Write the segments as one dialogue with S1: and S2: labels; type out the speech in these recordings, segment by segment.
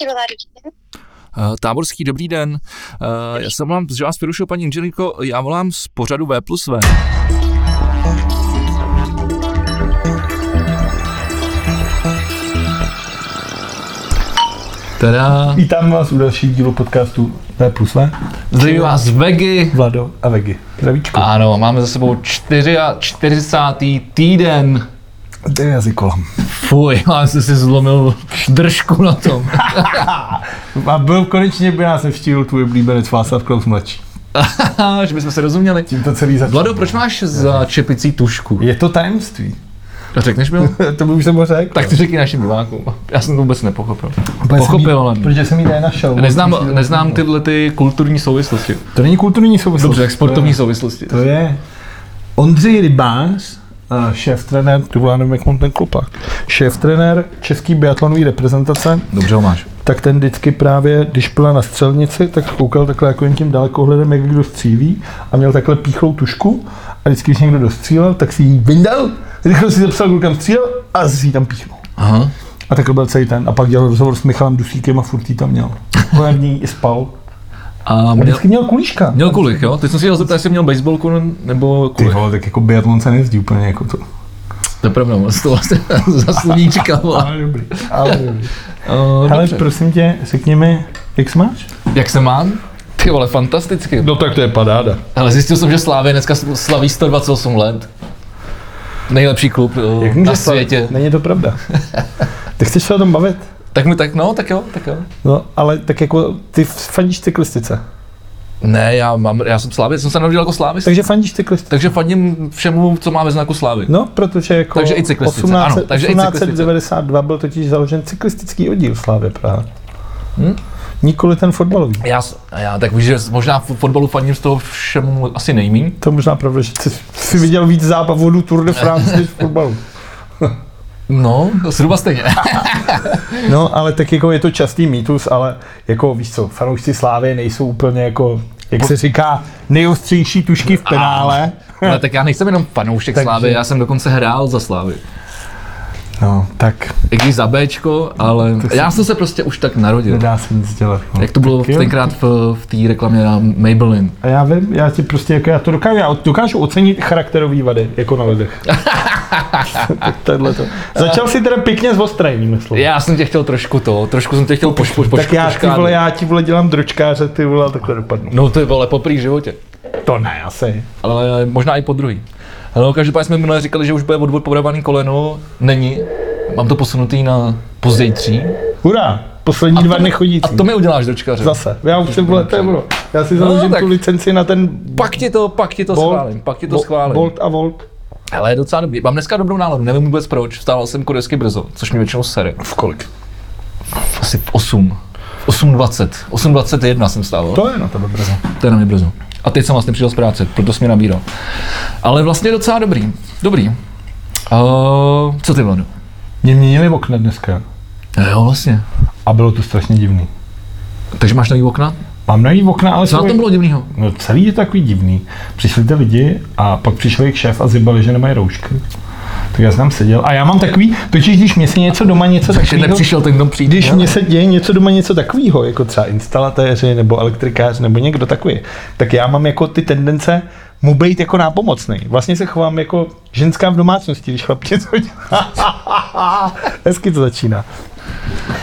S1: Bývalá rodina.
S2: Eh, Táborský, dobrý den. Eh, Já se volám, že vás přerušil, paní inženýrko, já volám z pořadu V plus V. Teda,
S3: Vítám vás u dalších dílu podcastu V plus V,
S2: zdravím vás Vegy.
S3: Vlado a Vegi. Zdravíčko.
S2: Ano, máme za sebou 44. týden.
S3: Jde jazyk kolem.
S2: Fuj, já jsem si zlomil držku na tom.
S3: A byl konečně by nás navštívil tvůj oblíbenec Václav Klaus mladší.
S2: že bychom se rozuměli.
S3: Tím to celý začalo.
S2: Vlado, proč máš za čepicí tušku?
S3: Je to tajemství.
S2: Řekneš mi? ho?
S3: to by už jsem ho řekl.
S2: Tak to řekni našim divákům. Já jsem to vůbec nepochopil.
S3: Protože jsem
S2: Pochopil,
S3: jí-
S2: ale
S3: Protože jsem ji nenašel. Musím si
S2: neznám,
S3: to
S2: neznám
S3: najít.
S2: tyhle ty kulturní souvislosti.
S3: To není kulturní souvislost.
S2: Dobře, tak sportovní
S3: To
S2: souvislosti.
S3: je- To je Ondřej Rybář, eh, šéf trenér, ty vole, já nevím, jak mám ten klopák, šéf trenér český biatlonové reprezentace,
S2: Dobře ho máš.
S3: tak ten vždycky právě, když byla na střelnici, tak koukal takhle jako jen tím dalekohledem, jak kdo střílí a měl takhle píchlou tušku a vždycky, když někdo dostřílel, tak si ji vyndal, rychle si zapsal, kdo kam střílel a zase ji tam píchnul.
S2: Aha.
S3: A takhle byl celý ten. A pak dělal rozhovor s Michalem Dusíkem a furt jí tam měl. Ona v ní i spal.
S2: A
S3: A
S2: měl,
S3: vždycky měl kulíška.
S2: měl kulik, jo? Teď jsem si chtěl zeptat, jestli měl baseballku nebo
S3: Ty
S2: kulik.
S3: vole, tak jako biatlon se nejezdí úplně jako to.
S2: To je pravda, moc to vlastně za sluníčka. vole.
S3: Ale dobrý. No Ale dobrý.
S2: Eh,
S3: Ale
S2: dobře.
S3: prosím tě, řekni mi, jak se máš?
S2: Jak se mám? Ty vole, fantasticky.
S3: No tak to je padáda.
S2: Ale zjistil jsem, že Slávě dneska slaví 128 let. Nejlepší klub eh,
S3: Jak
S2: na
S3: můžeš
S2: světě.
S3: To? Není to pravda. Ty chceš se o tom bavit?
S2: Tak mi tak, no, tak jo, tak jo.
S3: No, ale tak jako ty fandíš cyklistice.
S2: Ne, já, mám, já jsem Slávě, jsem se narodil jako Slávě.
S3: Takže fandíš cyklistice.
S2: Takže fandím všemu, co má ve znaku slávy.
S3: No, protože jako
S2: Takže i cyklistice, ano, takže i cyklistice.
S3: 1892 byl totiž založen cyklistický oddíl Slávy Praha.
S2: Hm?
S3: Nikoli ten fotbalový.
S2: Já, s- a já, tak víš, že možná v fotbalu fandím z toho všemu asi nejmíň.
S3: To možná pravda, že jsi, jsi viděl víc zápavů Tour de France než fotbalu.
S2: No, zhruba stejně.
S3: No, ale tak jako je to častý mýtus, ale jako víš co, fanoušci Slávy nejsou úplně jako, jak se říká, nejostřejší tušky v penále.
S2: Ale tak já nejsem jenom fanoušek Takže...
S3: Takže-
S2: Slávy, já jsem dokonce hrál za Slávy.
S3: No, tak
S2: I když za Bčko, ale já jsem se prostě už tak narodil.
S3: nedá se nic dělat. No.
S2: Jak to bylo
S3: Tak jo.
S2: tenkrát v, v té reklamě na Maybelline.
S3: A já vím, já ti prostě, jako já to dokážu, já dokážu ocenit charakterový vady, jako na lidech. tak tohle to. Začal si teda pěkně s ostrajným slovy.
S2: Já jsem tě chtěl trošku to, trošku jsem tě chtěl poš, poš, poš,
S3: tak já ti,
S2: poškádlit.
S3: vole, já ti vole dělám dročkáře, ty vole, a takhle dopadnu.
S2: No to je vole, poprý v životě.
S3: To ne, asi.
S2: Ale možná i po druhý. No, každopádně jsme minule říkali, že už bude odbor podávaný koleno. Není. Mám to posunutý na později tří.
S3: Hurá, poslední dva dny
S2: a
S3: chodící.
S2: to mi uděláš dočkaře.
S3: Zase, já už jsem vole, to je ono. Já si
S2: No,
S3: založím
S2: tak-
S3: tu licenci na ten
S2: Pak ti to, pak ti to
S3: Bolt.
S2: schválím, pak ti to
S3: Bo-
S2: schválím.
S3: Bolt a Volt.
S2: Ale je docela dobrý. Mám dneska dobrou náladu, nevím vůbec proč. Vstával jsem kurevsky brzo, což mi většinou sere.
S3: V kolik?
S2: Asi v 8. v 8.20. 8.21 jsem vstával. To?
S3: To je na tebe brzo.
S2: to je na mě brzo. A teď jsem vlastně přišel z práce, proto jsem mě nabíral. Ale vlastně docela dobrý. Dobrý. Uh, co ty, Vladu?
S3: Mě měnili okna dneska
S2: Jo, vlastně.
S3: a bylo to strašně divný.
S2: Takže máš nový okna?
S3: Mám nový okna, ale
S2: Co
S3: jsou-
S2: na tom bylo divného?
S3: No celý je takový divný. Přišli ty lidi a pak přišel jejich šéf a zibali, že nemají roušky. Tak já jsem tam seděl a já mám takový, totiž když mě se něco doma něco
S2: Takže
S3: takovýho,
S2: nepřišel ten, kdo přijde.
S3: když mě se děje něco doma něco takového, jako třeba instalatéři nebo elektrikář nebo někdo takový, tak já mám jako ty tendence mu být jako nápomocný. Vlastně se chovám jako ženská v domácnosti, když chlap něco dělá. Hezky to začíná.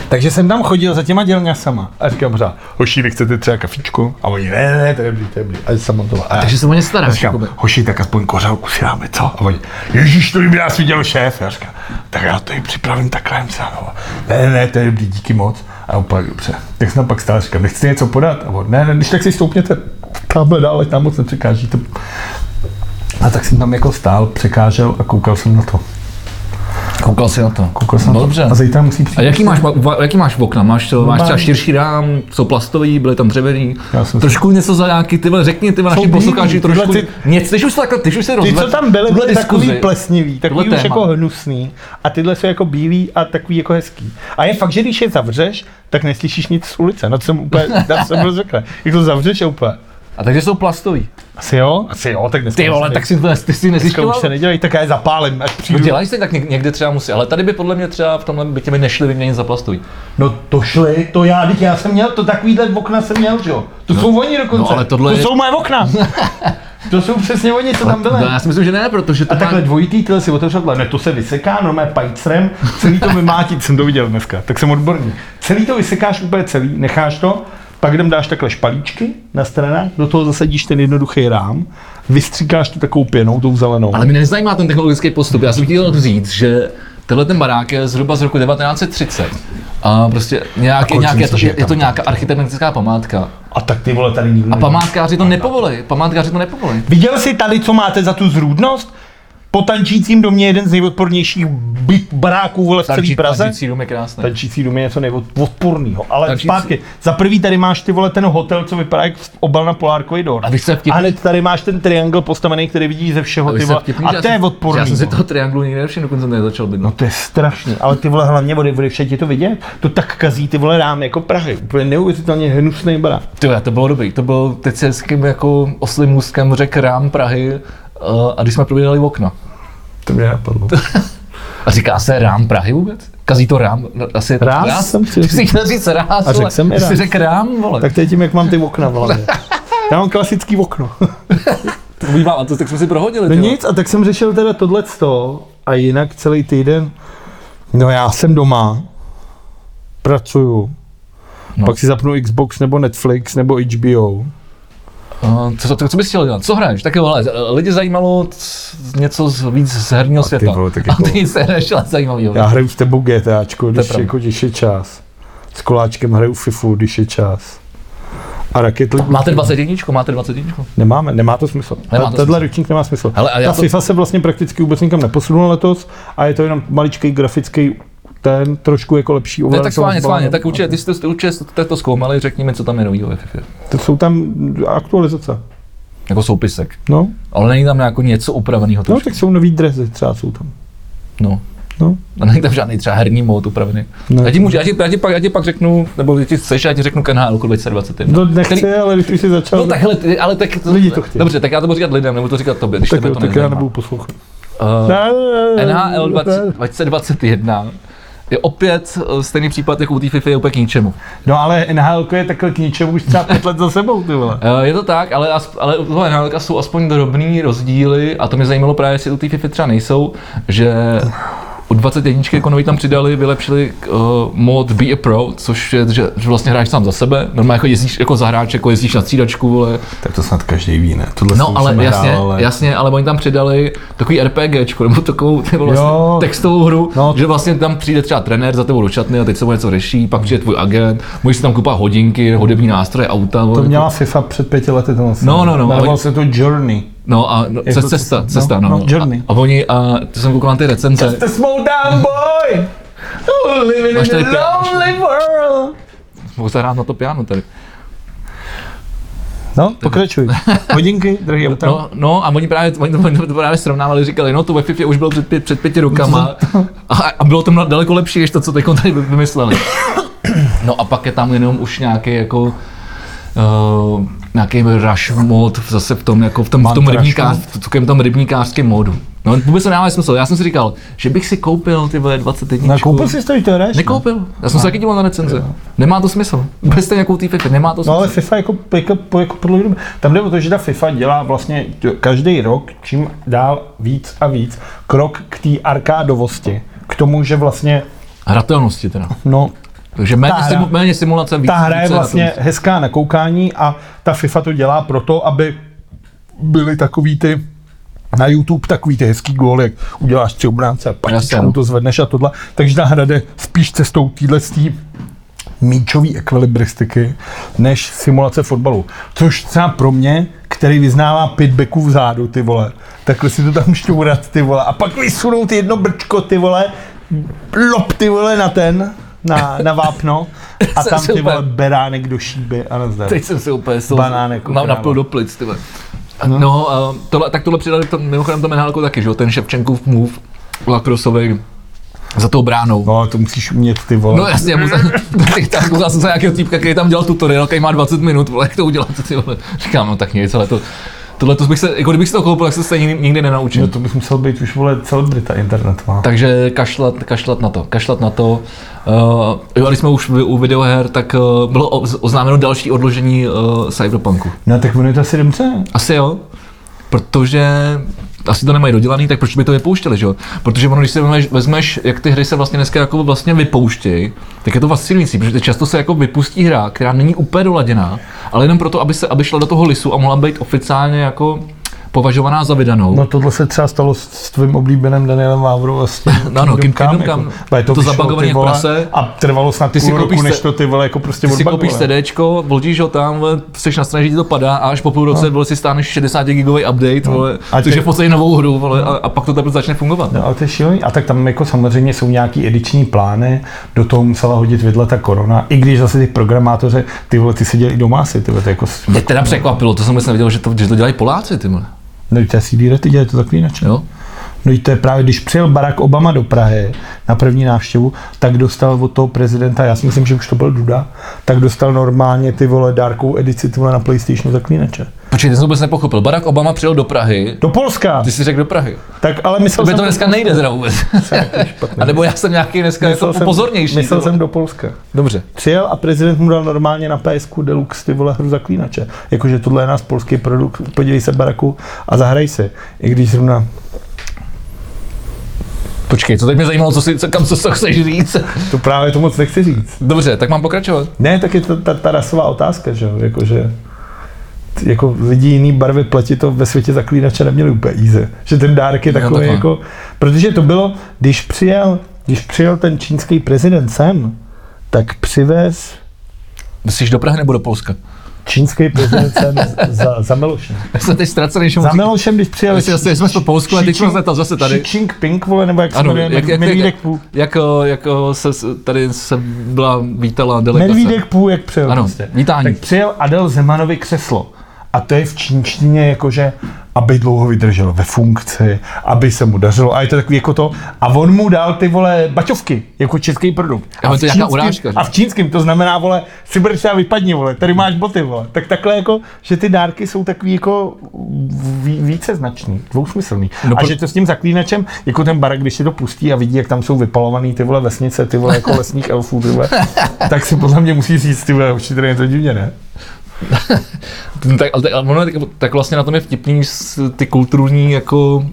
S3: Takže jsem tam chodil za těma dělňasama a říkám pořád, hoši, vy chcete třeba kafičku? A oni, ne, ne, to je dobrý, to je dobrý. A jsem tam to. A já,
S2: Takže se o ně
S3: a
S2: staráš,
S3: říkám,
S2: Jakube.
S3: hoši, tak aspoň kořálku si dáme, co? A oni, ježíš, to by nás viděl šéf. Já říkám, tak já to ji připravím takhle, jim se no. Ne, ne, ne, to je dobrý, díky moc. A opak, dobře. Tak jsem tam pak stál, říkám, nechci něco podat. A on, ne, ne, když tak si stoupněte tamhle dál, ať tam moc nepřekážíte. A tak jsem tam jako stál, překážel a koukal jsem na to.
S2: Koukal jsi na to.
S3: Koukal jsem
S2: No Dobře.
S3: Na to. A zítra musí přijít.
S2: A jaký máš, va- jaký máš okna? Máš, to, máš třeba
S3: Normální.
S2: širší rám, jsou plastový, byly tam dřevený.
S3: Já jsem-
S2: Trošku něco za nějaký, ty vole, řekni ty vole, naši
S3: Jsou
S2: posluchači
S3: bílý, tyhle
S2: trošku. Ty...
S3: ty-
S2: Nic, když už se takhle, když už se
S3: Ty,
S2: rozvedl.
S3: co tam byly,
S2: tuhle
S3: byly takový
S2: diskuzi.
S3: plesnivý, takový
S2: Tohle
S3: už
S2: téma.
S3: jako hnusný. A tyhle jsou jako bílý a takový jako hezký. A je fakt, že když je zavřeš, tak neslyšíš nic z ulice. Na to jsem úplně, na to jsem byl zvyklý. Jak to zavřeš je úplně.
S2: A takže jsou plastový.
S3: Asi jo? Asi jo, tak dneska
S2: Ty
S3: už
S2: vole,
S3: se
S2: tak si to ty si
S3: Dneska už
S2: nezjišťoval?
S3: se nedělají, tak já je zapálím, až
S2: No
S3: přijdu.
S2: dělají se tak něk- někde třeba musí, ale tady by podle mě třeba v tomhle bytě mi nešli vyměnit za plastový.
S3: No to šli, to já, teď já jsem měl, to takovýhle okna jsem měl, že jo. To no, jsou oni dokonce.
S2: no ale tohle
S3: to
S2: je-
S3: jsou moje okna. to jsou přesně oni, co tam byli.
S2: No, já si myslím, že ne, protože to
S3: A takhle
S2: má...
S3: dvojitý tyhle si otevřel, dle, ne, to se vyseká, no mé pajcrem, celý to vymlátit, jsem to viděl dneska, tak jsem odborný. Celý to vysekáš úplně celý, necháš to, pak jdem dáš takhle špalíčky na stranách, do toho zasadíš ten jednoduchý rám, vystříkáš to takovou pěnou, tou zelenou.
S2: Ale mě nezajímá ten technologický postup. Já jsem chtěl říct, že tenhle ten barák je zhruba z roku 1930. A prostě nějaké,
S3: kolik si
S2: nějaké, je to,
S3: myslíš, že je
S2: je, je to
S3: tam?
S2: nějaká architektonická památka.
S3: A tak ty vole tady nikdo
S2: A památkáři to nepovolí. Památkáři to nepovolí.
S3: Viděl jsi tady, co máte za tu zrůdnost? Po tančícím domě jeden z nejodpornějších byt baráků vole v celé Praze.
S2: Tančící dům je krásný.
S3: Tančící dům je něco nejodporného. Ale
S2: Tančící-
S3: zpátky, za prvý tady máš ty vole ten hotel, co vypadá jak obal na Polárkový dor.
S2: A víš, co je vtipný?
S3: A hned tady máš ten triangle postavený, který vidíš ze všeho.
S2: A,
S3: Ty
S2: vy
S3: vole.
S2: jste vtipný, že
S3: a
S2: já
S3: to
S2: jsem-
S3: je
S2: že Já jsem
S3: odporný.
S2: si toho trianglu nikdy nevšiml, dokud jsem tady začal
S3: No
S2: bydlet.
S3: to je strašný, ale ty vole hlavně vody, vody vše ti to vidět, to tak kazí ty vole rám jako Prahy, úplně neuvěřitelně hnusný barák.
S2: Ty jo, to bylo dobrý. To byl teď se hezkým jako oslým můstkem řekl rám Prahy eh, a když jsme probírali okna.
S3: To mě napadlo.
S2: A říká se rám Prahy vůbec? Kazí to rám? No, Asi je to
S3: Ráz jsem chtěl
S2: Ty jsi
S3: říct.
S2: chtěl říct ráz,
S3: A řekl
S2: vole.
S3: jsem
S2: Ty jsi
S3: ráz.
S2: řekl rám, vole. Tak
S3: Tak to je tím, jak mám ty okna v hlavě. Já mám klasický okno.
S2: to bývá, a to tak jsme si prohodili.
S3: No
S2: ty vole.
S3: nic, a tak jsem řešil teda tohleto a jinak celý týden, no já jsem doma, pracuju,
S2: No.
S3: no. pak si zapnu Xbox nebo Netflix nebo HBO.
S2: Eh, Co, co, co bys chtěl dělat? Co hraješ? Tak jo, hele, eh, lidi zajímalo c- něco z, víc z herního
S3: ty
S2: světa.
S3: vole, tak
S2: a
S3: jako-
S2: ty se hraješ ale zajímavýho.
S3: Já hraju s tebou GTAčko, když,
S2: pravda.
S3: jako, když je čas. S koláčkem hraju FIFU, když je čas. A Rocket League.
S2: Máte 21, máte 21.
S3: Nemáme, nemá to smysl.
S2: Nemá
S3: Nemá
S2: to
S3: to Tenhle ročník nemá smysl.
S2: Hele, a já
S3: Ta
S2: to-
S3: FIFA se vlastně prakticky vůbec nikam neposunula letos a je to jenom maličký grafický ten trošku jako lepší
S2: Ne,
S3: ovladatel
S2: tak
S3: s
S2: schválně,
S3: balónem.
S2: schválně, tak určitě, ty jste, jste určitě jste to zkoumali, řekni mi, co tam je novýho ve FIFA.
S3: To jsou tam aktualizace.
S2: Jako soupisek.
S3: No,
S2: Ale není tam jako něco upraveného
S3: no
S2: trošku.
S3: tak jsou nový dresy, třeba jsou tam.
S2: No.
S3: No.
S2: A není tam žádný třeba herní mod upravený.
S3: Ne.
S2: Já ti, můžu, já, ti, já, ti pak, já ti pak řeknu, nebo když ti chceš, já ti řeknu KNHL 2021.
S3: No nechci,
S2: Který-
S3: ale když už jsi začal,
S2: No tak hele, ty- ale tak...
S3: Lidi to chtějí.
S2: Dobře, tak já to budu říkat lidem, nebudu to říkat tobě, když
S3: tak,
S2: tebe
S3: jo,
S2: to
S3: tak já
S2: nezajímá.
S3: nebudu poslouchat.
S2: Eh,
S3: Ne,
S2: NHL
S3: ne,
S2: 20,
S3: ne.
S2: 2021 je opět eh, stejný případ jako u té FIFA je úplně k ničemu.
S3: No ale NHL je takhle k ničemu už třeba pět let za sebou, ty vole.
S2: Eh, Je to tak, ale, as- ale u toho NHL jsou aspoň drobný rozdíly a to mě zajímalo právě, jestli u té FIFA třeba nejsou, že u 21 jako nový tam přidali, vylepšili uh, mod Be a Pro, což je, že, že vlastně hráš sám za sebe, normálně jako jezdíš jako za hráče, jako jezdíš na střídačku, vole.
S4: Tak to snad každý ví, ne? Tohle jsem
S2: No
S4: už
S2: ale
S4: nehrál,
S2: jasně, jasně, ale oni tam přidali takový RPGčko, nebo takovou ty vole, vlastně
S3: Jo.
S2: textovou hru,
S3: No.
S2: že vlastně tam přijde třeba trenér za tebou do čatny a teď se mu něco řeší, pak přijde tvůj agent, můžeš si tam kupovat hodinky, hudební nástroje, auta. vole, jako
S3: To měla FIFA před pěti lety ten
S2: No, no, no, ale-
S3: Jmenoval se to Journey.
S2: No a no,
S3: Jak
S2: cest,
S3: to-
S2: cesta,
S3: no,
S2: cesta, no.
S3: no,
S2: no.
S3: Journey.
S2: A, a oni, a to jsem koukal na ty recenze.
S3: small down boy! Living
S2: Máš tady piano,
S3: world!
S2: Mohu zahrát na to piano tady.
S3: No, pokračuj. Hodinky, drahý auta.
S2: No, no a oni právě, oni to, oni to právě srovnávali, říkali, no to ve FIFA už bylo před, pět, před pěti rokama
S3: No.
S2: a, a bylo to mnoho daleko lepší, než to, co teď tady vymysleli. No a pak je tam jenom už nějaký jako Uh, nějaký rush mod zase v tom, jako v tom, v tom,
S3: Mantraš,
S2: rybníkář,
S3: no.
S2: v takovém tom rybníkářském modu. No vůbec to nemá smysl, já jsem si říkal, že bych si koupil ty vole 21.
S3: No, koupil jsi to, že to hraješ? ne?
S2: Nekoupil. Já
S3: No.
S2: jsem se taky díval na recenze. Nemá to smysl. Bez stejně jako u té FIFA. Nemá to smysl.
S3: No ale FIFA jako, jako, jako podle mě, tam jde o to, že ta FIFA dělá vlastně t- každý rok čím dál víc a víc krok k té arkádovosti. K tomu, že vlastně,
S2: Hratelnosti teda.
S3: no,
S2: Takže méně,
S3: Ta hra-
S2: simu, méně simulace, víc
S3: ta hra je
S2: více
S3: vlastně
S2: hratelnosti.
S3: hezká na koukání a ta FIFA to dělá proto, aby byly takový ty na YouTube takový ty hezký góly, jak uděláš tři obránce a
S2: Jasně, no.
S3: patičku to zvedneš a tohle. Takže ta hra jde spíš cestou téhle míčový ekvilibristiky než simulace fotbalu. Což třeba pro mě, který vyznává pět beků vzadu, ty vole, takhle si to tam šťourat, ty vole, a pak vysunout jedno brčko, ty vole, lop, ty vole, na ten, na, na vápno a
S2: Jsem
S3: tam ty
S2: super.
S3: vole beránek do šíby a nazdar.
S2: Teď jsem si úplně sou...
S3: Banánek
S2: Mám
S3: ukrával.
S2: napil do plic, tyhle. No, a tohle, tak tohle přidali to, mimochodem to menálko taky, že jo, ten Ševčenkův move, lakrosový, za tou bránou.
S3: No, to musíš umět ty vole.
S2: No jasně, musel, tak koukal jsem se na nějakého týpka, který tam dělal tutoriál, který má 20 minut, vole, jak to udělat, ty vole. Říkám, no tak nic, ale to, tohle to bych se, jako kdybych se to koupil, tak se stejně nikdy nenaučil.
S3: no, to bych musel být už vole celebrita internetová.
S2: Takže kašlat, kašlat na to, kašlat na to. Uh, jo, a když jsme už u u videoher, tak uh, bylo o- oznámeno další odložení uh, Cyberpunku.
S3: No tak ono je to asi dobře.
S2: Asi jo, protože asi to nemají dodělaný, tak proč by to vypouštěli, že jo? Protože ono, když si vezmeš, vezmeš, jak ty hry se vlastně dneska jako vlastně vypouštějí, tak je to fascinující, protože často se jako vypustí hra, která není úplně doladěná, ale jenom proto, aby, se, aby šla do toho lisu a mohla být oficiálně jako považovaná za vydanou.
S3: No tohle se třeba stalo s, s tvým oblíbeným Danielem Vávrou a s tím jako-
S2: No, no, Kingdom
S3: Come,
S2: Come.
S3: ale
S2: To
S3: vyšlo,
S2: zabagovaný
S3: ty
S2: jak
S3: vole,
S2: prase.
S3: A trvalo snad
S2: Ty si
S3: půl roku,
S2: koupíš
S3: než
S2: se-
S3: to ty vole jako prostě
S2: Ty si koupíš
S3: odbagovali.
S2: CDčko, vložíš ho tam, vole, jsi nasraný, že ti to padá a až po půl roce vole, si stáneš 60 gigový update, vole,
S3: No. A
S2: což
S3: ty-
S2: je v podstatě novou hru, vole, a, a pak to teprve začne fungovat.
S3: No, ale to je šílený. A tak tam jako samozřejmě jsou nějaký ediční plány, do toho musela hodit vidle ta korona, i když zase ty programátoře, ty vole, ty seděli doma asi, ty vole, to je jako... s-
S2: Mě teda překvapilo, to jsem vůbec nevěděl, že to, že to dělají Poláci, ty vole.
S3: No, i té CD ty dělají to takový način.
S2: Jo?
S3: No i to je právě, když přijel Barack Obama do Prahy na první návštěvu, tak dostal od toho prezidenta, já si myslím, že už to byl Duda, tak dostal normálně ty vole dárkou edici ty vole na PlayStationu zaklínače.
S2: Počkej, ty jsem vůbec nepochopil. Barack Obama přijel do Prahy,
S3: Do Polska!
S2: ty jsi řekl do Prahy.
S3: Tak ale
S2: To
S3: myslel
S2: by
S3: jsem...
S2: to dneska nejde teda vůbec. A nebo já jsem nějaký dneska
S3: myslel
S2: jako
S3: jsem-
S2: pozornější.
S3: Myslel
S2: ty vole.
S3: jsem do Polska.
S2: Dobře.
S3: Přijel a prezident mu dal normálně na PSQ Deluxe ty vole hru zaklínače. Jakože tohle je náš polský produkt, podívej se Baraku a zahraj si. I když zrovna...
S2: Počkej, co teď mě zajímalo, co si, co, kam co, co chceš říct?
S3: To právě to moc nechci říct.
S2: Dobře, tak mám pokračovat.
S3: Ne, tak je to ta, ta rasová otázka, že jo, jakože t- jako lidi jiný barvy pleti to ve světě zaklínače neměli úplně easy. Že ten dárek je
S2: Jo,
S3: takový
S2: takhle.
S3: jako, protože to bylo, když přijel, když přijel ten čínský prezident sem, tak přivez
S2: Jsi do Prahy nebo do Polska?
S3: čínský prezident sem z- za, za Milošem.
S2: Já jsem teď ztracený, že mu
S3: Za
S2: říkám.
S3: Milošem, když přijel...
S2: Jasně, jasně, jsme v Polsku, ale teď jsme tam zase tady.
S3: Xi Jinping, vole, nebo jak se
S2: Ano,
S3: jmenuje,
S2: jak, jak,
S3: Medvídek
S2: jak,
S3: Pů.
S2: jak, eh, jak se se- tady se byla vítala delegace.
S3: Medvídek Pů, jak přijel.
S2: Ano,
S3: prostě.
S2: vítání.
S3: Tak přijel a dal Zemanovi křeslo. A to je v čínštině jakože, aby dlouho vydržel ve funkci, aby se mu dařilo. A je to takový jako to. A on mu dal ty vole baťovky, jako český produkt.
S2: Ale
S3: v
S2: to je nějaká urážka, že?
S3: A v čínským to znamená, vole, si budeš třeba vypadni, vole, tady máš boty, vole. Tak takhle jako, že ty dárky jsou takový jako ví, více značný, dvousmyslný.
S2: No
S3: No, a
S2: pro-
S3: že to s tím zaklínačem, jako ten barak, když si to pustí a vidí, jak tam jsou vypalovaný ty vole vesnice, ty vole jako lesních elfů, ty vole, tak si podle mě musí říct, ty vole, určitě je to divně, ne?
S2: No Tak, ale, tak, ale ono, tak, tak vlastně na tom je vtipný s- ty kulturní jako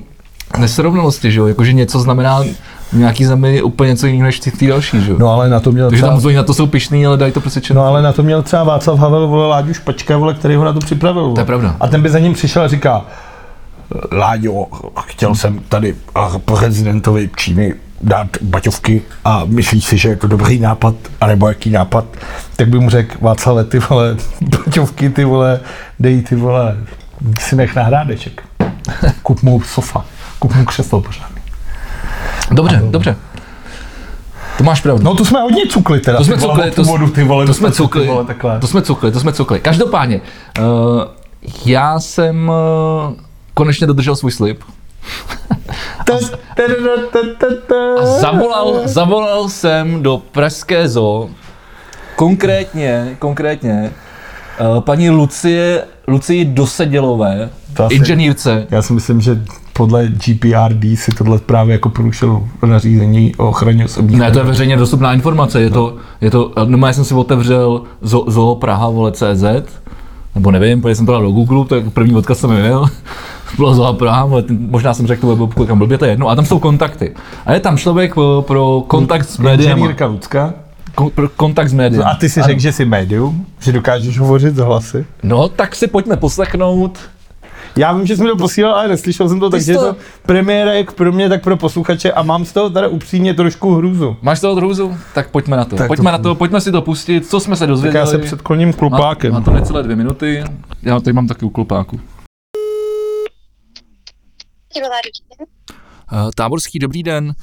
S2: nesrovnalosti, že jo? Jakože něco znamená v nějaký zemi úplně něco jiného než v té další, že jo? No,
S3: ale na to měl
S2: Takže tam oni na to jsou pišný, ale dají to prostě černou.
S3: No ale na to měl třeba Václav Havel, vole, Láďu Špačka, vole, který ho na to připravil. vole.
S2: To je pravda.
S3: A ten by za ním přišel a říká, Láďo, chtěl jsem tady a prezidentovi Číny dát baťovky a myslíš si, že je to dobrý nápad, anebo jaký nápad, tak by mu řekl Václave, ty vole, baťovky, ty vole, dej ty vole, si nech na hrádeček. Kup mu sofa, kup mu křeslo pořád.
S2: Dobře, dobře. To máš pravdu.
S3: No to jsme hodně cukli teda.
S2: To jsme
S3: ty vole,
S2: cukli,
S3: od
S2: to s-
S3: úvodu, ty vole,
S2: to jsme
S3: dostat, ty
S2: cukli,
S3: vole, takhle.
S2: to jsme cukli, to jsme cukli. Každopádně, uh, já jsem uh, konečně dodržel svůj slib. A zavolal, zavolal jsem do Pražské zoo, konkrétně, konkrétně, eh, paní Lucie, Lucii Dosedělové,
S3: To asi-
S2: inženýrce.
S3: Já si myslím, že podle GPRD si tohle právě jako porušil nařízení o ochraně osobních
S2: Ne, to je veřejně dostupná informace, je to, je to, eh, no já jsem si otevřel zo, zoo Praha, vole, CZ, nebo nevím, protože jsem to dal do Google, tak první odkaz jsem měl. Bylo zoo Praha, vole, ten- možná jsem řekl tu webovku, kam blbě, to je jedno, a tam jsou kontakty. A je tam člověk eh, pro kontakt s médiem,
S3: Inženýrka Lucka.
S2: pro kontakt s médiem.
S3: A ty si řekl, že jsi médium, že dokážeš hovořit z hlasy.
S2: No, tak si pojďme poslechnout.
S3: Já vím, že jsi mi to posílal, ale neslyšel jsem to,
S2: Ty
S3: takže
S2: jsi
S3: je
S2: to-
S3: to premiéra jak pro mě, tak pro posluchače a mám z toho teda upřímně trošku hruzu.
S2: Máš toho drůzu? Tak pojďme na to.
S3: Tak to
S2: pojďme na to, pojďme si to pustit. Co jsme se
S3: Tak
S2: dozvěděli?
S3: já se předkloním
S2: má,
S3: klupákem.
S2: má to necelé dvě minuty. Já tady mám taky u klopáku.
S1: Ti byla ručně.
S5: Eh, Táborský, dobrý den.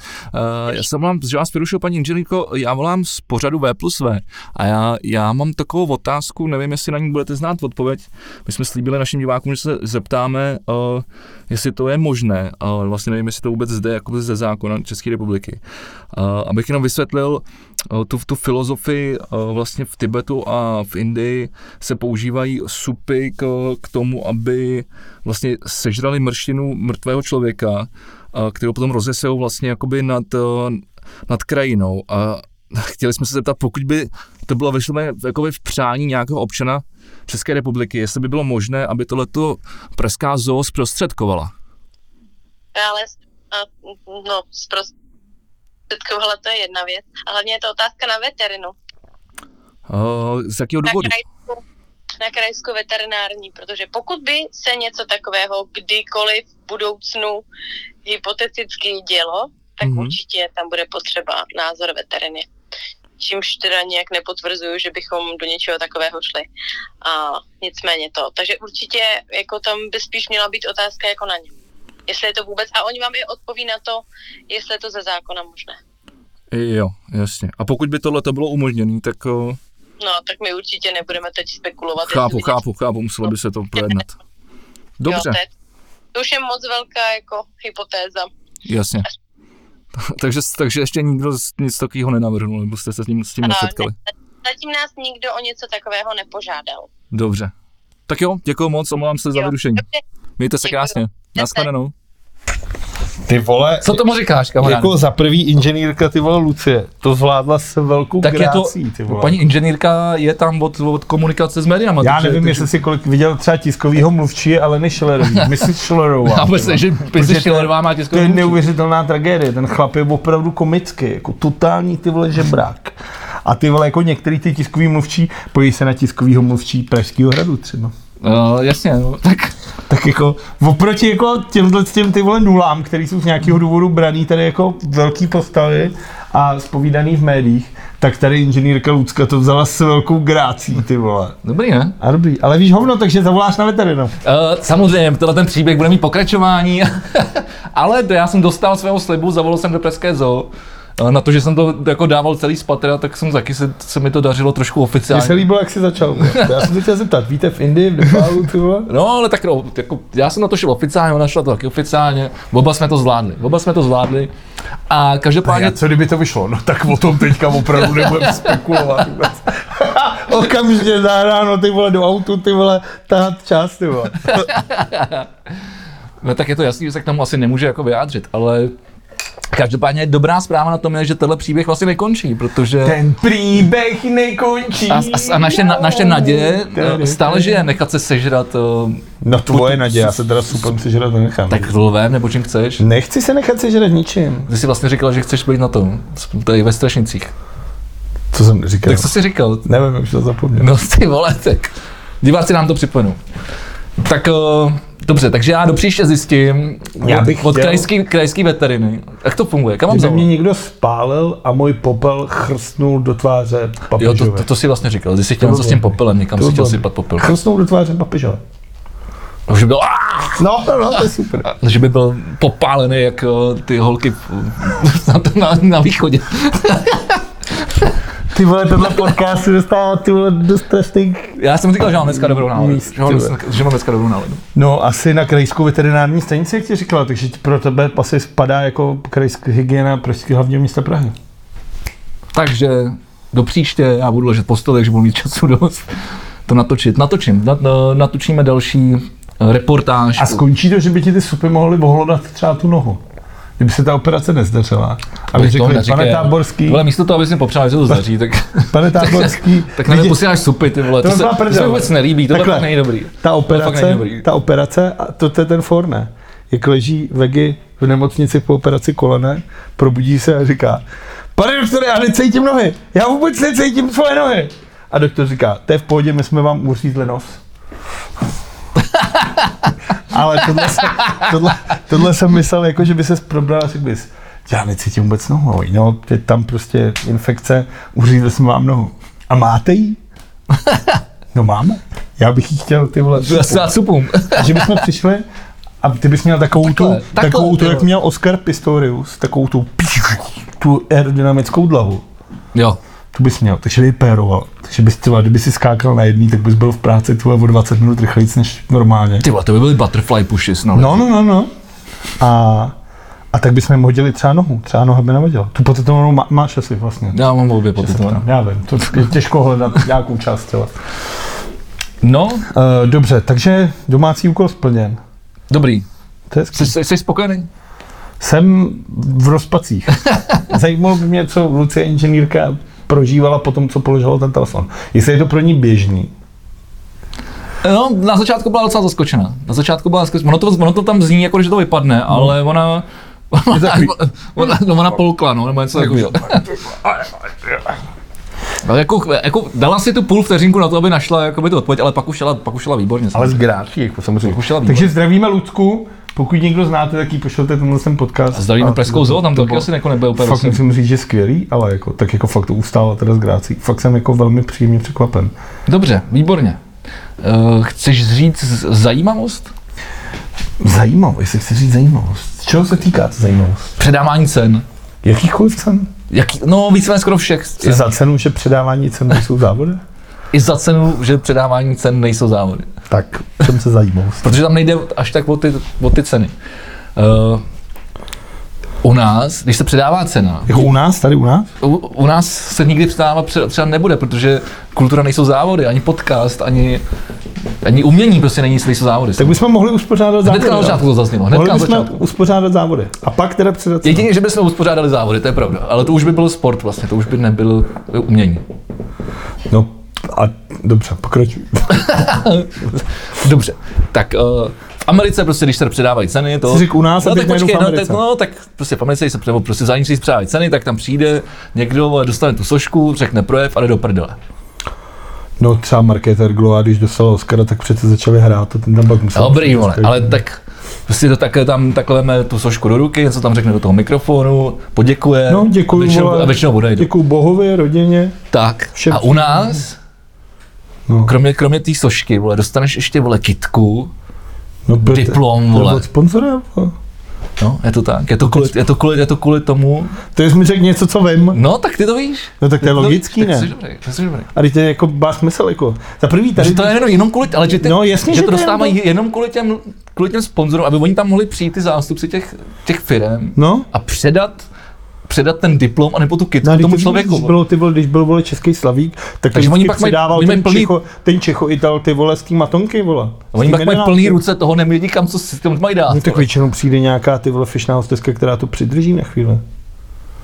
S5: Eh, Já jsem vám, že vás vyrušil, paní inženýrko, já volám z pořadu V plus V a já, já mám takovou otázku, nevím, jestli na ní budete znát odpověď. My jsme slíbili našim divákům, že se zeptáme, eh, jestli to je možné. Eh, Vlastně nevím, jestli to vůbec zde, jako ze zákona České republiky. Eh, Abych jenom vysvětlil, eh, tu, tu filozofii eh, vlastně v Tibetu a v Indii se používají supy k, k tomu, aby vlastně sežrali mrštinu mrtvého člověka, eh, kterou potom rozesejou vlastně jakoby nad, eh, nad krajinou. A chtěli jsme se zeptat, pokud by to bylo vyšlené jakoby v přání nějakého občana České republiky, jestli by bylo možné, aby tohleto pražská zoo zprostředkovala.
S1: Ale a, no, zprostředkovala to je jedna věc. A hlavně je to otázka na veterinu.
S5: Eh, Z jakého
S1: Na
S5: důvodu?
S1: krajskou, na krajskou veterinární, protože pokud by se něco takového kdykoliv v budoucnu hypoteticky dělo, tak
S5: Mhm.
S1: mm-hmm. určitě tam bude potřeba názor veteriny. Čímž teda nějak nepotvrzuju, že bychom do něčeho takového šli. A nicméně to. Takže určitě jako tam by spíš měla být otázka jako na něm. Jestli je to vůbec, a oni vám i odpoví na to, jestli je to ze zákona možné.
S5: Jo, jasně. A pokud by tohle bylo umožněné, tak eh,
S1: No, tak my určitě nebudeme teď spekulovat. jestli
S5: Chápu,
S1: by
S5: chápu, chápu, muselo by se to projednat. Dobře,
S1: Jo, to, je, to už je moc velká jako hypotéza.
S5: Hm, jasně. Takže, takže ještě nikdo z- nic takového nenavrhnul, nebo jste se s tím, s tím
S1: A
S5: nesetkali.
S1: ne- zatím nás nikdo o něco takového nepožádal.
S5: Dobře. Tak jo, děkuji moc, omlouvám se za
S1: Jo.
S5: vyrušení.
S1: Dobře,
S5: Mějte se
S1: Děkuju.
S5: krásně. Naschledanou.
S3: Ty vole,
S5: Co tomu říkáš,
S3: jako za první inženýrka, ty vole Lucie, to zvládla s velkou
S5: Tak je to,
S3: grácí, ty vole.
S5: paní inženýrka je tam od, od komunikace s médiama.
S3: Já nevím, jestli si kolik viděl třeba tiskovýho mluvčí, ale ne Schillerový, Mrs. Schillerová.
S5: Já
S3: ty vole.
S5: myslím, že
S3: Protože to
S5: Pizzy
S3: je-
S5: Schillerová má
S3: To je
S5: tiskový mluvčí.
S3: neuvěřitelná tragédie, ten chlap je opravdu komický, jako totální ty vole žebrák. A ty vole, jako některý ty tiskový mluvčí, pojí se na tiskovýho mluvčí Pražského hradu třeba.
S5: Eh, Jasně, no, tak
S3: Tak jako oproti jako těmhle těm ty vole nulám, který jsou z nějakého důvodu braný tady jako velký postavy a spovídaný v médiích, tak tady inženýrka Lucka to vzala s velkou grácí, ty vole.
S5: dobrý, ne?
S3: A dobrý, ale víš hovno, takže zavoláš na veterinu.
S5: Uh, samozřejmě, tenhle ten příběh bude mít pokračování, ale já jsem dostal svého slibu, zavolal jsem do Pražské zoo. Eh, Na to, že jsem to jako dával celý z patra, tak jsem taky se, se mi to dařilo trošku
S3: Mně se
S5: oficiálně.
S3: líbilo, jak jsi začal. vole. Já jsem se chtěl zeptat, víte v Indii, v Nepálu, ty vole?
S5: No, ale tak no, jako, já jsem na to šel oficiálně, ona šla to taky oficiálně, oba jsme to zvládli, oba jsme to zvládli a
S3: A
S5: každopádně
S3: co kdyby to vyšlo? No tak o tom teďka opravdu nebudeme spekulovat vůbec. Okamžitě zahráno ty vole do autu, ty vole, tahat čas, ty vole.
S5: No tak je to jasný, že se k tomu asi nemůže jako vyjádřit, ale každopádně dobrá zpráva na tom je, že tenhle příběh vlastně nekončí, protože...
S3: Ten příběh nekončí.
S5: A, a, a naše, na, naše naděje eh, stále žije nechat se sežrat eh,
S3: No tvoje naděje, já se teda supem sežrat nenechám.
S5: tak lvem nebo čím chceš.
S3: Nechci se nechat sežrat ničím.
S5: Ty jsi vlastně říkal, že chceš být na tom, tady ve Strašnicích.
S3: Co jsem říkal?
S5: Tak co jsi říkal?
S3: Nevím, už to zapomněl.
S5: No ty vole, tak diváci nám to připomenou. Tak eh, dobře, takže já do příště zjistím
S3: Já
S5: od,
S3: bych
S5: od
S3: chtěl-
S5: krajský, krajský veteriny. Jak to funguje? Kam mám
S3: Kdyby mě
S5: zavolat?
S3: někdo spálil a můj popel chrstnul do tváře
S5: Jo,
S3: papežové.
S5: to, to, to si vlastně říkal, ty jsi chtěl
S3: To
S5: něco s tím
S3: bylo-
S5: popelem, někam
S3: to
S5: si chtěl
S3: bylo-
S5: sypat popel.
S3: Chrstnul do tváře papežové.
S5: Že byl, aaa,
S3: No, no, no, to je super.
S5: že by byl popálený jak eh, ty holky v- na, na, na východě.
S3: Ty vole, tenhle podcast se dostává ty vole do strašných
S5: Já jsem říkal, že mám dneska dobrou náladu.
S3: Míst,
S5: Že mám
S3: ty
S5: dneska, že mám dneska dobrou náladu.
S3: No, asi na krajskou veterinární stanici, jak ti říkala, takže ti- pro tebe asi spadá jako krajská hygiena Pražského hlavního města Prahy.
S5: Takže do příště já budu ležet po stole, takže budu mít času dost to natočit. Natočím, nat, natočíme další eh, reportáž.
S3: A skončí to, že by ti ty supy mohly ohlodat třeba tu nohu. Kdyby se ta operace nezdařila. Aby
S5: To
S3: řekli,
S5: neříkej,
S3: pane
S5: ale-
S3: Táborský,
S5: Vole, místo toho, aby si popřál, že to zdaří, tak,
S3: pane Táborský,
S5: tak na mě
S3: vidí-
S5: posíláš supy, ty vole.
S3: To
S5: To, se,
S3: byla
S5: to
S3: prdel.
S5: se vůbec nelíbí, to
S3: Takhle.
S5: fakt není dobrý.
S3: ta
S5: fakt není
S3: operace,
S5: dobrý.
S3: ta operace, a to, to je ten for, ne? Jak leží Vegi v nemocnici po operaci kolene, probudí se a říká, pane doktore, já necítím nohy, já vůbec necítím svoje nohy. A doktor říká, to je v pohodě, my jsme vám uřízli nos. Ale tohle, jsem- tohle, tohle, jsem myslel, jako, že by se probral asi bys. Já necítím vůbec nohu. No, je tam prostě infekce, uřízli jsme vám nohu. A máte ji? No máme. Já bych jí chtěl ty vole.
S5: Já se dát supům.
S3: A že bychom přišli A ty bys měl takovou tu,
S5: Takhle, takhle,
S3: takovou tu,
S5: jo.
S3: jak měl Oscar Pistorius, takovou tu, tu aerodynamickou dlahu.
S5: Jo.
S3: To bys měl, takže vypéroval. Takže bys třeba, kdyby si skákal na jedný, tak bys byl v práci tvoje o 20 minut rychlejc než normálně.
S5: Ty vole, to by byly butterfly pushy snad.
S3: No, no, no, no. A, a tak bychom jim hodili třeba nohu, třeba noha by nevadila. Tu potetovanou má, máš asi vlastně.
S5: Já mám obě po
S3: Já se ptám, Já vím, to je těžko hledat nějakou část těla.
S5: No,
S3: Uh, dobře, takže domácí úkol splněn.
S5: dobrý.
S3: To je skvělý.
S5: Jsi, jsi, jsi spokojený?
S3: Jsem v rozpacích. Zajímalo by mě, co Lucie inženýrka prožívala po tom, co položila ten telefon. Jestli je to pro ní běžný.
S5: No, na začátku byla docela zaskočená. Na začátku byla zaskočená. Ono to, ono to tam zní, jako že to vypadne, ale ona... Ona,
S3: No. takový-
S5: ona, no, ona polkla, no, nebo něco takového. Ale jako, jako, dala si tu půl vteřinku na to, aby našla jakoby, tu odpověď, ale pak už šla, pak už šla výborně.
S3: Ale z gráčí, jako samozřejmě.
S5: Pak už šla výborně.
S3: Takže zdravíme Lucku. Pokud někdo znáte, tak jí pošlete tenhle sem podcast.
S5: Zdravíme
S3: A
S5: Pleskou zoo, tam to taky asi jako nebude úplně
S3: Fakt
S5: rozsudný.
S3: musím říct, že skvělý, ale jako, tak jako fakt to ustála teda z grácí. Fakt jsem jako velmi příjemně překvapen.
S5: Dobře, výborně. Eh, Chceš říct z- zajímavost?
S3: Zajímavost, jestli chci říct zajímavost. Z čeho se týká zajímavost?
S5: Předávání cen.
S3: Jakýchkoliv cen?
S5: Jaký, no, víceméně skoro všech
S3: I
S5: cen.
S3: za cenu, že předávání cen nejsou závody?
S5: I za cenu, že předávání cen nejsou závody.
S3: Tak, v čem se zajímavost?
S5: Protože tam nejde až tak o ty, o ty ceny. Uh, u nás, když se předává cena,
S3: Jako u nás, tady u nás?
S5: u, u nás se nikdy předávat pře- třeba nebude, protože kultura nejsou závody, ani podcast, ani, ani umění prostě není, nejsou závody.
S3: Tak bychom mohli uspořádat závody.
S5: Hnedka na
S3: no?
S5: začátku to zaznělo,
S3: Mohli
S5: hnedka na
S3: bychom
S5: začátku.
S3: uspořádat závody. A pak teda předat cenu.
S5: Jedině, že bychom uspořádali závody, to je pravda, ale to už by byl sport vlastně, to už by nebyl umění.
S3: No, a dobře, pokračuj.
S5: Dobře, tak uh, v Americe prostě, když se předávají ceny, to...
S3: Jsi řekl u nás a
S5: no,
S3: teď
S5: tak
S3: najednou v
S5: no, tak,
S3: Americe.
S5: no, tak prostě v Americe, když se, nebo prostě za nic, když se předávají ceny, tak tam přijde někdo, vole, dostane tu sošku, řekne projev a jde do prdele.
S3: No třeba Markéta Erglová, když dostala Oscara, tak přece začali hrát a ten tam pak musel.
S5: No, Dobrý, vole, ale tak prostě to takhle tam takhle me tu sošku do ruky, něco tam řekne do toho mikrofonu, poděkuje.
S3: No, děkuji,
S5: a většinou,
S3: vole.
S5: a většinou odejde.
S3: Děkuju bohovi, rodině.
S5: Tak,
S3: Všem
S5: a u nás,
S3: No.
S5: kromě, kromě té sošky, vole, dostaneš ještě, vole, kitku,
S3: No, byl
S5: Diplom,
S3: to,
S5: vole.
S3: Od sponzora? vole.
S5: no, je to tak, je to kvůli, je to kvůli, je to kvůli tomu,
S3: To jsi mi řekl něco, co vím.
S5: no, tak ty to víš.
S3: No tak to je
S5: No,
S3: logický,
S5: tak
S3: ne?
S5: Jsi dobrý, tak jsi dobrý.
S3: A teď to je jako má smysl, jako. Za prvý tady...
S5: Takže to je jenom, jenom kvůli, ale že, ty,
S3: No, jasně,
S5: že
S3: že
S5: to
S3: to je
S5: dostávají jenom,
S3: jenom-
S5: kvůli těm, kvůli těm sponzorům, aby oni tam mohli přijít ty zástupci těch, těch firm
S3: No.
S5: a předat, předat ten diplom anebo tu kitku
S3: No,
S5: no,
S3: když
S5: tomu
S3: to
S5: člověku.
S3: Když, bylo, ty vole, když byl vole český slavík, tak
S5: Takže
S3: to
S5: oni
S3: vždycky
S5: pak mají-
S3: předával
S5: oni mají
S3: ten,
S5: plný-
S3: Čecho, ten Čecho Ital ty vole z té matonky vole.
S5: Oni
S3: Z té
S5: pak mají
S3: jedenáctky.
S5: plný ruce toho, nevědí kam, co si tam mají dát.
S3: No, tak
S5: vole.
S3: většinou přijde nějaká ty vole fišná hosteska, která to přidrží na chvíli.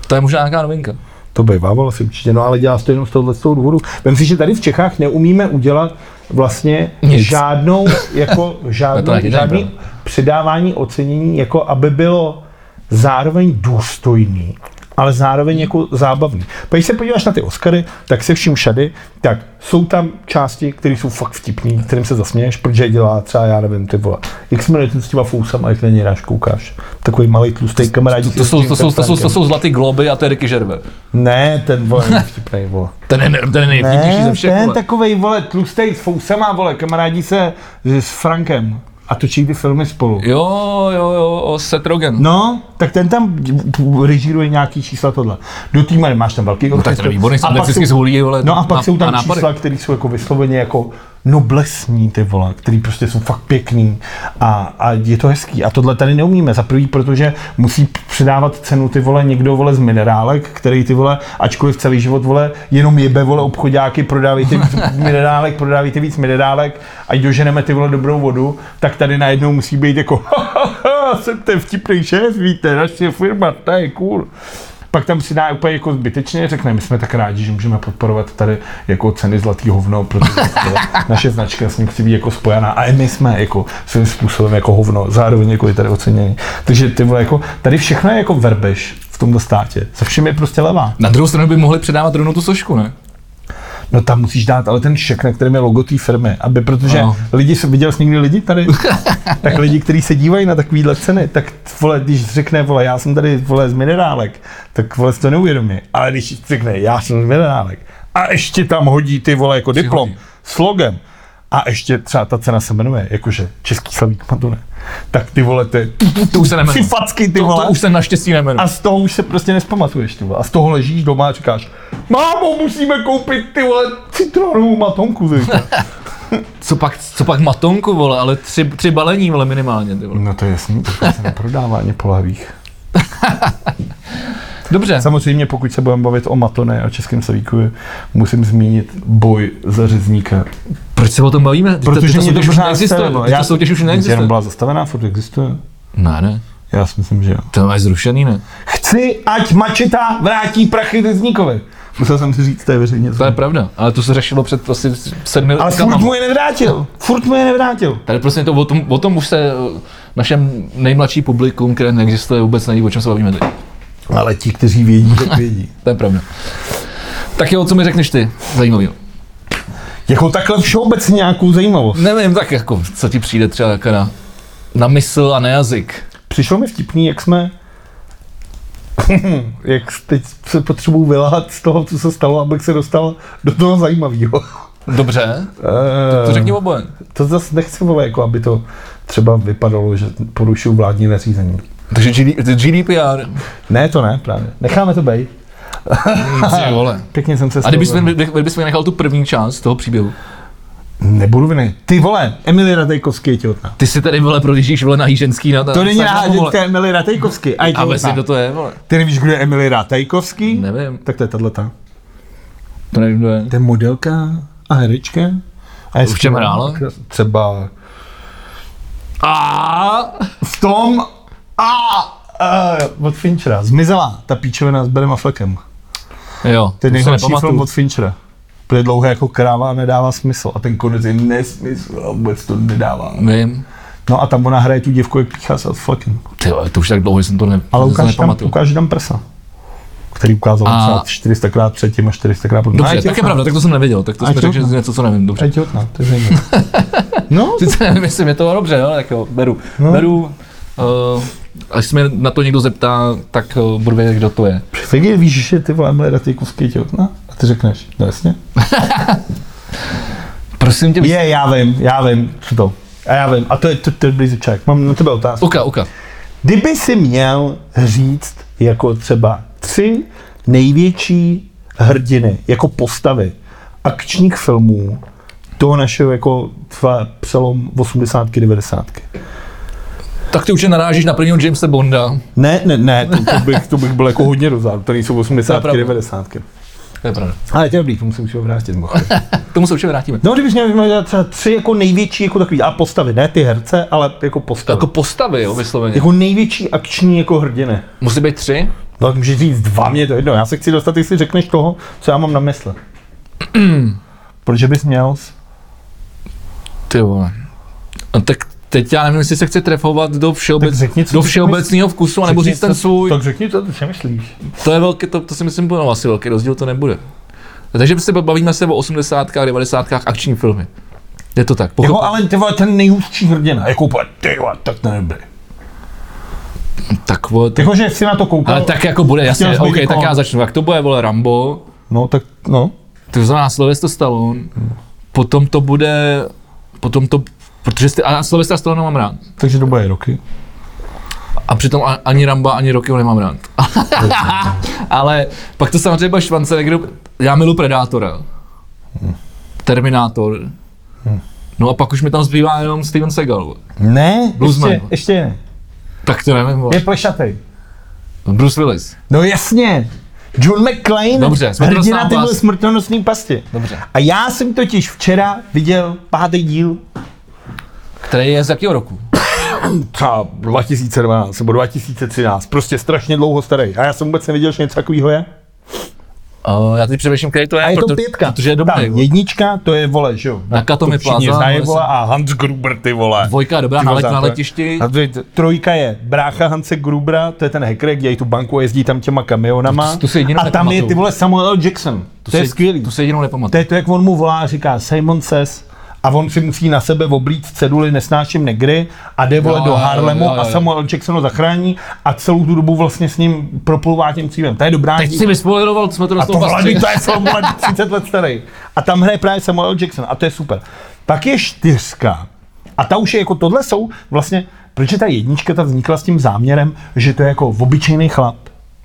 S5: to je možná nějaká novinka.
S3: To bývávalo si určitě, no ale dělá se to jenom z tohohle z toho důvodu. Vem si, že tady v Čechách neumíme udělat vlastně
S5: Nic.
S3: žádnou, jako
S5: To
S3: žádnou,
S5: taky no. není
S3: žádný
S5: pravda.
S3: předávání ocenění, jako aby bylo zároveň důstojný, ale zároveň jako zábavný. Pak když se podíváš na ty Oscary, tak se vším všady, tak jsou tam části, které jsou fakt vtipný, kterým se zasměješ, protože je dělá třeba, já nevím, ty vole, jak se jmenuje ten s těma fousama, jak na něj ráš koukáš. Takový malý tlustý kamarád.
S5: To jsou, to, jsou, to, jsou, to jsou zlatý globy a to je Ricky Gervais.
S3: Ne, ten vole, je vtipnej, vole.
S5: Ten je, ne- ten je nejvtipnější ze
S3: Ne,
S5: všech.
S3: ten
S5: vole.
S3: takovej, vole, tlustej s fousama, vole, kamarádí se s Frankem a točí ty filmy spolu.
S5: Jo, jo, jo, o Seth Rogen.
S3: No, tak ten tam režíruje nějaký čísla tohle. Do týma máš tam velký no,
S5: tak ten je výborný, jsem vždycky zvolí, vole,
S3: No a pak
S5: na-
S3: jsou
S5: na
S3: tam
S5: nápady.
S3: čísla, které jsou jako vysloveně jako noblesní ty vole, který prostě jsou fakt pěkný a, a je to hezký. A tohle tady neumíme. Za prvý, protože musí předávat cenu ty vole někdo vole z minerálek, který ty vole, ačkoliv celý život vole, jenom jebe vole obchodáky, prodávejte víc minerálek, prodávejte víc minerálek, ať doženeme ty vole dobrou vodu, tak tady najednou musí být jako jsem ten vtipný šéf, víte, naše firma, ta je cool. Pak tam přidá úplně jako zbytečně, řekne, my jsme tak rádi, že můžeme podporovat tady jako ceny zlatý hovno, protože jako naše značka s ním chci být jako spojená. A i my jsme jako svým způsobem jako hovno, zároveň jako je tady ocenění. Takže ty vole, jako, tady všechno je jako verbež v tomto státě. Se vším je prostě levá.
S5: Na druhou stranu by mohli předávat rovnou tu sošku, ne?
S3: No tam musíš dát ale ten šek, na kterém je logo té firmy, aby, protože
S5: Ano.
S3: no. lidi, se- viděl jsi někdy lidi tady? tak lidi, kteří se dívají na takovýhle ceny, tak vole, když řekne, vole, já jsem tady, vole, z minerálek, tak vole si to neuvědomí. Ale když řekne, já jsem z minerálek a ještě tam hodí ty, vole, jako diplom
S5: hodí.
S3: s logem, a ještě třeba ta cena se jmenuje, jakože český slavík matune. Tak ty vole, ty,
S5: To už se
S3: ty
S5: nemenuje.
S3: facky, ty
S5: To,
S3: vole.
S5: to už se naštěstí nemenuje.
S3: A z toho už se prostě nespamatuješ, ty vole. A z toho ležíš doma a říkáš, mámo, musíme koupit ty vole citronovou matonku, ty vole."
S5: Co pak, co pak matonku, vole, ale tři, tři balení, vole, minimálně, ty vole.
S6: No to je jasný, to se neprodává ani po lahvích.
S5: Dobře,
S3: Samozřejmě, pokud se budeme bavit o matone a českém slavíku, musím zmínit boj za řezníka.
S5: proč se o tom bavíme? Vždyť ta-
S3: Protože
S5: ta
S3: mě to
S5: soutěž už
S3: pořád
S5: neexistuje.
S3: stane, no.
S5: Vždyť ta soutěž už
S3: Jenom
S5: neexistuje.
S3: byla zastavená, furt existuje.
S5: Ne, ne,
S3: Já si myslím, že jo.
S5: to máš zrušený, ne?
S3: Chci, ať mačeta vrátí prachy Rizníkovi. Musel jsem si říct, to je veřejně.
S5: To je pravda, ale to se řešilo před asi sedmi
S3: Ale
S5: rokama.
S3: furt mu je nevrátil. Furt mu je nevrátil.
S5: Tady prostě to o tom, o tom už se eh, našem nejmladší publikum, které neexistuje, vůbec neví, o čem se bavíme teď.
S3: Ale ti, kteří vědí, tak vědí.
S5: To je pravda. Tak jo, co mi řekneš ty? Zajímavý.
S3: Jako takhle všeobecně nějakou zajímavost.
S5: Nevím, tak jako, co ti přijde třeba jako na, na mysl a na jazyk.
S3: Přišlo mi vtipný, jak jsme jak teď se potřebuji vyláhat z toho, co se stalo, abych se dostal do toho zajímavého.
S5: Dobře,
S3: Eh,
S5: to řekni oboje.
S3: to zase nechci, vole, jako aby to třeba vypadalo, že porušil vládní nařízení.
S5: Takže GD, GDPR.
S3: Ne, to ne, právě. Necháme to být.
S5: Ty vole.
S3: Pěkně jsem se
S5: A kdybys,
S3: s tou-
S5: mi- kdybys mi nechal tu první část toho příběhu,
S3: Nebudu viny. Ty vole, Emily Ratejkovský je těhotná.
S5: ty si tady vole prolížíš vole na jíženský na na-
S3: To není
S5: na- vole.
S3: náhadnička Emily Ratejkovský. A je
S5: A vesně,
S3: těhotná.
S5: kdo to je, vole.
S3: Ty nevíš, kdo je Emily Ratejkovský?
S5: Nevím,
S3: Tak to je tato.
S5: to nevím, kdo je.
S3: To je modelka a herečka. A je
S5: V čem
S3: skvělá.
S5: hrála?
S3: Třeba
S5: A
S3: v tom a uh, od Finchera. Zmizela ta píčovina s Berem Affleckem.
S5: Jo,
S3: To je
S5: to se
S3: nejhorší
S5: nepamatuju.
S3: film od Finchera. Protože je dlouhé jako kráva a nedává smysl. A ten konec je nesmysl a vůbec to nedává.
S5: Vím.
S3: No a tam ona hraje tu děvku, jak píchá se Affleckem.
S5: Ty vole, to už tak dlouho jsem to, ne,
S3: Ale
S5: to
S3: ukáž tam,
S5: nepamatuju.
S3: ukáž tam prsa. Který ukázal
S5: A-
S3: a... 400 krát předtím a 400 krát potom. No,
S5: Dobře, tak je pravda, tak to jsem nevěděl, tak to
S3: A
S5: jsme
S3: těhotná.
S5: řekl, že něco, co nevím, dobře.
S3: Je těhotná, to je zajímavé. No,
S5: Sice nevím, jestli je to dobře, ale tak jo, beru.
S3: No.
S5: Beru, uh, až se mě na to někdo zeptá, tak uh, budu vědět, kdo to je.
S3: tak je, víš, že ty vole Emily Ratajkovský je těhotná? A ty řekneš, no jasně.
S5: Prosím tě,
S3: Je, já vím, já vím, co to. A já vím, a to je, to, to je blízeček. Mám na tebe otázku.
S5: Oka, oka.
S3: Kdyby si měl říct jako třeba tři největší hrdiny, jako postavy akčních filmů toho našeho jako tva, přelom 80 90
S5: Tak ty už je narážíš na prvního Jamesa Bonda.
S3: Ne, ne, ne, to, to, bych, to bych byl jako hodně rozhád, to nejsou 80
S5: pravda.
S3: 90
S5: To je pravda.
S3: Ale to je dobrý, to musím si vrátit.
S5: K tomu se určitě vrátíme.
S3: No, kdybych měl vyjmenovat třeba tři jako největší jako takový, a postavy, ne ty herce, ale jako postavy.
S5: Jako postavy, jo, vysloveně.
S3: Jako největší akční jako hrdiny.
S5: Musí být tři?
S3: No tak můžeš říct dva, mě to jedno. Já se chci dostat, jestli řekneš toho, co já mám na mysli. Protože bys měl?
S5: Ty vole. No, tak teď já nevím, jestli se chce trefovat do, všeobec,
S3: Tak řekni, co
S5: do
S3: ty
S5: všeobecného vkusu, anebo
S3: řekni,
S5: říct ten
S3: co-
S5: svůj.
S3: Tak řekni to, co myslíš.
S5: To je velký, to, to si myslím, bude no, asi velký rozdíl, to nebude. Takže se bavíme se o 80. 90. akční filmy. Je to tak. Pochop...
S3: Jako, ale ty vole, ten nejhustší hrdina. Jako úplně, ty vole, tak to nebyl.
S5: Tak, vole, tak...
S3: Jako, že jsi na to koukal.
S5: Ale tak jako bude, jasně,
S3: Chtěl jsem
S5: OK,
S3: říct,
S5: tak
S3: no.
S5: já začnu. Jak to bude, vole, Rambo,
S3: No, tak, no.
S5: to znamená Sylvester Stallone, potom to bude, potom to, protože jste, a já Sylvester Stallone mám rád.
S3: Takže doba je roky.
S5: A přitom a- ani Ramba, ani Rockyho nemám rád. Ale pak to samozřejmě bude Schwarzenegger, já milu Predátora. Terminátor. No a pak už mi tam zbývá jenom Steven Seagal. vole.
S3: Ne,
S5: Bluesman.
S3: ještě, ještě ne.
S5: Tak to nevím, vole.
S3: Je plešatej.
S5: Bruce Willis.
S3: No jasně. John McClane,
S5: Dobře, smrtonosná
S3: hrdina
S5: past.
S3: tyhle smrtonosné pasti.
S5: Dobře.
S3: A já jsem totiž včera viděl pátý díl
S5: Který je z jakého roku?
S3: třeba 2012 nebo 2013, prostě strašně dlouho starý. A já jsem vůbec nevěděl, že něco takového je.
S5: Uh, já teď přemýšlím, který to je.
S3: A je to
S5: proto-
S3: pětka.
S5: Protože je
S3: Tam
S5: dobrý. vole.
S3: jednička, to je vole, že jo.
S5: Na Katomi
S3: to všichni
S5: Plaza,
S3: znají,
S5: vole,
S3: vole,
S5: jsem-
S3: a Hans Gruber, ty vole.
S5: Dvojka je dobrá,
S3: Ty
S5: na
S3: vole,
S5: let- na
S3: to je-
S5: letišti.
S3: A dvě- trojka je brácha Hanse Grubera, to je ten hacker, jak dělají tu banku a jezdí tam těma kamionama.
S5: To- to si jedinou
S3: a tam je
S5: nepamatuju.
S3: ty vole Samuel L. Jackson. To, to je
S5: se-
S3: skvělý.
S5: To se jedinou nepamatuju.
S3: To je to, jak on mu volá, říká Simon Says, a on si musí na sebe oblít ceduly Nesnáším negry a jde vole
S5: Jo,
S3: do
S5: jo,
S3: Harlemu
S5: jo, jo,
S3: a
S5: jo.
S3: Samuel L. Jackson ho zachrání a celou tu dobu vlastně s ním propluvá tím cílem. To je dobrá
S5: Teď
S3: dí-
S5: si vyspoileroval, co jsme to
S3: a
S5: dostali. vlastně.
S3: tohle to je film vole, 30 let starý. A tam hraje právě Samuel L. Jackson a to je super. Pak je čtyřka. A ta už je jako tohle jsou vlastně, proč je ta jednička ta vznikla s tím záměrem, že to je jako obyčejný chlap.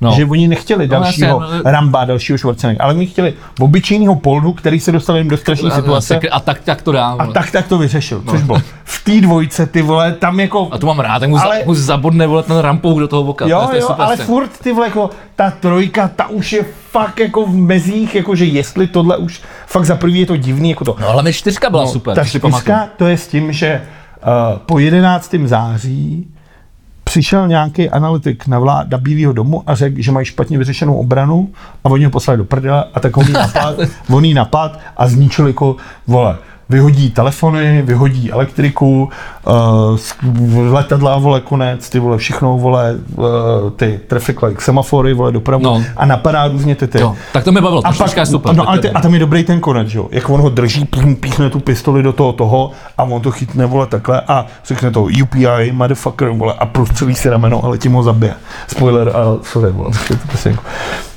S3: No.
S5: No.
S3: Že oni nechtěli
S5: No,
S3: dalšího
S5: jasně, ale-
S3: Ramba, dalšího Schwarzeneggera, ale oni chtěli obyčejného poldu, který se dostal jen do strašné
S5: A,
S3: situace.
S5: a, a tak, tak to dám.
S3: A tak, tak to vyřešil, což bylo. V té dvojce, ty vole, tam jako...
S5: a to mám rád, tak mu, ale...
S3: Ale-
S5: za, mu zabodne vole ten rampou do toho voka.
S3: Jo,
S5: to je,
S3: jo,
S5: to je
S3: ale furt ty vole, jako, ta trojka, ta už je fakt jako v mezích, jakože jestli tohle už, fakt za prvý je to divný, jako to.
S5: No, ale mi čtyřka byla no, super.
S3: ta
S5: když si pamatuju.
S3: čtyřka, to je s tím, že uh, po 11. září přišel nějaký analytik na vláda Bílého domu a řekl, že mají špatně vyřešenou obranu a oni ho poslali do prdele a tak on jí napad, on jí napad a zničil jako, vole, vyhodí telefony, vyhodí elektriku, uh, s- v- letadla, vole, konec, ty vole, všechno, vole, uh, ty traffic light, semafory, vole, dopravu
S5: No.
S3: no. a napadá různě ty ty.
S5: Jo, tak to mi bavilo, ta čtyřka je super.
S3: No, ale ty, a tam je dobrý ten konec, že jo? Jak on ho drží, píchne, píchne tu pistoli do toho toho a on to chytne, vole, takhle a řekne to UPI, motherfucker, vole, a prostřelí si rameno, ale tím ho zabije. Spoiler, ale sorry, vole, je to prostě jako...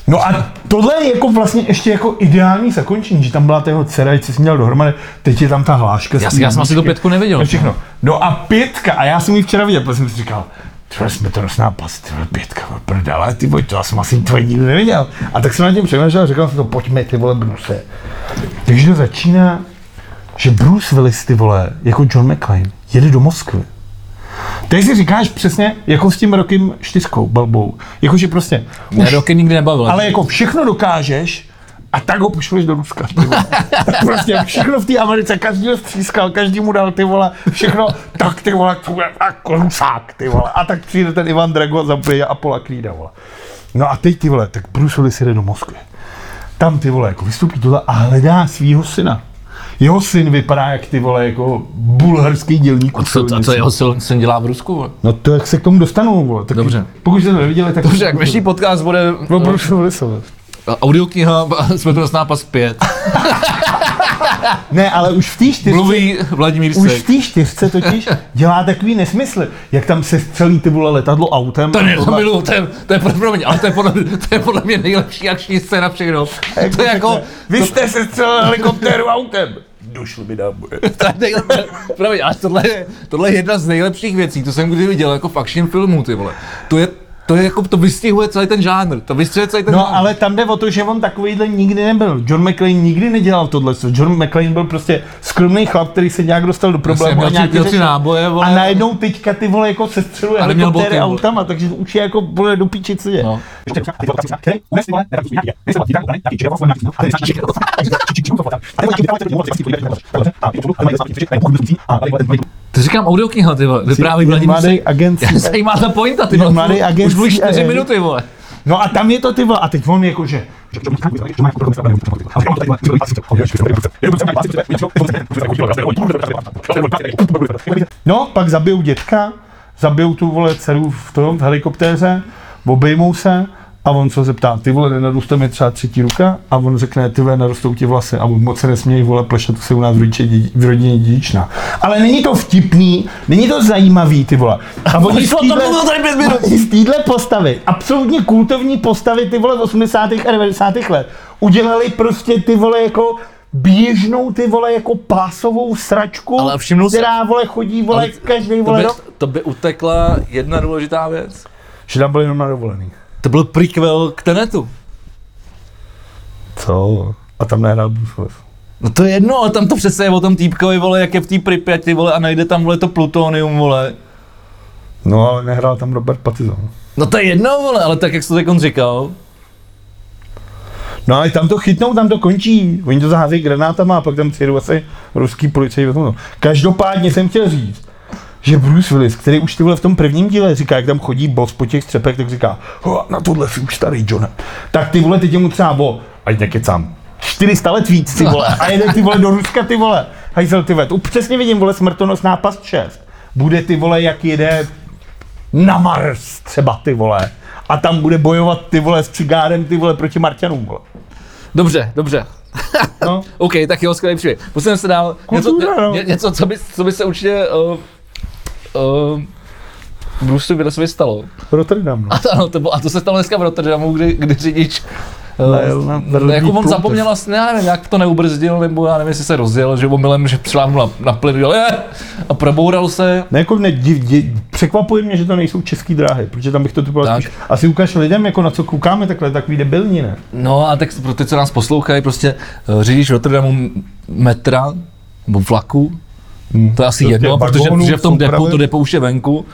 S3: No a tohle je jako vlastně ještě jako ideální zakončení, že tam byla ta jeho dcera, když jsi měl dohromady, teď je tam ta hláška. z
S5: Já
S3: té
S5: si- já jsem asi
S3: jedničky.
S5: tu pětku neviděl.
S3: To je Všechno. No a pětka, a já jsem ji včera viděl, protože jsem si říkal, Tyhle jsme to nosná pas, tyhle pětka, vole, prdele, ty vole, to já jsem asi tvoje nikdy neviděl. A tak jsem nad tím přemýšlel a říkal jsem to, pojďme, ty vole, Bruce. Takže to začíná, že Bruce Willis, ty vole, jako John McClane, jede do Moskvy. Teď si říkáš přesně, jako s tím rokem čtyřkou, balbou. Jakože prostě,
S5: Mě
S3: už,
S5: roky nikdy nebavilo.
S3: ale jako všechno dokážeš, a tak ho pošleš do Ruska. Ty vole. tak prostě všechno v té Americe, každý ho střískal, každý mu dal ty vole, všechno, tak ty vole, to bude jako rusák, ty vole. A tak přijde ten Ivan Drago za a Pola Krída, vole. No a teď ty vole, tak Bruce Willis jede do Moskvy. Tam ty vole, jako vystupí tohle a hledá svého syna. Jeho syn vypadá jak ty vole, jako bulharský dělník.
S5: A co, a co jeho sil, syn dělá v Rusku? vole?
S3: No to jak se k tomu dostanou, vole. Tak
S5: Dobře.
S3: Pokud jste to neviděli, tak...
S5: Dobře, jak dnešní podcast bude
S3: No, Bruce Willisovi.
S5: eh, audiokniha, jsme to nás nápas 5.
S3: Ne, ale už v té čtyřce...
S5: Mluví Vladimír
S3: Už v
S5: Sek.
S3: té čtyřce totiž dělá takový nesmysl, jak tam se střelí ty vole letadlo autem.
S5: To, ne,
S3: a
S5: to,
S3: tohle.
S5: miluju, to, je, to je pro promiň, ale to je, podle, to je podle mě nejlepší akční scéna všech dob. To je jako,
S3: Vy jste se střelili helikoptéru autem. Došlo mi na boje.
S5: to je nejlepší, promiň, ale tohle je, tohle je jedna z nejlepších věcí, to jsem kdy viděl jako v action filmu, ty vole. To je, to je jako, to vystihuje celý ten žánr, to vystihuje celý ten žánr.
S3: No ale tam jde o to, že on takovýhle nikdy nebyl. John McClane nikdy nedělal tohle. co. John McClane byl prostě skromný chlap, který se nějak dostal do problému.
S5: měl tři-
S3: nějak
S5: měl tři
S3: vyřešil.
S5: náboje, vole.
S3: A najednou teďka ty vole jako se střeluje
S5: Ale měl boty,
S3: helikoptéry
S5: vole.
S3: autama, takže to už je jako bude do píči, co je.
S5: No. To říkám audiokniha, ty vole, vypráví Vladimír Sek.
S3: Mladý agent
S5: Já
S3: CIA.
S5: zajímá ta pointa, ty
S3: No,
S5: vole.
S3: mladý agent eh,
S5: Už byly 4
S3: CIA.
S5: minuty, vole.
S3: No a tam je to ty vole, a teď on jako, jakože, No, pak zabijou dětka, zabijou tu vole dceru v tom v helikoptéře, obejmou se a on se zeptá, ty vole, nenarůste mi třeba třetí ruka? A on řekne, ty vole, narostou ti vlasy a moc se nesmějí, vole, pleše, to se u nás v, rodiče, dědi- v rodině dědičná. Ale není to vtipný, není to zajímavý, ty vole. A oni z téhle- oni z téhle postavy, absolutně kultovní postavy, ty vole, 80. a 90. let, udělali prostě ty vole jako běžnou ty vole jako pásovou sračku,
S5: Ale všimnul jsi-
S3: která vole chodí vole
S5: Ale
S3: každý
S5: To
S3: vole no.
S5: by,
S3: rok.
S5: to by utekla jedna důležitá věc.
S3: Že tam byli jenom na dovolený.
S5: To byl prequel k Tenetu.
S3: Co? A tam nehrál Bruce Willis.
S5: No to je jedno, ale tam to přece je o tom týpkovi, vole, jak je v té Pripyati, vole, a najde tam, vole, to plutonium, vole.
S3: No ale nehrál tam Robert Pattinson.
S5: No to je jedno, vole, ale tak, jak jsi to teď říkal.
S3: No ale tam to chytnou, tam to končí. Oni to zaházejí granátama a pak tam přijedou asi ruský policajti. vezmou to. Každopádně jsem chtěl říct, že Bruce Willis, který už ty vole v tom prvním díle říká, jak tam chodí boss po těch střepech, tak říká, "Ho, na tohle jsi už starý, John. Tak ty vole, teď je mu třeba o, ať nekecám, 400 let víc, ty vole, a jede ty vole do Ruska, ty vole, hajzel ty vole, tu přesně vidím, vole, smrtonosná past 6. Bude ty vole, jak jede na Mars třeba, ty vole. A tam bude bojovat ty vole s cigárem, ty vole, proti Marťanům, vole.
S5: Dobře, dobře.
S3: No.
S5: OK, tak jo, skvělý příběh. Posuneme se dál.
S3: Kultura,
S5: něco,
S3: no.
S5: ně, něco co, by, co by se určitě eh, uh, uh, Bruce Willisovi stalo.
S3: Rotterdam, no.
S5: A to, ano, to bylo, a to se stalo dneska v Rotterdamu, kdy, kdy řidič
S3: Najel na
S5: No,
S3: velký
S5: jako on
S3: plutev.
S5: zapomněl, asi- ne, já nevím, jak to neubrzdil, nebo já nevím, jestli se rozjel, že omylem, že přiláhnul na, na plyn, udělal, "Eh!" a proboural se.
S3: Ne, jako ne, div, div, překvapuje mě, že to nejsou české dráhy, protože tam bych to typoval
S5: Tak.
S3: spíš. Asi ukáž lidem, jako na co koukáme takhle, takový debilní, ne?
S5: No a tak pro ty, co nás poslouchají, prostě eh, řidič Rotterdamu m- metra nebo vlaku, to je asi
S3: Prostě
S5: jedno, protože,
S3: vagónů
S5: protože v tom
S3: jsou
S5: depu,
S3: právě-
S5: to depo už je venku,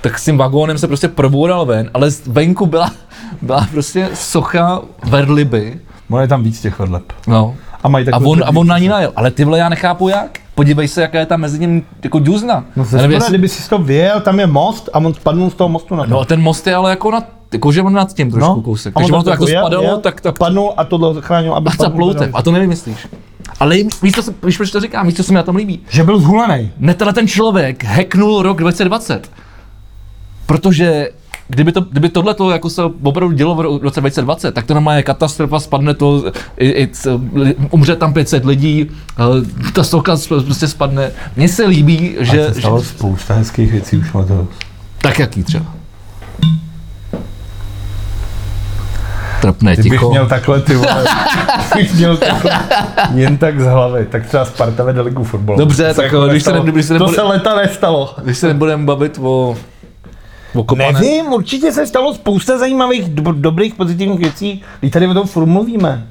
S5: tak s tím vagónem se prostě proboural ven, ale z- venku byla, byla prostě socha verliby,
S7: Ono je tam víc těch vedleb.
S5: no,
S3: A mají
S5: a
S3: takové
S5: on, a on na ní najel, ale ty vole já nechápu jak, podívej se, jaká je tam mezi ním jako důzna.
S3: No, ze spoda, kdyby si to věl, tam je most a on spadnul z toho mostu na to.
S5: no a ten most je ale jako nad, jako že on nad tím trošku no, kousek,
S3: a
S5: takže ono to jako
S3: takhle jel,
S5: spadalo,
S3: jel,
S5: tak, tak
S3: Padnul a tohle zachránil, aby
S5: a zaploutek, a to nevymyslíš. Ale jim- víš, co, se- víš, proč to říkám, víš, co se mi na tom líbí?
S3: Že byl zhulený.
S5: Ne, tenhle ten člověk hacknul rok 2020. Protože kdyby, to, kdyby tohle to jako se opravdu dělo v ro- roce 2020, tak to normálně je katastrofa, spadne to, i, i, c- li- umře tam 500 lidí, eh, ta soka s- prostě spadne. Mně se líbí,
S7: Že,
S5: že,
S7: a se
S5: že...
S7: stalo spousta hezkých věcí už letos.
S5: Tak jaký třeba? Trapné
S3: Ty bych
S5: ticho.
S3: měl takhle, ty vole. bych měl takhle, jen tak z hlavy. Tak třeba Sparta vede ligu fotbalu.
S5: Dobře,
S3: To se
S5: tak, eh,
S3: jako
S5: když se
S3: nestalo.
S5: ne- když se
S3: To
S5: nebude-
S3: se leta nestalo.
S5: Když se nebudeme bavit o, o kopané...
S3: Nevím, určitě se stalo spousta zajímavých, do, dobrých, pozitivních věcí. Když tady o tom furt mluvíme.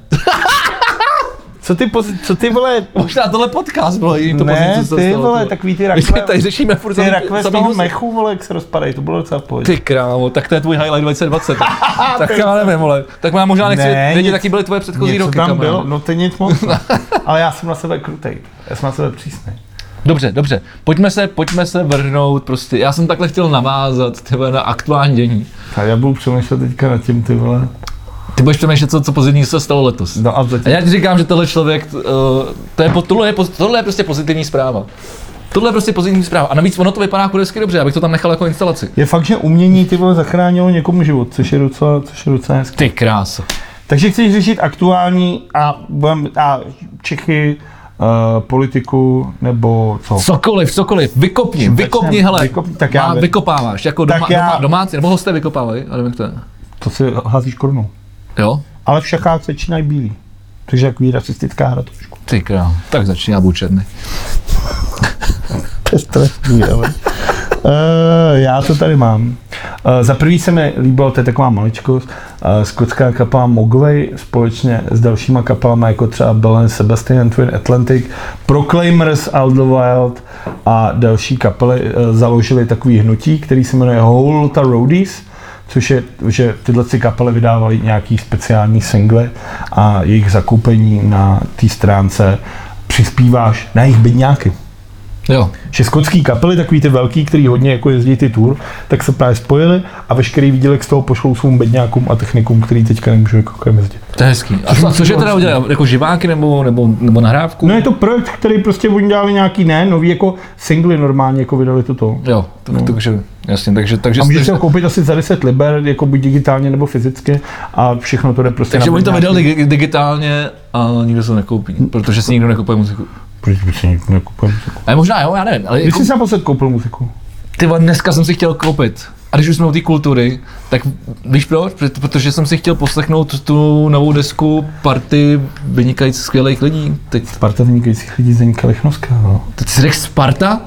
S3: Co ty, pozi- co ty vole,
S5: Možná tohle podcast bylo jediný to
S3: ne,
S5: pozitivní, co se
S3: ty
S5: stalo,
S3: vole,
S5: vole.
S3: takový ty
S5: My
S3: rakve,
S5: tady řešíme furt
S3: ty
S5: samý-
S3: rakve z
S5: samý
S3: toho
S5: husy.
S3: mechu, vole, jak se rozpadají, to bylo docela v pohodě.
S5: Ty krávo, tak to je tvůj highlight 2020. tak já nevím, vole. Tak já možná nechci
S3: Ne,
S5: vědět,
S3: nic-
S5: jaký byly tvoje předchozí
S3: Něco
S5: jako roky.
S3: tam
S5: kamaráde.
S3: bylo, no to nic moc, ne. ale já jsem na sebe krutej, já jsem na sebe přísný.
S5: Dobře, dobře. Pojďme se, pojďme se vrhnout prostě. Já jsem takhle chtěl navázat tyhle na aktuální dění.
S7: A já budu přemýšlet teďka nad tím, ty vole.
S5: Ty budeš přemýšlet, co, co pozitivní se stalo letos.
S7: No a
S5: A
S7: zatím.
S5: já ti říkám, že tohle člověk, uh, to je, po- tohle, je, poz- tohle je prostě pozitivní zpráva. Tohle je prostě pozitivní zpráva. A navíc ono to vypadá kurevsky dobře, abych to tam nechal jako instalaci.
S3: Je fakt, že umění ty vole zachránilo někomu život, což je docela, což je docela hezký.
S5: Ty krása.
S3: Takže chceš řešit aktuální a, budem, a Čechy, uh, politiku nebo co?
S5: Cokoliv, cokoliv, vykopni, vykopni,
S3: začneme?
S5: hele,
S3: Vykopni, tak
S5: Má-
S3: já vím.
S5: vykopáváš, jako
S3: Tak
S5: doma,
S3: já-
S5: doma, domácí, nebo hosté vykopávají, ale nevím, jak to je.
S3: To si házíš korunu.
S5: Jo?
S3: Ale v šachách začínají bílí. Takže jako rasistická hra trošku.
S5: Ty král, tak začíná buď černý.
S3: To je strašný, ale... Uh, já to tady mám. Uh, za prvý se mi líbilo, to je taková maličkost, uh, skotská kapela Mogwai společně s dalšíma kapelama, jako třeba Belen Sebastian Twin Atlantic, Proclaimers, Aldo Wild a další kapely uh, založili takový hnutí, který se jmenuje Whole Lotta Roadies. což je, že tyhle si kapely vydávaly nějaký speciální single a jejich zakoupení na té stránce přispíváš na jejich bedňáky.
S5: Jo,
S3: Že skotský kapely, takový ty velký, který hodně jako jezdí ty tour, tak se právě spojili a veškerý výdělek z toho pošlou svým bedňákům a technikům, který teďka nemůžou jako kam jezdit.
S5: to je hezký. A, co, a což je teda udělal, jako živáky nebo, nebo, nebo nahrávku?
S3: No je to projekt, který prostě oni dělali nějaký ne, nový jako singly normálně, jako vydali toto.
S5: Jo, tak, takže, jasně, takže, takže,
S3: A můžeš
S5: takže,
S3: si ho koupit asi za 10 liber, jako buď digitálně nebo fyzicky a všechno to jde prostě
S5: takže
S3: na
S5: oni to
S3: bedňáky.
S5: vydali dig- digitálně a nikdo se to nekoupí, protože si nikdo nekupuje muziku.
S3: Proč by si někdo nekoupil muziku?
S5: Ale možná jo, já nevím, ale
S3: Když
S5: jako,
S3: jsi si naposled koupil muziku?
S5: ty vole, dneska jsem si chtěl koupit. A když už jsme u té kultury, tak víš proč? Proto- Protože jsem si chtěl poslechnout tu novou desku party vynikajících skvělých lidí. Teď
S3: Parta vynikajících lidí Zdeníka Lichnovská, no.
S5: Ty jsi řekl Sparta?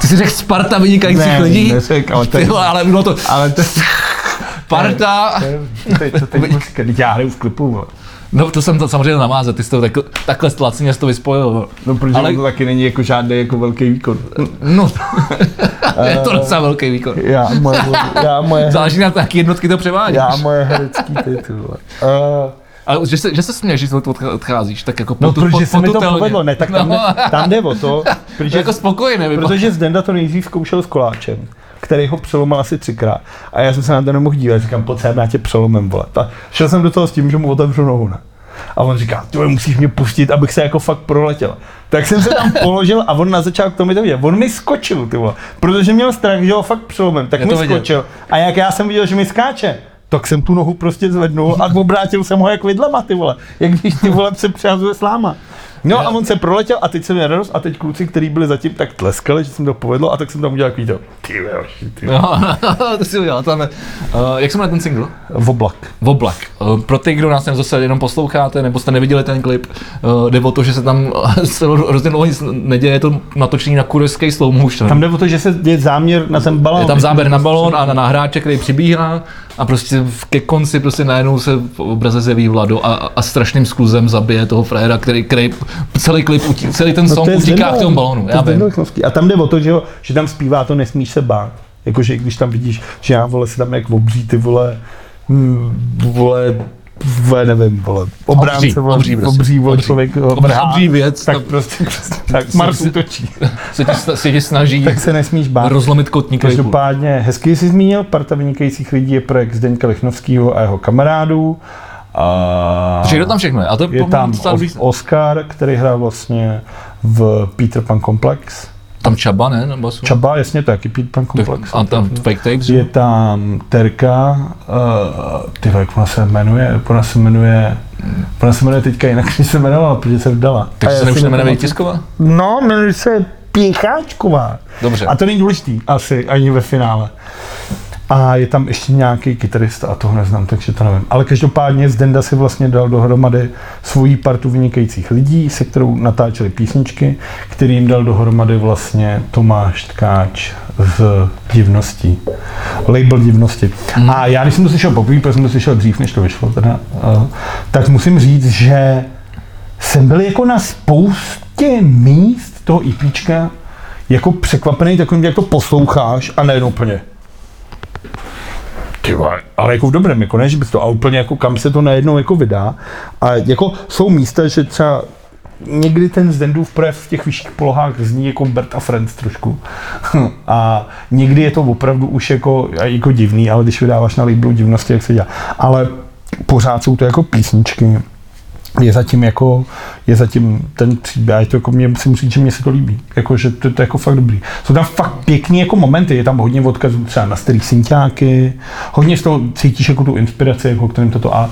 S5: Ty jsi řekl Sparta vynikajících
S3: Ne,
S5: lidí?
S3: neřekl, ale to je-
S5: Ty vole, ale bylo to
S3: Ale to
S5: Sparta.
S3: je, to teď musíte, já hraju v klipu, vole.
S5: No to jsem to samozřejmě namázal, ty jsi to takhle, takhle lacině jsi to vyspojil. vole.
S3: No protože
S5: Ale-
S3: ale... to taky není jako žádný jako velký výkon.
S5: No, je
S3: Eh,
S5: to docela velký výkon.
S3: Já moje, já moje,
S5: Záleží na to, jaký jednotky to převádí.
S3: já moje herecký titul. vole. Eh,
S5: Ale že se, že se směješ, že to odchá- odcházíš, tak jako
S3: No
S5: potu-
S3: protože
S5: pot-
S3: se mi to
S5: potutelně.
S3: povedlo, ne, tak tam,
S5: No,
S3: jde, tam jde o to,
S5: že...
S3: protože,
S5: Jako spokojený, vypadá.
S3: protože Zdenda to nejdřív zkoušel s koláčem který ho přelomal asi třikrát. A já jsem se na to nemohl dívat, říkám, pojď sem, já tě přelomem, vole. A šel jsem do toho s tím, že mu otevřu nohu, ne? A on říká, ty vole, musíš mě pustit, abych se jako fakt proletěl. Tak jsem se tam položil a on na začátku mi to viděl. On mi skočil, ty vole, protože měl strach, že ho fakt přelomem, tak
S5: Já to
S3: mi
S5: viděl.
S3: skočil. A jak já jsem viděl, že mi skáče, tak jsem tu nohu prostě zvednul a obrátil jsem ho jak vidlema, ty vole. Jak když ty vole se přehazuje sláma. No a on se proletěl a teď jsem měl radost a teď kluci, kteří byli zatím, tak tleskali, že jsem to povedlo a tak jsem tam udělal takový to. Ty jo, ty jo.
S5: No, to si udělal, tam, uh, jak se jmenuje ten single?
S3: V oblak.
S5: Voblak. Eh, Pro ty, kdo nás tam zase jenom posloucháte, nebo jste neviděli ten klip, eh, jde o to, že se tam se hrozně dlouho nic neděje, je to natočení na kurevský slow motion.
S3: Tam jde o to, že se je záměr na ten balón.
S5: je tam záběr na balón a na, na hráče, který přibíhá a prostě v- ke konci prostě najednou se v obraze zjeví Vlado a, a strašným skluzem zabije toho frajera, který, který celý klip, utí, celý ten song
S3: to
S5: no
S3: je z
S5: utíká
S3: Denver-
S5: k tomu balónu.
S3: to je
S5: Já
S3: z
S5: vím.
S3: Denverovský. A tam jde o to, že, jo, že tam zpívá to nesmíš se bát. Jakože i když tam vidíš, že já vole se tam jak obří ty vole, mm, vole, vole, nevím, vole, obránce,
S5: Obří,
S3: vole,
S5: obří prostě.
S3: obří, vole,
S5: Obří.
S3: člověk,
S5: Obří
S3: vrhá,
S5: věc,
S3: tak
S5: tam-
S3: prostě, prostě tak
S5: se-
S3: Mars útočí.
S5: Se ti, sna- se ti snaží
S3: Tak se nesmíš bát.
S5: rozlomit kotník. klipu.
S3: Každopádně hezky jsi zmínil, parta vynikajících lidí je projekt Zdeňka Lichnovského a jeho kamarádů. A
S5: Že kdo tam všechno je? A to
S3: je
S5: poměrně
S3: tam
S5: docela dobrý-
S3: O- Oscar, který hrál vlastně v Peter Pan Komplex.
S5: Tam Čaba, ne? Na basu?
S3: Čaba, jasně, to je jaký Peter Pan Komplex.
S5: A tam fake tapes?
S3: Je tam Terka, uh, ty vole, jak ona se jmenuje, ona se jmenuje, ona se jmenuje teďka jinak, než se jmenovala, protože se vdala. A
S5: Takže
S3: já
S5: se
S3: si
S5: už jmenuje
S3: nepamatuju-
S5: Vítisková?
S3: No, jmenuje se Pěcháčková.
S5: Dobře.
S3: A to není důležitý asi ani ve finále. A je tam ještě nějaký kytarista a toho neznám, takže to nevím. Ale každopádně Zdenda si vlastně dal dohromady svoji partu vynikajících lidí, se kterou natáčeli písničky, který jim dal dohromady vlastně Tomáš Tkáč z Divností. Label Divnosti. A já, když jsem to slyšel poprvé, protože jsem to slyšel dřív, než to vyšlo, teda, eh, tak musím říct, že jsem byl jako na spoustě míst toho IPčka jako překvapený takovým, jak to posloucháš a nejen úplně. Ty vole, ale jako v dobrém, jako ne, že bys to, a úplně jako kam se to najednou jako vydá. A jako jsou místa, že třeba někdy ten Zdendův projev v těch vyšších polohách zní jako Bert a Friends trošku. a někdy je to opravdu už jako, jako divný, ale když vydáváš na labelu divnosti, jak se dělá. Ale pořád jsou to jako písničky, je zatím jako, je zatím ten příběh, a je to jako mě, musím říct, že mě se to líbí, jako, že to, to je jako fakt dobrý. Jsou tam fakt pěkný jako momenty, je tam hodně odkazů třeba na starý synťáky, hodně z toho cítíš jako tu inspiraci, jako kterým toto a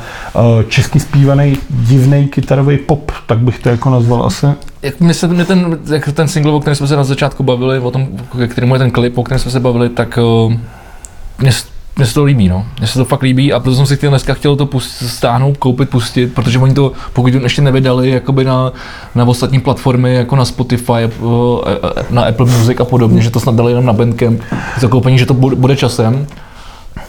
S3: eh, česky zpívaný divný kytarový pop, tak bych to jako nazval asi.
S5: Jak my se, my ten, jak ten single, o kterém jsme se na začátku bavili, o tom, ke kterému je ten klip, o kterém jsme se bavili, tak eh, mě, s- mě se to líbí, no. Mně se to fakt líbí a proto jsem si chtěl dneska chtěl to pust, stáhnout, koupit, pustit, protože oni to, pokud to ještě nevydali, jakoby na, na ostatní platformy, jako na Spotify, eh, eh, na Apple Music a podobně, že to snad dali jenom na Bandcamp, zakoupení, že to bude, bude časem.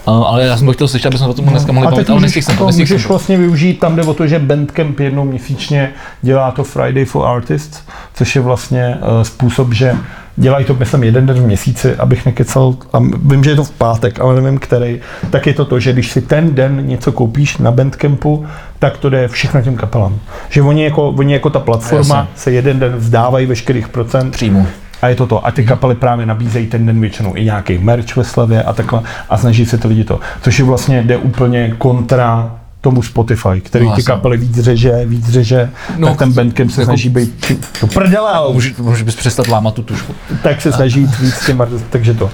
S5: Eh, ale já jsem to chtěl slyšet, aby jsme o tom dneska mohli
S3: No, a
S5: bavit,
S3: teď
S5: ale
S3: můžeš,
S5: nestihl jsem to,
S3: to
S5: nestihl
S3: můžeš
S5: jsem to.
S3: vlastně využít tam, jde o to, že Bandcamp jednou měsíčně dělá to Friday for Artists, což je vlastně eh, způsob, že dělají to, myslím, jeden den v měsíci, abych nekecal, a m- vím, že je to v pátek, ale nevím který, tak je to to, že když si ten den něco koupíš na Bandcampu, tak to jde všechno těm kapelám. Že oni jako, oni jako ta platforma
S5: Jasně.
S3: se jeden den vzdávají veškerých procent
S5: Přímo.
S3: a je to to.
S5: Mhm.
S3: A ty kapely právě nabízejí ten den většinou i nějaký merch ve slavě a takhle a snaží se ty lidi to. Což je vlastně jde úplně kontra tomu Spotify, který
S5: No,
S3: no, ty
S5: jasně.
S3: kapely víc řeže, víc řeže,
S5: No,
S3: no, tak ten
S5: jako-
S3: Bandcamp se
S5: jako-
S3: snaží být či- to prdele, ale už
S5: Může, může bys přestat lámat tu tušku.
S3: tak se snaží jít víc s těma, takže to.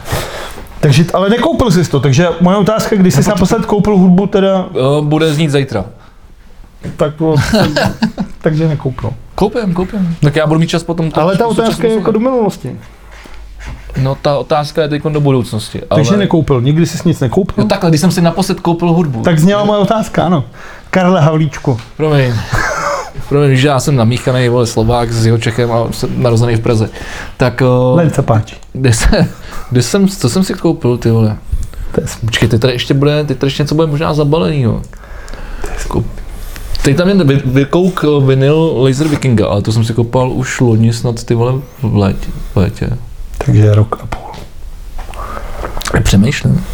S3: Takže, t- ale nekoupil jsi to, takže moje otázka,
S5: Jako
S3: když jsi no, naposled koupil hudbu, teda,
S5: Eh, Bude znít zítra.
S3: tak to, takže nekoupil.
S5: Koupím, koupím. Tak já budu mít čas potom. to-
S3: Ale ta
S5: to
S3: otázka
S5: času
S3: je jako
S5: poslouchat.
S3: do minulosti.
S5: No ta otázka je teď do budoucnosti. Ale...
S3: Takže nekoupil, nikdy jsi nic
S5: No
S3: nekoupil.
S5: takhle, když jsem si naposled koupil hudbu.
S3: Tak zněla moje otázka, ano. Karle Havlíčku.
S5: Promiň. Promiň, že já jsem namíchaný, vole, Slovák s jeho Čechem a jsem narozený v Praze. Tak eh,
S3: Len se páči.
S5: kde, se, kde jsem, co jsem si koupil, ty vole?
S3: To je smutný.
S5: Počkej, teď tady ještě bude, teď tady ještě něco bude možná zabaleného. Teď tam jen vy- vykouk eh, vinyl Laser Vikinga, ale to jsem si koupal už loni snad ty vole v létě. V létě.
S3: Takže rok a půl.
S5: Přemýšlím.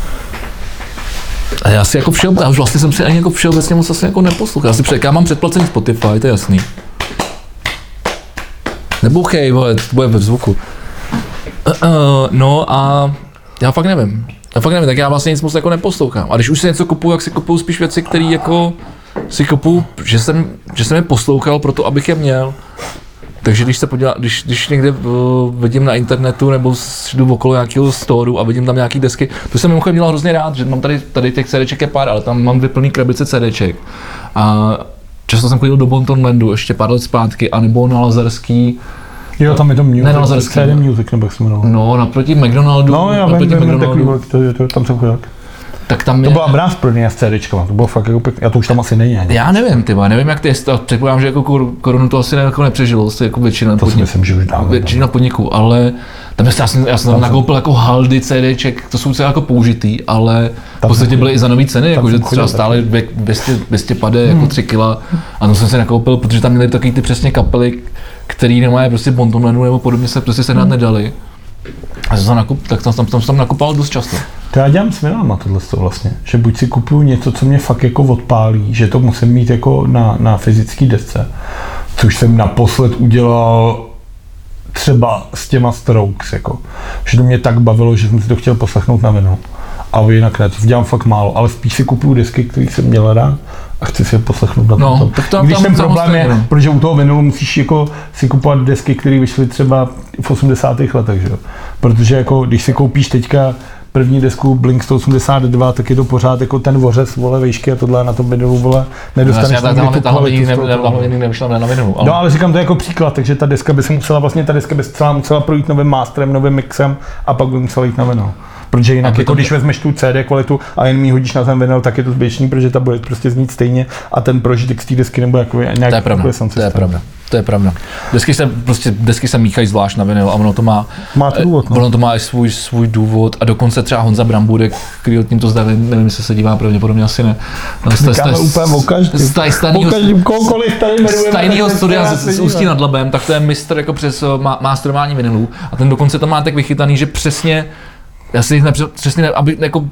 S5: A já si jako všeob... já už vlastně jsem si ani jako všeobecně moc asi jako neposlouchal. Já si před, já mám předplacení Spotify, to je jasný. Nebuchej, vole, to bude ve zvuku. Uh, uh, no a já fakt nevím. Já fakt nevím, tak já vlastně nic moc jako neposlouchám. A když už si něco kupuju, tak si kupuju spíš věci, které jako si kupuju, že jsem, že jsem je poslouchal proto, abych je měl. Takže když se podívá, když, když někde uh, vidím na internetu nebo s- jdu okolo nějakého storu a vidím tam nějaký desky, to jsem mimochodem dělal hrozně rád, že mám tady, tady těch CDček je pár, ale tam mám vyplný krabice CDček. A Často jsem chodil do Bontonlandu ještě pár let zpátky, anebo na Lazarský,
S3: Jo, tam je to music,
S5: Ne, no, zase-
S3: CD Music, nebo jak se jmenoval.
S5: no naproti McDonaldu,
S3: No, já vím,
S5: naproti
S3: vím, vím,
S5: McDonaldu,
S3: takový, to, to, tam jsem chodil.
S5: tak tam
S3: To
S5: je,
S3: byla mráz pro mě s CDčkama, to bylo fakt jako pěkné, já to už tam asi není ani.
S5: já nevím, ty vole, nevím jak to je, stav. předpokládám, že jako kor- korunu to asi ne, jako nepřežilo, to je jako většina
S3: To si
S5: podniků.
S3: myslím, že už dávno.
S5: většina podniků, ale tam já jsem, já jsem tam
S3: Tam jsem-
S5: nakoupil jako haldy, CDček, to jsou celé jako použitý, ale v
S3: Tam
S5: podstatě
S3: jsem-
S5: byly i za nový ceny, jakože
S3: jsem chodil
S5: třeba
S3: taky.
S5: stály dvě- 200, 200 pade, jako 3 kila a to jsem si nakoupil, protože tam měli takový ty přesně kapely, který nemají prostě bontonlenu nebo podobně se prostě sehnat nedali. A jsem se nakup, tak tam, tam, tam, jsem tam nakupoval dost často.
S3: To já dělám s vinama tohle to vlastně, že buď si kupuju něco, co mě fakt jako odpálí, že to musím mít jako na, na fyzické desce, což jsem naposled udělal třeba s těma Strokes, jako. Že to mě tak bavilo, že jsem si to chtěl poslechnout na vinu. A jinak ne, to dělám fakt málo, ale spíš si kupuju desky, které jsem měl rád a chci si je poslechnout na
S5: No,
S3: tom.
S5: tak tam-
S3: Když
S5: tam
S3: ten problém
S5: samozřejmě, no.
S3: je, protože u toho vinilu musíš jako si kupovat desky, které vyšly třeba v 80. letech, že jo. Protože jako, když si koupíš teďka první desku Blink 182, tak je to pořád jako ten vořez, vole, vejšky a tohle na tom vinilu, vole, nedostaneš
S5: Vlastně,
S3: nikdy tu
S5: tahle tahle
S3: kvalitu
S5: nikdy
S3: z
S5: ne-
S3: toho
S5: ne-
S3: toho.
S5: tahle nikdy nevyšla na novinu.
S3: No ale říkám to jako příklad, takže ta deska by se musela, vlastně ta deska by se celá musela projít novým masterem, novým mixem a pak by musela jít na vinyl. Protože jinak,
S5: Aby
S3: jako
S5: to-
S3: když vezmeš tu CD kvalitu a jen mi hodíš na ten vinyl, tak je to zbytečný, protože ta bude prostě znít stejně a ten prožitek z té desky nebo jako nějak
S5: To je pravda, to je pravda. To je pravda. Desky se, prostě, desky se míchají zvlášť na vinyl a ono to má,
S3: Má to důvod, no.
S5: ono to má i svůj, svůj důvod a dokonce třeba Honza Brambůdek, který od to zde, nevím, jestli se dívá, pravděpodobně asi ne.
S3: Říkáme úplně o každém.
S5: Z taj-
S3: Po
S5: staného-
S3: každém kohokoliv tady
S5: z
S3: jmenujeme,
S5: tajného
S3: tak se
S5: studia
S3: dá
S5: z,
S3: se
S5: z
S3: dívat.
S5: Ústí nad Labem, tak to je mistr jako přes eh, má, masterování vinilů a ten dokonce to má tak vychytaný, že přesně, já si nepře, přesně, ne, aby jako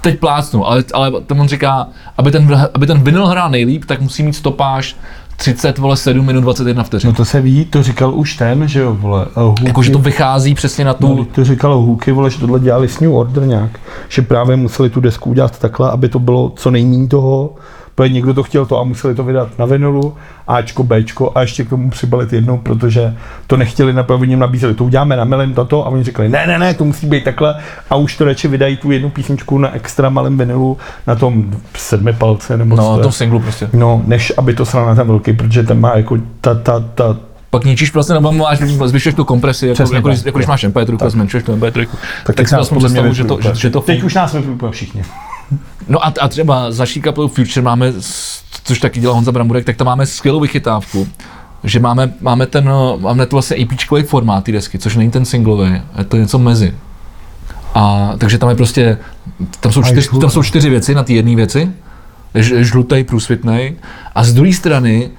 S5: teď plácnu, ale, ale ten on říká, aby ten, vl- aby ten vinyl hrál nejlíp, tak musí mít stopáž 30, vole, 7 minut 21 vteřin.
S3: No to se ví, to říkal už ten, že jo, vole. eh, Huky.
S5: Jakože to vychází přesně na
S3: No,
S5: tu...
S3: to říkalo Huky, vole, že tohle dělali s New Order nějak, že právě museli tu desku udělat takhle, aby to bylo co nejméně toho, protože někdo to chtěl to a museli to vydat na vinulu, Ačko, Bčko a ještě k tomu přibalit jednou, protože to nechtěli na jim nabízeli, to uděláme na milém tato a oni řekli, ne, ne, ne, to musí být takhle a už to radši vydají tu jednu písničku na extra malém vinilu na tom sedmi palce nebo co
S5: No,
S3: to
S5: na
S3: je.
S5: tom singlu prostě.
S3: No, než aby to sral na ten velký, protože ten má jako ta, ta, ta,
S5: Pak ničíš vlastně, nebo máš, zvyšuješ tu kompresi, jako,
S3: Přesně
S5: jako,
S3: tak.
S5: když, jako když máš MP3, a zmenšuješ tu MP3. Tak, tak
S3: teď
S5: si
S3: nás
S5: aspoň
S3: podle mě
S5: představu, že to, že,
S3: vypnuli.
S5: že to
S3: Teď
S5: funguje.
S3: už nás vyplují všichni.
S5: No a, a třeba za naší kapelou Future máme, s- což taky dělá Honza Bramburek, tak tam máme skvělou vychytávku, že máme, máme ten, eh, máme to vlastně APčkový formát té desky, což není ten singlový, je to něco mezi. A takže tam je prostě, tam jsou,
S3: A je
S5: čtyř,
S3: žlutá.
S5: tam jsou čtyři věci na té jedné věci, ž- žlutej, průsvitnej, a z druhé strany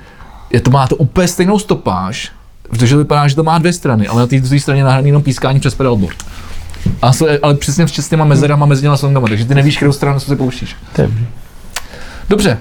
S5: je to, má to úplně stejnou stopáž, protože to vypadá, že to má dvě strany, ale na té druhé straně je nahraný jenom pískání přes pedalboard. A, s- ale přesně s těma mezerama mezi těma songama, takže ty nevíš, kterou stranu se pouštíš.
S3: To je dobrý.
S5: Dobře,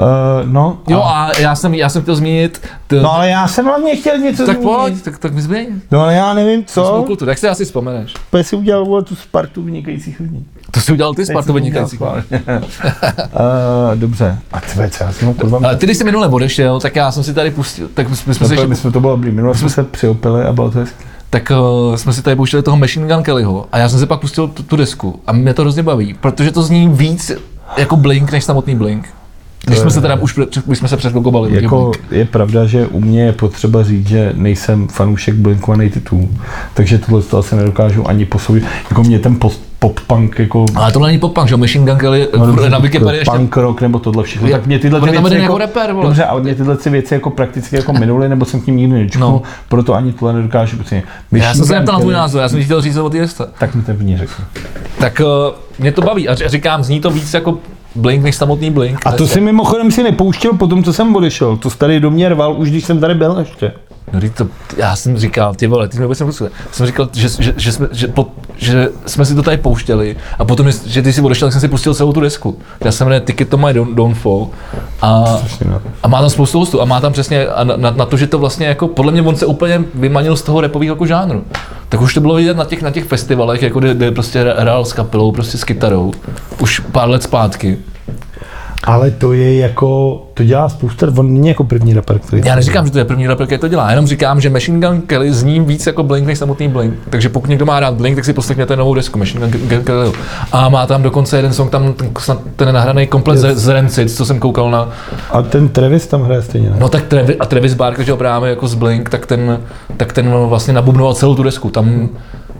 S3: Eh, no,
S5: jo a já jsem, já jsem chtěl zmínit, t-
S3: No ale já jsem hlavně chtěl něco
S5: tak
S3: změnit.
S5: pojď, tak, tak mi změň,
S3: No ale já nevím co,
S5: kulturu, tak si asi vzpomeneš.
S3: protože si udělal vole, tu Spartu vynikajících lidí.
S5: To jsi udělal ty z Partu vynikající.
S3: uh, dobře. A tve, co já jsem ho kurva...
S5: Ale ty, když jsi minule odešel, tak já jsem si tady pustil, tak my jsme
S3: No,
S5: si,
S3: to-
S5: ještě,
S3: my jsme to bylo dobrý, minule jsme se přiopili a bylo to hezky.
S5: tak, uh, jsme si tady pouštěli toho Machine Gun Kellyho a já jsem si pak pustil tu, tu desku a mě to hrozně baví, protože to zní víc jako Blink než samotný Blink. Když jsme se teda už, před- když jsme se před chvilkou bavili. o těch
S3: Jako
S5: Blink.
S3: je pravda, že u mě je potřeba říct, že nejsem fanoušek Blink-182, takže tohle to asi nedokážu ani posoudit. Jako mě ten post- pop-punk jako...
S5: Ale tohle není pop-punk, že jo? Machine Gun Kelly no, na Wikipedii ještě
S3: punk rock nebo tohle všechno,
S5: Je-
S3: tak mě tyhle
S5: on je
S3: ty
S5: tam
S3: věci
S5: jeden
S3: jako,
S5: jako rapper, vole.
S3: dobře, ale mě tyhle ty věci jako prakticky jako minuly, nebo jsem k ním nikdy nečknul,
S5: No.
S3: no. proto ani tohle nedokážu pocenit.
S5: Já jsem se neptal na tvůj názor, já jsem ti chtěl říct o té desce.
S3: Tak mi to v ní řekl.
S5: Tak uh, mě to baví a ř- říkám, zní to víc jako Blink než samotný Blink.
S3: A to si mimochodem si nepouštěl po tom, co jsem odešel. To jsi tady do mě rval, už když jsem tady byl ještě.
S5: No, teď to, já jsem říkal, ty vole, ty mi vůbec nemusíte. Jsem říkal, že, že, že, jsme, že, po, že, jsme si to tady pouštěli a potom, jest- že ty si odešel, tak jsem si pustil celou tu desku. Já jsem jmenuje Ticket to my Down- Downfall a, a má tam spoustu hostů a má tam přesně a na, na, na, to, že to vlastně jako, podle mě on se úplně vymanil z toho repového jako žánru. Tak už to bylo vidět na těch, na těch festivalech, jako kde, kde prostě hrál s kapelou, prostě s kytarou, už pár let zpátky.
S3: Ale to je jako, to dělá spousta, on není jako první rapper, který
S5: Já neříkám, že to je první rapper, který to dělá, já jenom říkám, že Machine Gun Kelly zní víc jako Blink než samotný Blink. Takže pokud někdo má rád Blink, tak si poslechněte novou desku Machine Gun Gun Kelly. A má tam dokonce jeden song, tam ten, snad ten nahraný komplet yes. z Rancid, co jsem koukal na.
S3: A ten Travis tam hraje stejně, ne?
S5: No tak Travis, a Travis Barker, že ho bráme jako z Blink, tak ten, tak ten vlastně nabubnoval celou tu desku. Tam,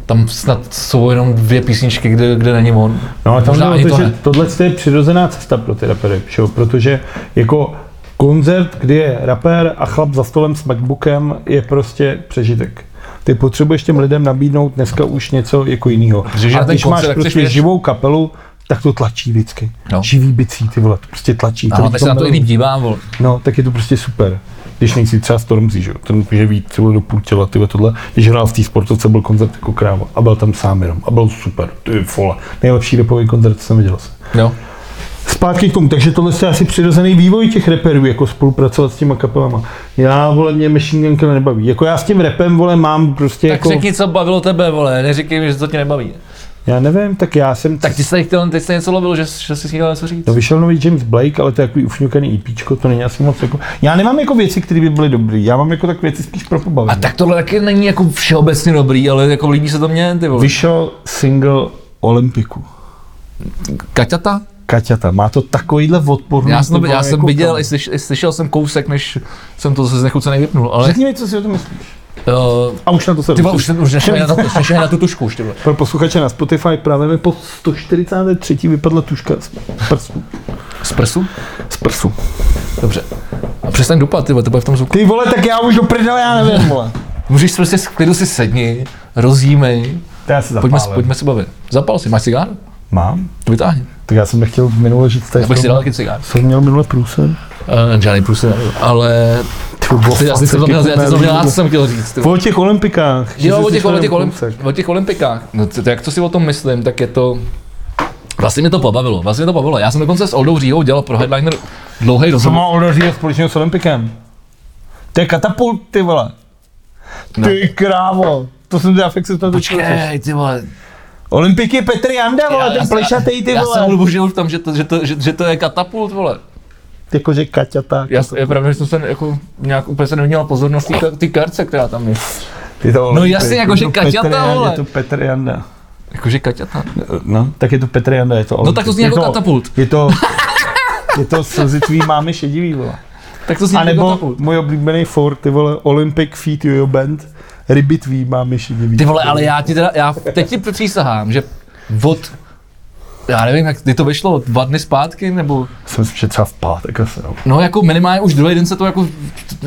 S5: tam snad jsou jenom dvě písničky, kde, kde není on.
S3: No ale tam
S5: Možná
S3: jde o
S5: ani
S3: to,
S5: to
S3: že
S5: ne.
S3: tohle je přirozená cesta pro ty rapery, že jo? protože jako koncert, kdy je rapper a chlap za stolem s Macbookem je prostě přežitek. Ty potřebuješ těm lidem nabídnout dneska už něco jako jiného.
S5: Protože
S3: A
S5: na ten
S3: když
S5: koncert,
S3: máš
S5: tak chceš
S3: prostě
S5: vědět-
S3: živou kapelu, tak to tlačí vždycky.
S5: No.
S3: Živý bicí, ty vole, to prostě tlačí.
S5: Aha,
S3: lidi
S5: tak se na to i
S3: milují.
S5: líp dívám, vol.
S3: No, tak je to prostě super. Když nejsi třeba Stormzy, že jo, ten může být celou do půl těla, tyhle tohle. Když hrál v té sportovce, byl koncert jako kráva a byl tam sám jenom a byl super, ty vole. Nejlepší repový koncert, co jsem viděl se.
S5: Jo.
S3: Zpátky k tomu, takže tohle je asi přirozený vývoj těch reperů, jako spolupracovat s těma kapelama. Já, vole, mě Machine Gun Kelly nebaví. Jako já s tím repem, vole, mám prostě
S5: Tak
S3: jako...
S5: řekni, co bavilo tebe, vole, neříkej mi, že to tě nebaví.
S3: Já nevím, tak já jsem...
S5: Tak ty jsi tady chtěl, teď jsi něco lovil, že, že jsi chtěl něco říct.
S3: No, vyšel nový James Blake, ale to je takový ufňukaný IPčko, to není asi moc jako... Já nemám jako věci, které by byly dobré, já mám jako tak věci spíš pro pobavení.
S5: A tak tohle taky není jako všeobecně dobrý, ale jako líbí se to mně, ty vole.
S3: Vyšel single Olympiku.
S5: Kaťata?
S3: Kaťata, má to takovýhle odporný...
S5: Já jsem,
S3: to
S5: to,
S3: bylo
S5: já jsem
S3: jako
S5: viděl,
S3: kam.
S5: i, slyš, i slyšel jsem kousek, než jsem to ze znechucený vypnul, ale
S3: Řekni mi, co si o tom myslíš.
S5: uh,
S3: A už na to se
S5: ty vole,
S3: dostanu.
S5: už, už nešel na, to- už nešel na tu tušku už, ty vole.
S3: Pro posluchače na Spotify právě mi po 143. vypadla tuška z prsu.
S5: Z prsu?
S3: Z prsu.
S5: Dobře. A přestaň dupat, ty vole, to bude v tom zvuku.
S3: Ty vole, tak já už do prdele, já nevím, vole.
S5: Můžeš prostě s- v klidu si sedni, rozjímej,
S3: To já si zapálím.
S5: pojďme, pojďme se bavit. Zapal si, máš cigár?
S3: Mám?
S5: To vytáhni.
S3: Tak já jsem nechtěl minule říct tady.
S5: Já bych si dal taky cigár.
S3: Jsem měl minule průser.
S5: Uh, žádný průse, ale
S3: Ty vole,
S5: ty, já jsem to měl, já jsem to měl, já jsem chtěl říct. ty vole.
S3: Po těch olympikách. že
S5: Jo,
S3: jsi
S5: o těch,
S3: slyšel
S5: o, těch,
S3: jenom
S5: olim,
S3: kousek.
S5: o těch olympikách. No, to, to, jak to si o tom myslím, tak je to... Vlastně mě to pobavilo, vlastně mě to pobavilo. Já jsem dokonce s Oldou Říhou dělal pro Headliner dlouhý
S3: Co
S5: rozhovor.
S3: má Oldořího společného s olympikem? To je katapult, ty vole. Ty krávo. To jsem teda fakt se to točil.
S5: Počkej, ty vole.
S3: Olympiky Petr Janda, vole, ten
S5: jsem-
S3: plešatej, ty
S5: já
S3: vole.
S5: jsem ubožil v tom, že to, že, to, že, že to je katapult, vole.
S3: Jakože Kaťata.
S5: Já, je pravda, že jsem se jako nějak úplně se neměl pozornost té ka- té karce, která tam je.
S3: Ty to Olympy.
S5: No, jasně,
S3: Je
S5: jakože
S3: to
S5: Kaťata,
S3: Petr Janda,
S5: vole.
S3: Je to Petr Janda.
S5: Jakože Kaťata.
S3: No, tak je to Petr Janda, je to
S5: No
S3: Olympiky.
S5: tak to zní
S3: Je
S5: jako katapult.
S3: Je to, je to slzy tvý mámy šedivý, vole.
S5: Tak to zní
S3: A
S5: jako
S3: nebo
S5: katapult.
S3: můj oblíbený for, ty vole, Olympic Feet Jojo Band, ryby tvý mámy šedivý.
S5: Ty vole, ale já ti teda, já teď ti přísahám, že od, já nevím, jak kdy to vyšlo, dva dny zpátky, nebo
S3: Jsem si třeba v pátek asi, no.
S5: No jako minimálně už druhý den se to jako,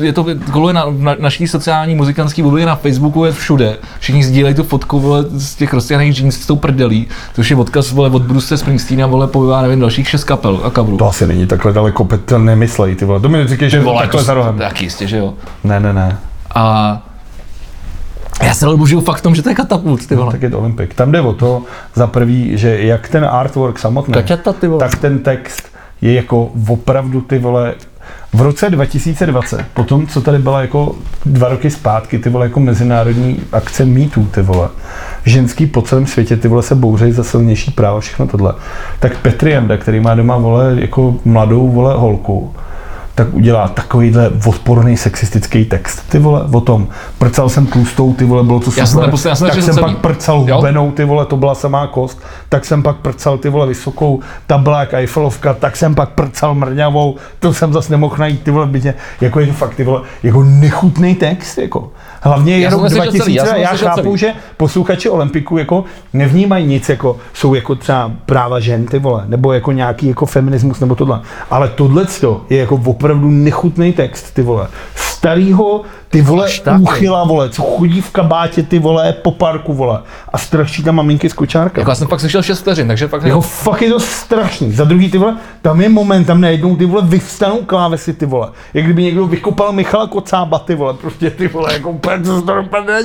S5: je to koluje na, na naší sociální muzikantský bublině na Facebooku, je všude. Všichni sdílejí tu fotku vole, z těch roztěhaných jeans s tou prdelí, což je odkaz vole, od Bruce Springsteena, vole, povívá, nevím, dalších šest kapel a kabrů.
S3: To asi není takhle daleko, Petr, nemyslej, ty vole. To mi neříkej, že
S5: Vole,
S3: takhle
S5: to-
S3: za rohem.
S5: Tak jistě, že jo.
S3: Ne, ne, ne.
S5: A já se odbožuju fakt v tom, že to je katapult, ty vole.
S3: No, Tak je to Olympic. Tam jde o to, za prvý, že jak ten artwork samotný,
S5: Kaťata, ty vole.
S3: tak ten text je jako opravdu ty vole, v roce 2020, po tom, co tady byla jako dva roky zpátky, ty vole jako mezinárodní akce mýtů, ty vole, ženský po celém světě, ty vole se bouřejí za silnější práva, všechno tohle, tak Petr Janda, který má doma, vole, jako mladou, vole, holku, tak udělá takovýhle odporný sexistický text. Ty vole, o tom. Prcal jsem tlustou, ty vole, bylo to super.
S5: Já jsem neposl- já jsem
S3: tak
S5: nečetl
S3: jsem
S5: celý.
S3: pak prcal
S5: Jo?
S3: hubenou, ty vole, to byla samá kost. Tak jsem pak prcal, ty vole, vysokou, ta byla jak Eiffelovka, tak jsem pak prcal mrňavou, to jsem zas nemohl najít, ty vole, v bytě. Jako je to fakt, ty vole, jako nechutný text, jako. Hlavně je
S5: Já jsem
S3: rok
S5: neslyšel
S3: 2000,
S5: celý, já
S3: já,
S5: jsem
S3: já
S5: neslyšel
S3: chápu,
S5: celý.
S3: že posluchači Olympiku jako nevnímají nic, jako jsou jako třeba práva žen, ty vole, nebo jako nějaký jako feminismus, nebo tohle. Ale tohle je jako opravdu nechutný text, ty vole. Starýho, ty vole,
S5: tak, jo.
S3: uchyla, vole, co chodí v kabátě, ty vole, po parku, vole. A straší tam maminky s kočárkem.
S5: Jako já jsem pak slyšel šest vteřin, takže pak
S3: Jako fakt je to strašný. Za druhý ty vole, tam je moment, tam najednou ty vole vyvstanou klávesy ty vole. Jak kdyby někdo vykopal Michala Kocába ty vole, prostě ty vole, jako úplně co se to dopadne.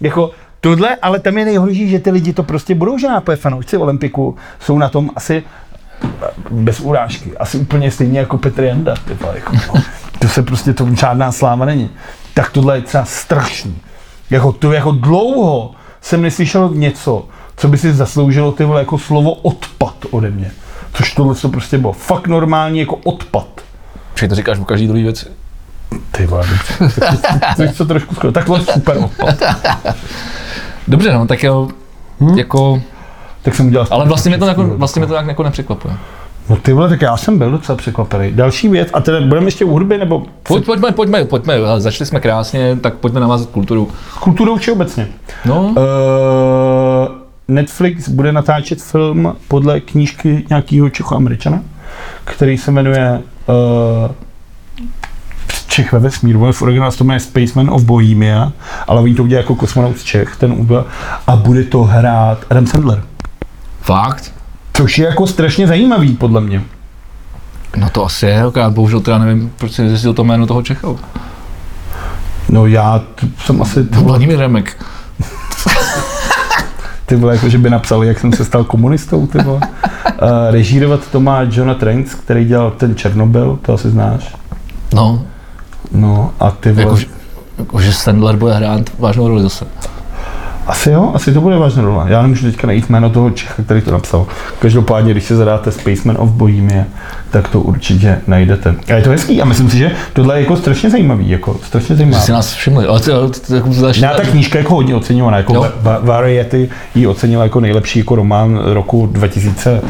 S3: Jako tohle, ale tam je nejhorší, že ty lidi to prostě budou žrát, protože fanoušci Olympiku jsou na tom asi bez urážky, asi úplně stejně jako Petr Janda, ty vole, jako, no. to se prostě, to žádná sláva není. Tak tohle je třeba strašný. Jako, to jako dlouho jsem neslyšel něco, co by si zasloužilo ty vole jako slovo odpad ode mě. Což tohle to prostě bylo fakt normální jako odpad.
S5: Protože to říkáš u každý druhý věci.
S3: Ty vole, dobře. Tak to- to- to trošku skoro. Tak to je super odpad.
S5: Dobře, no, tak jo,
S3: Hm?
S5: hmm? jako,
S3: Tak jsem udělal
S5: ale vlastně mě to, jako, vlastně mě to nějak jako nepřekvapuje.
S3: No ty vole, tak já jsem byl docela překvapený. Další věc, a teda budeme ještě u hudby, nebo
S5: Pojď, pojďme, pojďme, pojďme, ale začali jsme krásně, tak pojďme navázat kulturu.
S3: s kulturou či obecně.
S5: No,
S3: Uh, Netflix bude natáčet film podle knížky nějakého Čechoameričana, který se jmenuje uh, Čech ve vesmíru, on v originálu se to jmenuje Spaceman of Bohemia, ale oni to udělají jako kosmonaut z Čech, ten udělal, a bude to hrát Adam Sandler.
S5: fakt?
S3: Což je jako strašně zajímavý, podle mě.
S5: No to asi je, ok, já bohužel teda nevím, proč si nezjistil to jméno toho Čecha.
S3: No já t- jsem asi,
S5: Vladimír Remek.
S3: ty vole, jako že by napsali, jak jsem se stal komunistou, ty vole. Uh, režírovat to má Johna Trent, který dělal ten Černobyl, to asi znáš.
S5: No,
S3: No a ty vole,
S5: jakože, jakože Sandler bude hrát vážnou roli zase.
S3: Asi jo, asi to bude vážná rola. Já nemůžu teďka najít jméno toho Čecha, který to napsal. Každopádně, když si zadáte Spaceman of Bohemia, tak to určitě najdete. A je to hezký a myslím si, že tohle je jako strašně zajímavý, jako strašně
S5: Že
S3: zajímavý.
S5: si nás všimli, ale ty, ale ty, ty, ty, ty,
S3: Já ta knížka je jako hodně oceňovaná, jako
S5: Jo.
S3: va- va- Variety ji ocenila jako nejlepší jako román roku 2000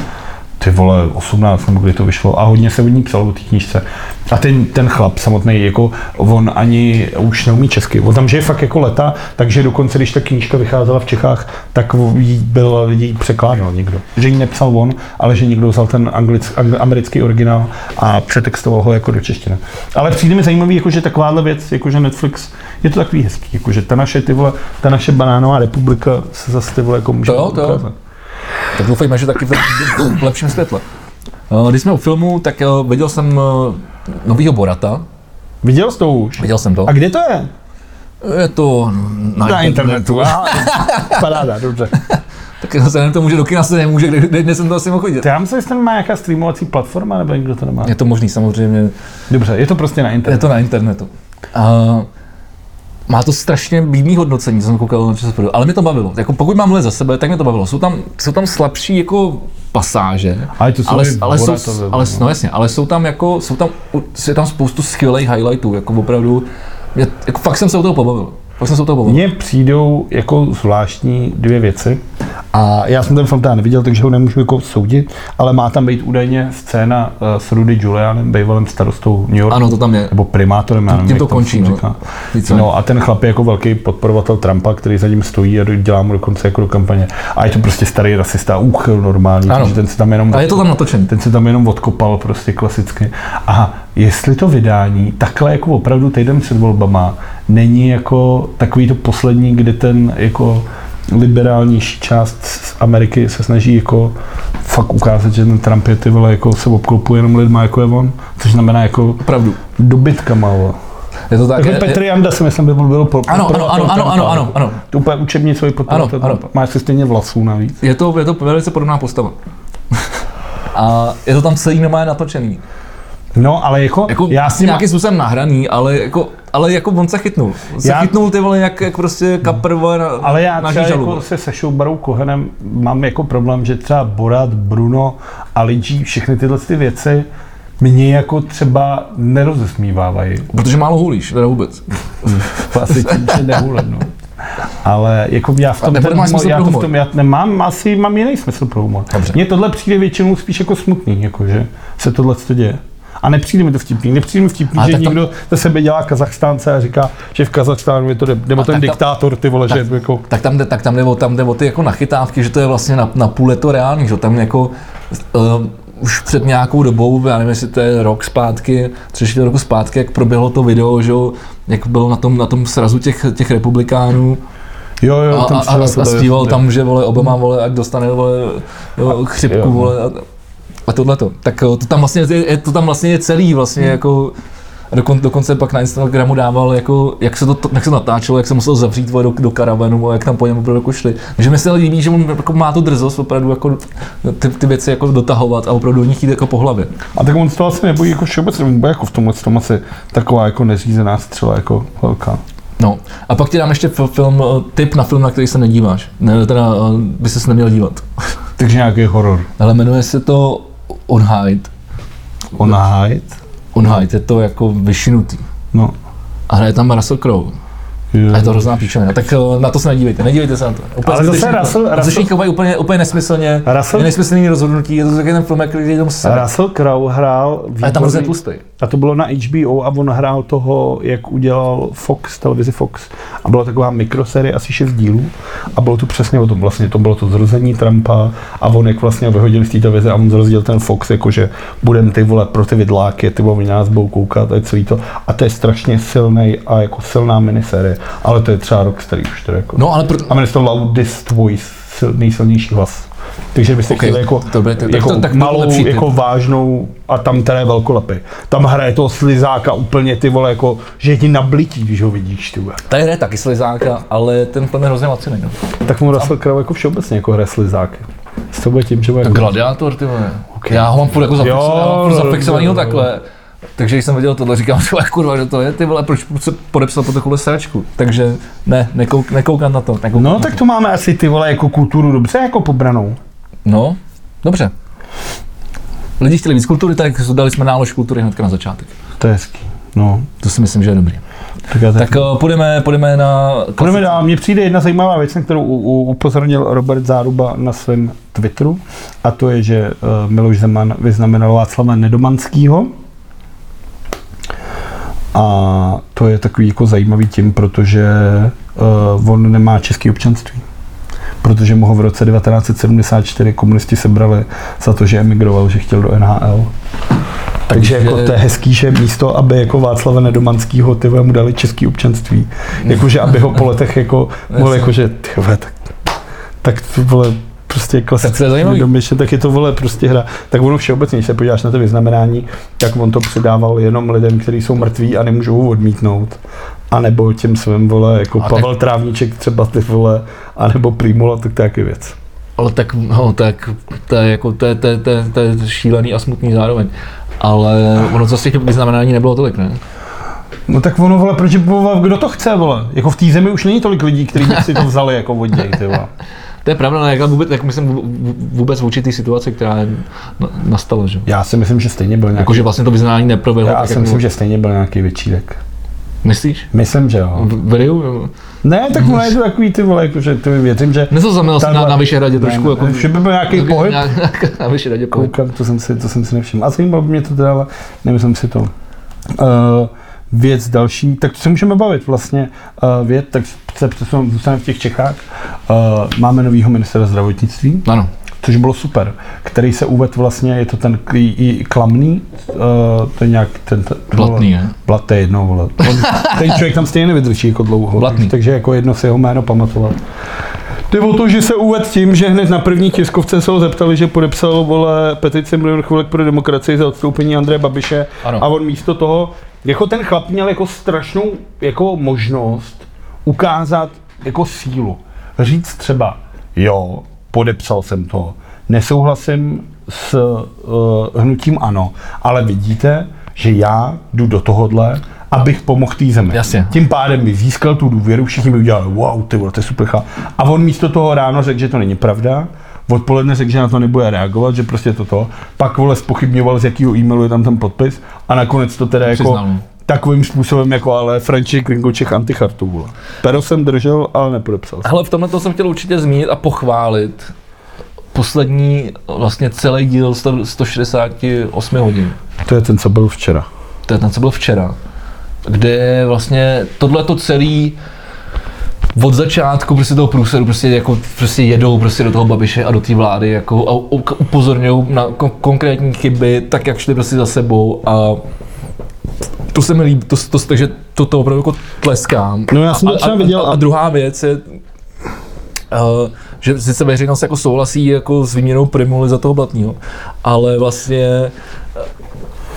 S3: ty vole, 18 nebo kdy to vyšlo a hodně se o ní psalo o té knížce. A ten, ten chlap samotný, jako on ani už neumí česky. On tam žije fakt jako leta, takže dokonce, když ta knížka vycházela v Čechách, tak jí byl jí překládal někdo. Že ji nepsal on, ale že někdo vzal ten anglick, angl- americký originál a přetextoval ho jako do češtiny. Ale přijde mi zajímavý, jako, že takováhle věc, jako že Netflix, je to takový hezký, jako, že ta naše, ty vole, ta naše banánová republika se zase ty vole, jako může
S5: To jo, to jo.
S3: ukázat.
S5: Tak doufejme, že taky v tom- v lepším světle. Eh, Když jsme u filmu, tak eh, viděl jsem nového Borata.
S3: Viděl jsi to už?
S5: Viděl jsem to.
S3: A kde to je?
S5: Je to na,
S3: Na internetu. Aha, Paráda, dobře.
S5: Tak vzhledem k tomu, že do kina se nemůže, kde, kde, kde jsem to asi mohl vidět.
S3: To já myslím, že ten má nějaká streamovací platforma, nebo někdo to nemá.
S5: Je to možný samozřejmě,
S3: Dobře, je to prostě na
S5: je
S3: internetu.
S5: to na internetu. A má to strašně bídný hodnocení, co jsem koukal na ČSFD, ale mě to bavilo. Jako pokud mám hledat za sebe, tak mě to bavilo. Jsou tam, jsou tam slabší jako pasáže,
S3: Ale to jsou
S5: ale,
S3: i
S5: ale, jsou,
S3: Boratové,
S5: ale,
S3: no.
S5: no jasně, ale jsou tam jako, jsou tam, je tam spoustu skvělých highlightů, jako opravdu, mě, jako fakt jsem se u toho pobavil. Fakt jsem se u toho pobavil.
S3: Mně přijdou jako zvláštní dvě věci. A já jsem ten film teda neviděl, takže ho nemůžu jako soudit, ale má tam být údajně scéna eh, s Rudy Giulianem, bývalým starostou New Yorku.
S5: Ano, to tam je.
S3: nebo primátorem, já nevím,
S5: Tím to
S3: jak tam
S5: končí,
S3: se
S5: no.
S3: říká.
S5: Více.
S3: No a ten chlap je jako velký podporovatel Trumpa, který za ním stojí a do- dělá mu dokonce jako do kampaně. A je to prostě starý rasista, úchyl normální,
S5: Ano.
S3: takže ten se tam jenom... jako-
S5: A je to tam natočený.
S3: Ten se tam jenom odkopal prostě klasicky. A jestli to vydání takhle jako opravdu týden před volbama není jako takový to poslední, kde ten jako liberálnější část z Ameriky se snaží jako fakt ukázat, že ten Trump je ty vole, jako se obklopuje jenom lidma jako je on, což znamená jako
S5: Opravdu.
S3: dobytka málo.
S5: Je to tak.
S3: Takže
S5: je-
S3: Petr Janda si myslím, by byl byl pro,
S5: Ano, ano, ano, ano, ano, ano, ano.
S3: To úplně učebně svoji podporu.
S5: Ano, ano.
S3: Máš si stejně vlasů navíc.
S5: Je to, je to velice podobná postava. A je to tam celý normálně natočený.
S3: No, ale jako,
S5: Jako
S3: já s ním
S5: nějakým způsobem nahraný, ale jako, ale jako on se chytnul. On se
S3: Já-
S5: já... chytnul ty vole jak, jak prostě kapr vole, na,
S3: Ale já
S5: na
S3: třeba
S5: žížalu.
S3: jako se se Šoubarou Kohenem mám jako problém, že třeba Borat, Bruno a Lidží, všechny tyhle ty věci mě jako třeba nerozesmívávají.
S5: Protože málo hulíš, teda vůbec.
S3: To asi tím, že nehulenu. Ale jako já v tom,
S5: A nebo
S3: ten
S5: nemáš
S3: humor,
S5: smysl
S3: já
S5: pro
S3: to v
S5: humor?
S3: tom já nemám, asi mám jiný smysl pro humor.
S5: Dobře.
S3: Mně tohle přijde většinou spíš jako smutný, jako že se tohle to děje. A nepřijde mi to vtipný. Nepřijde mi vtipný,
S5: Ale
S3: že
S5: tak to-
S3: někdo ze sebe dělá Kazachstánce a říká, že v Kazachstánu je to, de- nebo
S5: A
S3: ten
S5: tak to-
S3: diktátor, ty vole, že je jako...
S5: Tak tam jde, tak tam jde, o, tam jde o ty jako nachytávky, že to je vlastně na, na půl je to reálný, že tam jako uh, už před nějakou dobou, já nevím, jestli to je rok zpátky, tři, čtyři roku zpátky, jak proběhlo to video, že jo, jak byl na tom, na tom srazu těch, těch republikánů,
S3: Jo, jo,
S5: a,
S3: ten
S5: a, a,
S3: střelá
S5: a
S3: tohle,
S5: zpíval
S3: jasně.
S5: tam, že vole Obama, vole, ať dostane vole, jo,
S3: jo.
S5: chřipku, vole, a, a tohleto. Tak jo, to tam vlastně je, je- to tam vlastně je celý vlastně jako, a dokon, dokonce pak na Instagramu dával, jako, jak, se to, jak se to natáčelo, jak se musel zavřít vole, do, do karavanu, a jak tam po něm opravdu jako šli. Takže mi se líbí, že on jako, má tu drzost opravdu jako, ty, ty věci jako dotahovat a opravdu do nich jít jako po hlavě.
S3: A tak on se to asi nebojí jako všeobecně, on bude jako v tomhle tom asi taková jako neřízená střela jako velká.
S5: No, a pak ti dám ještě fi- film, eh, tip na film, na který se nedíváš. Ne, teda eh, by ses neměl dívat.
S3: Takže nějaký horor.
S5: Ale jmenuje se to unhide.
S8: On hide.
S5: Unhide je to jako vyšinutý.
S8: No.
S5: A hraje tam Russell Crowe. A je to hrozná píčovina. Tak eh, na to se nedívejte, nedívejte se na to. Úplně
S8: Ale zase
S5: zbytečný
S8: Russell-
S5: film.
S8: Russell-
S5: Zbytečný kopají úplně, úplně nesmyslně,
S8: Russell-
S5: je nesmyslný rozhodnutí, je to taky ten film, který jenom se. A
S3: Russell Crowe hrál
S5: je tam hrozně
S3: výborný-
S5: tlustý.
S3: A to bylo na HBO a on hrál toho, jak udělal Fox, televizi Fox. A byla taková mikroserie, asi šest dílů. A bylo to přesně o tom. Vlastně to bylo to zrození Trumpa a on jak vlastně ho vyhodil z té televize a on zrozil ten Fox, jakože budem ty vole pro ty vidláky, ty vole oni nás budou koukat a je celý to. A to je strašně silný a jako silná miniserie. Ale to je třeba rok starý už to jako.
S5: No ale pro,
S3: A jmenuje se to Loudest Voice, sil, nejsilnější hlas. Takže byste
S5: Ok,
S3: chtěli jako,
S5: to bude- tak-
S3: jako
S5: tak to- tak to
S3: malou,
S5: lepší typ.
S3: jako vážnou a tam teda je velkolepý. Tam hraje toho slizáka úplně ty vole, jako, že je ti nablití, když ho vidíš, ty vole.
S5: tady hraje taky slizáka, ale ten film je hrozně laciný. No.
S3: Tak mu Russell Crowe jako všeobecně jako hraje slizák. S to bude tím, že bude...
S5: Tak Gladiátor, ty vole. Já ho mám furt jako zafixo-
S3: Jo,
S5: já ho mám furt
S3: no,
S5: zafixovanýho
S3: no, no.
S5: takhle. Takže když jsem viděl tohle, říkám, že kurva, že to je, ty vole, proč se podepsal po takovou sračku. Takže ne, nekouk, nekoukám na to. Nekoukám
S3: No,
S5: na
S3: tak
S5: to.
S3: to máme asi ty vole jako kulturu dobře jako pobranou.
S5: No, dobře. Lidi chtěli víc kultury, tak dali jsme nálož kultury hnedka na začátek.
S3: To je hezký. No,
S5: To si myslím, že je dobrý.
S3: tak já tak
S5: Tak eh, půjdeme, půjdeme na...
S3: Půjdeme dál. Mně přijde jedna zajímavá věc, na kterou u- u- upozornil Robert Záruba na svém Twitteru, a to je, že eh, Miloš Zeman vyznamenal Václava Nedomanskýho. A to je takový jako zajímavý tím, protože eh, on nemá český občanství. Protože mu ho v roce 1974 komunisti sebrali za to, že emigroval, že chtěl do NHL. Takže jako to je hezký, že místo, aby jako Václava Nedomanskýho ty vole, mu dali český občanství. Jakože aby ho po letech jako, mohl
S5: Jasně.
S3: jako, že ty vole, tak, tak to vole, prostě
S5: Tak to je
S3: klasicky
S5: zajímavý.
S3: domyšlen, tak je to vole prostě hra. Tak ono všeobecně, když se podíváš na to vyznamenání, tak on to předával jenom lidem, kteří jsou mrtví a nemůžou ho odmítnout. A nebo těm svým vole, jako
S5: A
S3: a
S5: tak-
S3: Pavel Trávníček třeba ty vole, anebo Primula, tak to je taky věc.
S5: Ale tak, no, tak to je jako, to je, to je, to je, to je šílený a smutný zároveň. Ale ono zase těch vyznamenání nebylo tolik, ne?
S3: No tak ono, vole, proč, vole, kdo to chce, vole? Jako v té zemi už není tolik lidí, kteří by si to vzali jako od něj, ty vole.
S5: To je pravda, ale jak, vůbec, jak myslím vů- vů- vůbec vůči té situaci, která je na- nastala, že? jo?
S3: Já si myslím, že stejně byl nějaký,
S5: Jakože vlastně to vyznání neproběhlo.
S3: já
S5: tak, jako-
S3: si
S5: jak
S3: myslím,
S5: bylo.
S3: že stejně byl nějaký večírek.
S5: Myslíš?
S3: Myslím, že jo.
S5: V, v Riu? jo?
S3: Ne, tak mu najdu takový ty vole, jakože ty věřím, že...
S5: Nezaznamenal jsem na,
S3: Tahle-
S5: na Vyšehradě trošku,
S3: ne,
S5: jako...
S3: ne, Že by byl nějaký pohyb.
S5: nějak- Na Vyšehradě pohyb.
S3: Koukám, to jsem si, to jsem si nevšiml. A zajímalo by mě to teda, ale nemyslím si to. Uh, věc další, tak to se můžeme bavit vlastně. Uh, věc, tak se přesuneme, zůstaneme v těch Čechách. Uh, máme novýho ministra zdravotnictví,
S5: Ano.
S3: což bylo super, který se uvedl vlastně, je to ten k- i- i klamný, uh, to je nějak ten... ten
S5: Blatný, ne?
S3: Blat, to je jedno, vole. On, ten člověk tam stejně nevydrží jako dlouho.
S5: Blatný.
S3: Takže jako jedno si jeho jméno pamatovat. Jde o to, že se uvedl tím, že hned na první tiskovce se ho zeptali, že podepsal vole petici Milion chvilek pro demokracii za odstoupení Andreje Babiše.
S5: Ano.
S3: A on místo toho, jako ten chlap měl jako strašnou jako možnost ukázat jako sílu. Říct třeba, jo, podepsal jsem to, nesouhlasím s uh, hnutím ano, ale vidíte, že já jdu do tohohle, abych pomohl té zemi.
S5: Jasně.
S3: Tím pádem by získal tu důvěru, všichni by udělali, wow, ty vole, to je super chlap. A on místo toho ráno řekl, že to není pravda, odpoledne řekl, že na to nebude reagovat, že prostě to to. Pak vole spochybňoval, z jakého e-mailu je tam ten podpis a nakonec to teda jako
S5: Přiznal. no.
S3: takovým způsobem jako ale František Ringoček antichartu vole. Pero jsem držel, ale nepodepsal. jsem.
S5: Hele, v tomhle jsem chtěl určitě zmínit a pochválit poslední vlastně celý díl 100 168 hodin.
S3: To je ten, co byl včera.
S5: To je ten, co byl včera. Kde vlastně tohleto celý od začátku prostě toho průseru prostě jako prostě jedou prostě do toho Babiše a do té vlády jako a u- upozorňují na kon- konkrétní chyby, tak jak šli prostě za sebou a to se mi líbí, to, to, takže to, to opravdu jako tleskám.
S3: No, já jsem to
S5: A- a-
S3: třeba
S5: a-
S3: viděl
S5: A,
S3: a-
S5: a druhá věc je, Uh, že sice veřejnost jako souhlasí jako s výměnou primuly za toho blatního, ale vlastně eh,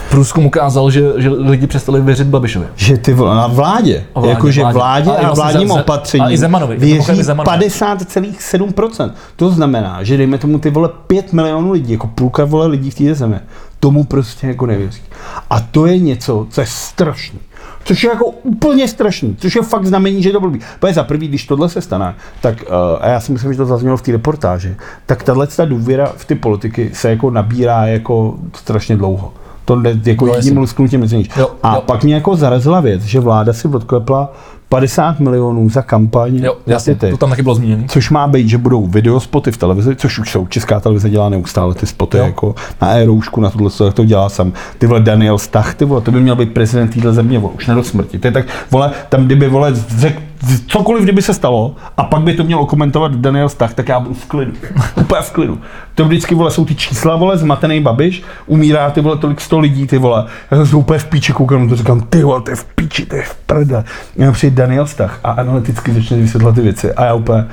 S5: průzkum ukázal, že, že lidi přestali věřit Babišovi.
S3: Že ty vole, na vládě,
S5: O vládě,
S3: jakože
S5: vládě.
S3: vládě, vládě
S5: Ale i
S3: a
S5: vlastně
S3: vládním
S5: Ze- Ze- a i
S3: opatřením
S5: Zemanovi,
S3: věří
S5: mimochodem Zemanovi.
S3: 50,7%. To znamená, že dejme tomu ty vole 5 milionů lidí, jako půlka vole lidí v té zemi, tomu prostě jako nevěří. A to je něco, co je strašný. Což je jako úplně strašný, což je fakt znamení, že je to blbý. Protože za prvý, když tohle se stane, tak, eh, a já si myslím, že to zaznělo v té reportáži, tak tahle ta důvěra v ty politiky se jako nabírá jako strašně dlouho. To ne, jako
S5: No,
S3: no,
S5: jasně.
S3: jedním lusknutím nezměníš.
S5: Jo,
S3: A
S5: jo.
S3: pak mě jako zarazila věc, že vláda si odklepla 50 milionů za kampaň vlastně
S5: Jo,
S3: na
S5: jasně,
S3: ty.
S5: to tam taky bylo zmíněno.
S3: Což má být, že budou videospoty v televizi, což už jsou. Česká televize dělá neustále ty spoty,
S5: Jo.
S3: jo. jako na e-roušku, na tohle, jak to dělá sam. Ty vole Daniel Stach, ty vole, to by měl být prezident téhle země, vole, už ne do smrti. To je tak, vole, tam kdyby, vole, řek, cokoliv kdyby se stalo a pak by to měl okomentovat Daniel Stach, tak já budu v klidu. Úplně v klidu. To vždycky, vole, jsou ty čísla, vole, zmatený babiš, umírá, ty vole, tolik sto lidí, ty vole. Já jsem úplně v píči koukám, na to říkám, ty vole, to je v píči, to je v prda. Já přijde Daniel Stach a analyticky začne vysvětlovat ty věci a já úplně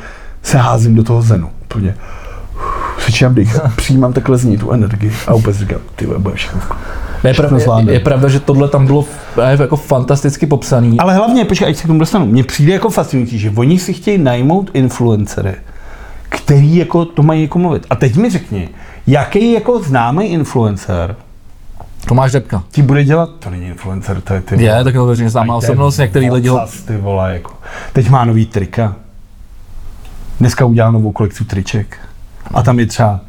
S3: se házím do toho zenu. Úplně přičem dech, přijímám takhle z ní tu energii a úplně si říkám, ty vole, bude všechno v klidu.
S5: Ne, je,
S3: Všechno
S5: pravda,
S3: zvládne.
S5: je, je pravda, že tohle tam bylo f- eh, jako fantasticky popsaný.
S3: Ale hlavně, počkej, ať se k tomu dostanu, mně přijde jako fascinující, že oni si chtějí najmout influencery, který jako to mají jako mluvit. A teď mi řekni, jaký jako známý influencer
S5: Tomáš Debka.
S3: ti bude dělat, to není influencer, to je ty vole,
S5: Je, tak to veřejně
S3: to
S5: známá
S3: je
S5: osobnost, některý lidi ho...
S3: ocas, ty vole, jako. Teď má nový trika. Dneska udělal novou kolekci triček. A tam je třeba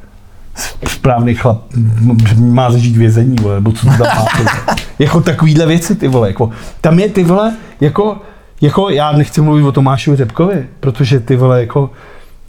S3: s- správný chlap, m- m- má zažít vězení, vole, nebo co to tam má. ty vole. jako takovýhle věci, ty vole, jako. Tam je ty vole, jako, jako já nechci mluvit o Tomášovi Řepkovi, protože ty vole, jako,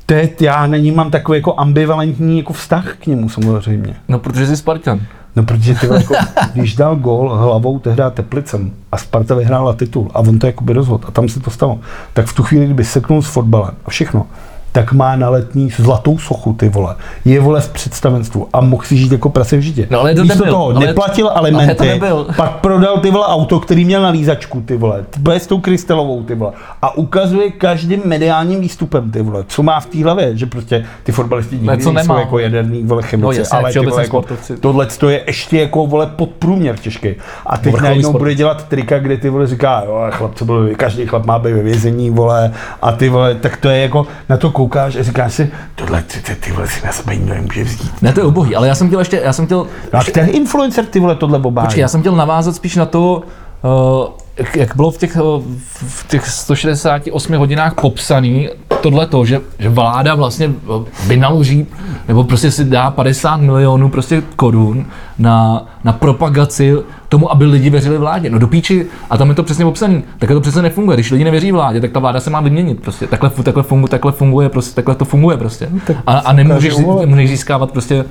S3: to je, já na ní mám takový jako ambivalentní jako vztah k němu samozřejmě.
S5: No, protože jsi Spartan.
S3: No protože ty vole, jako, když dal gól hlavou tehdy Teplicem a Sparta vyhrála titul a on to jakoby rozhodl a tam se to stalo, tak v tu chvíli, kdyby seknul s fotbalem a všechno, tak má na letní zlatou sochu, ty vole. Je vole v představenstvu a mohl si žít jako prase v žitě.
S5: No, ale to
S3: Místo
S5: nebyl.
S3: toho
S5: Ale-
S3: neplatil
S5: ale to
S3: alimenty,
S5: nebyl.
S3: pak prodal ty vole auto, který měl na lízačku, ty vole. Bude s tou krystalovou, ty vole. A ukazuje každým mediálním výstupem, ty vole, co má v té hlavě, že prostě ty fotbalisti nikdy
S5: co
S3: nejsou
S5: nemá.
S3: jako jaderný vole chemici,
S5: No, jasně,
S3: ale ty
S5: všeobecně
S3: vole, jako,
S5: sportovci.
S3: tohle to je ještě jako vole podprůměr těžký. A teď
S5: Vrcholový
S3: najednou
S5: sport.
S3: bude dělat trika, kde ty vole říká, jo, ale chlap, co byl, každý chlap má být ve vězení, vole, a ty vole, tak to je jako, na to koukáš a říkáš si, tohle ty, ty, ty vole si na sebe nikdo nemůže vzít.
S5: Ne, to je ubohý, ale já jsem chtěl ještě, já jsem chtěl
S3: No a ten influencer ty vole tohle obájí.
S5: Počkej, já jsem chtěl navázat spíš na to, eh, jak- jak bylo v těch, eh, v těch 168 hodinách popsaný tohle to, že, že vláda vlastně eh, vynaloží, nebo prostě si dá 50 milionů prostě korun na, na propagaci tomu, aby lidi věřili vládě. No do píči, a tam je to přesně popsaný. Takhle to přesně nefunguje. Když lidi nevěří vládě, tak ta vláda se má vyměnit. Prostě takhle, fu- takhle, funguje, takhle funguje, prostě, takhle to funguje prostě. A, a nemůžeš,
S3: ukáže, vole.
S5: můžeš získávat prostě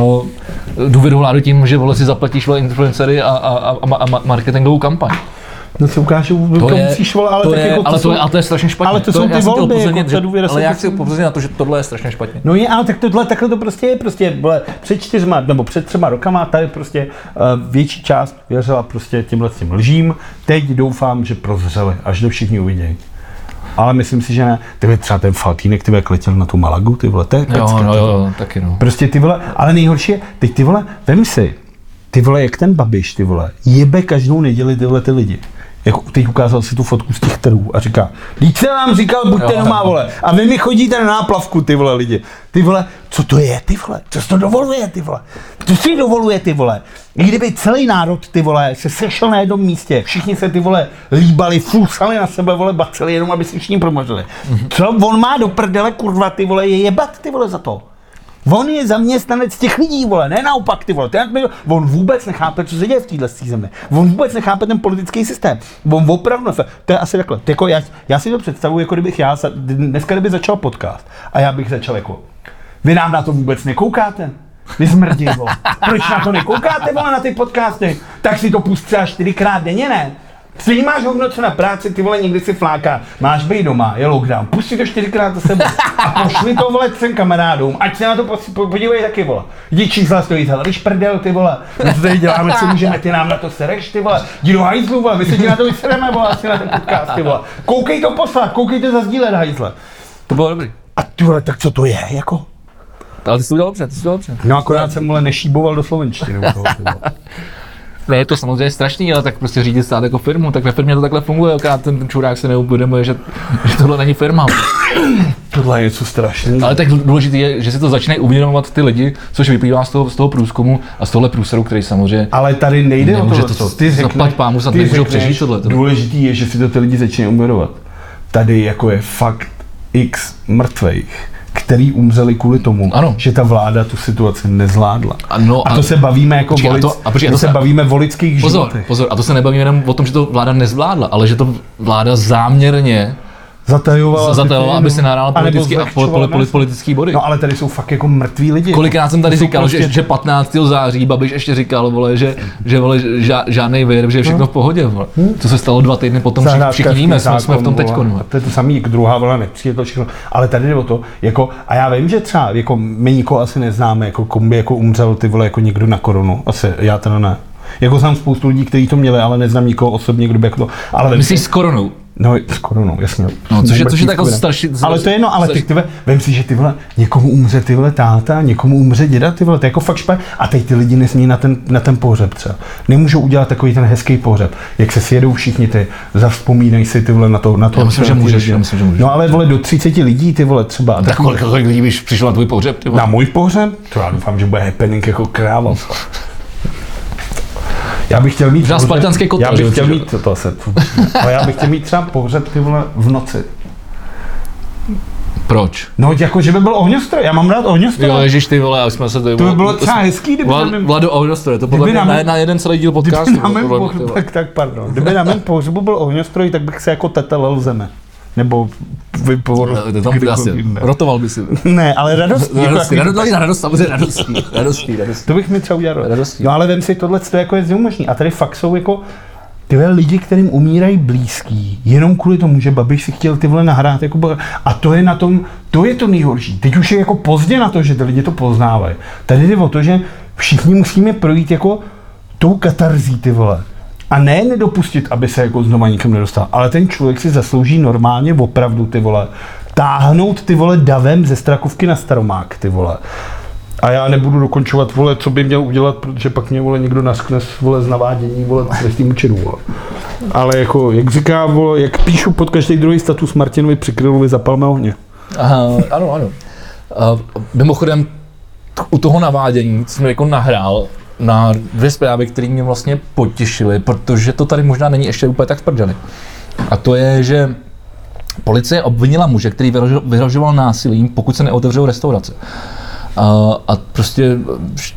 S5: uh, důvěru vládu tím, že vole si zaplatíš vole influencery a, a, a, a ma- a ma- marketingovou kampaň.
S3: No se ukážu, to, musíš vole, ale
S5: to,
S3: tak
S5: je,
S3: jako
S5: ale,
S3: jsou-
S5: to je, ale to je strašně špatně.
S3: ale to
S5: je-
S3: jsou
S5: já
S3: ty
S5: jsem chtěl
S3: volby, jako
S5: upozornit,
S3: ta
S5: že-
S3: důvěra
S5: Ale
S3: se
S5: já
S3: tak-
S5: chci upozornit na to, že tohle je strašně špatně.
S3: No je, ale tak tohle, takhle to prostě je, prostě vole, před čtyřma, nebo před třema rokama tady prostě uh, větší část věřila prostě tímhle tím lžím, teď doufám, že prozřeli, až to všichni uvidějí. Ale myslím si, že ne. Ty vole, třeba ten Faltínek, ty vole, jak letěl na tu Malagu, ty vole, to je pecka,
S5: Jo,
S3: ty
S5: no,
S3: vole.
S5: jo, jo, taky no.
S3: Prostě ty vole, ale nejhorší je, teď ty vole, vem si, ty vole, jak ten babiš, ty vole, jebe každou neděli tyhle ty lidi. Jako teď ukázal si tu fotku z těch trhů a říká, teď jsem vám říkal, buďte
S5: Jo,
S3: doma,
S5: jo.
S3: vole, a vy mi chodíte na náplavku, ty vole lidi. Ty vole, co to je, ty vole, co si to dovoluje, ty vole, co si dovoluje, ty vole. I kdyby celý národ, ty vole, se sešel na jednom místě, všichni se ty vole líbali, flusali na sebe, vole, bacili, jenom aby si všichni promořili. Co on má do prdele, kurva, ty vole, je jebat, ty vole, za to. On je zaměstnanec těch lidí, vole, ne naopak, ty vole. Ten, on vůbec nechápe, co se děje v téhle zemi. On vůbec nechápe ten politický systém. On opravdu, se- to je asi takhle. Jako já, já, si to představuji, jako kdybych já, za- dneska kdyby začal podcast a já bych začal jako, vy nám na to vůbec nekoukáte. Vy smrdí, vole. Proč na to nekoukáte, vole, na ty podcasty? Tak si to pust třeba čtyřikrát denně, ne? Stejně máš hovno, co na práci, ty vole, někdy si fláká. Máš být doma, je lockdown, pusti to čtyřikrát za sebou. A pošli to, vole, svým kamarádům, ať se na to pos- po- podívají taky, vole. Jdi čísla stojí, hele, když prdel, ty vole, my to tady děláme, co můžeme, ty nám na to sereš, ty vole. Jdi do hajzlu, vole, my se ti na to vysereme, vole, asi na ten podcast, ty vole. Koukej to poslat, koukej to zazdílet, hajzle.
S5: To bylo dobrý.
S3: A ty vole, tak co to je, jako?
S5: Ale ty jsi to udělal dobře, ty jsi to udělal dobře.
S3: No akorát jsem, vole, nešíboval do slovenštiny. u toho, ty vole.
S5: Ne, je to samozřejmě strašný, ale tak prostě řídit stát jako firmu, tak ve firmě to takhle funguje, akorát ten, ten čurák se neuvědomuje, že, že tohle není firma.
S3: Tohle je něco strašného.
S5: Ale tak důležité je, že si to začínají uvědomovat ty lidi, což vyplývá z toho, z toho průzkumu a z tohle průsadu, který samozřejmě
S3: Ale tady nejde
S5: Nemůže
S3: o to,
S5: to-
S3: ty řekneš,
S5: zaplať pámu, snad
S3: ty
S5: nemůžou
S3: řekneš,
S5: přežít tohleto.
S3: Důležitý je, že si to ty lidi začínají uvědomovat. Tady jako je fakt x mrtvejch, který umřeli kvůli tomu,
S5: Ano.
S3: že ta vláda tu situaci nezvládla.
S5: A no,
S3: a
S5: a-
S3: to se bavíme jako
S5: Počkej, a
S3: volic,
S5: to- a počkej, a
S3: to
S5: to
S3: se
S5: se-
S3: bavíme v volických
S5: Pozor,
S3: životech.
S5: pozor, a to se nebavíme jenom o tom, že to vláda nezvládla, ale že to vláda záměrně
S3: Zatajovala,
S5: zatajovala,
S3: ty
S5: aby
S3: firmy,
S5: se nahrála
S3: anebo
S5: politický, a poli, poli,
S3: zlehčovala
S5: poli,
S3: nás.
S5: politický body.
S3: No ale tady jsou fakt jako mrtví lidi.
S5: Kolikrát jsem tady
S3: Jsou
S5: říkal, že,
S3: prostě-
S5: že 15. září Babiš ještě říkal, vole, že, že vole, ža, žádný vir, že je
S3: No.
S5: všechno v pohodě. Vole. Co se stalo dva týdny potom, všichni,
S3: Zahrádkářský
S5: všichni víme, jsme,
S3: zákon,
S5: jsme v tom teď. no.
S3: vole. A To je to samý, jako druhá vlna nepřijde to všechno. Ale tady jde o to, jako, a já vím, že třeba jako my nikoho asi neznáme, jako komu by jako umřel ty vole jako někdo na korunu. Asi, já teda ne. Jako znám spoustu lidí, kteří to měli, ale neznám nikoho osobně, kdo by jako to. Ale vím,
S5: Myslíš s koronou?
S3: No, s koronou, jasně.
S5: No, což je-
S3: Vůbec
S5: což je
S3: nic
S5: taková
S3: ne.
S5: starší-
S3: Ale to je no, ale ty,
S5: starší-
S3: ty, vole, vem si, že ty vole, někomu umře ty vole táta, někomu umře děda, ty vole, to je jako fakt špatně. A teď ty lidi nesmí na ten, na ten pohřeb třeba. Nemůžou udělat takový ten hezký pohřeb, jak se sjedou všichni ty, zavzpomínají si ty vole na to. Na to
S5: Já myslím, že
S3: na ty
S5: můžeš,
S3: lidi.
S5: já myslím, že můžeš.
S3: No ale vole do 30 lidí ty vole třeba. a
S5: Tak
S3: takový-
S5: kolik kolik lidí už přišlo na tvůj pohřeb? Ty vole?
S3: na můj pohřeb? To já doufám, že bude happening jako kráva. Já bych chtěl mít...
S5: Třeba
S3: pohřeb-
S5: spartanské kotle,
S3: Já
S5: že
S3: bych
S5: jo,
S3: chtěl
S5: že-
S3: mít... To, to se... Ale já bych chtěl mít třeba pohřeb ty vole v noci.
S5: Proč?
S3: No, jako, že by byl ohňostroj. Já mám rád ohňostroj.
S5: Jo, ježiš, ty vole, já už jsme se tady...
S3: to by bylo třeba hezký, kdyby
S5: Vla,
S3: na mém,
S5: Vlado Audostroj, to podle
S3: Kdyby
S5: mě
S3: na
S5: na,
S3: mém-
S5: na jeden celý díl podcastu.
S3: kdyby na mém
S5: podle mě, ty
S3: pohřbu,
S5: vole.
S3: tak, tak pardon. Kdyby na mém pohřbu byl ohňostroj, tak bych se jako tetelel zeme. Nebo vypovoru.
S5: To- to tam asi, rotoval by si.
S3: Ne, ale radost. jako
S5: Radostí, radost, radost, samozřejmě radostí, radostí, radostí.
S3: To bych mi třeba udělal.
S5: Radostí.
S3: No ale vem si, tohle to jako je znemožný. A tady fakt jsou jako ty vole lidi, kterým umírají blízký, jenom kvůli tomu, že Babiš si chtěl ty vole nahrát. Jako bo- a to je na tom, to je to nejhorší. Teď už je jako pozdě na to, že ty lidi to poznávají. Tady jde o to, že všichni musíme projít jako tou katarzí ty vole. A ne nedopustit, aby se jako znova nikam nedostal, ale ten člověk si zaslouží normálně opravdu ty vole. Táhnout ty vole davem ze Strakovky na Staromák ty vole. A já nebudu dokončovat, vole, co by měl udělat, protože pak mě, vole, někdo naskne, s, vole, z navádění, vole, trestnímu činu, vole. Ale jako, jak říká, vole, jak píšu pod každý druhý status Martinovi Přikrylovi zapalme ohně.
S5: Aha, ano, ano. A mimochodem, t- u toho navádění jsem jako nahrál na dvě zprávy, které mě vlastně potěšily, protože to tady možná není ještě úplně tak sprdeli. A to je, že policie obvinila muže, který vyhrožo- vyhrožoval násilím, pokud se neotevřou restaurace. A, a prostě š-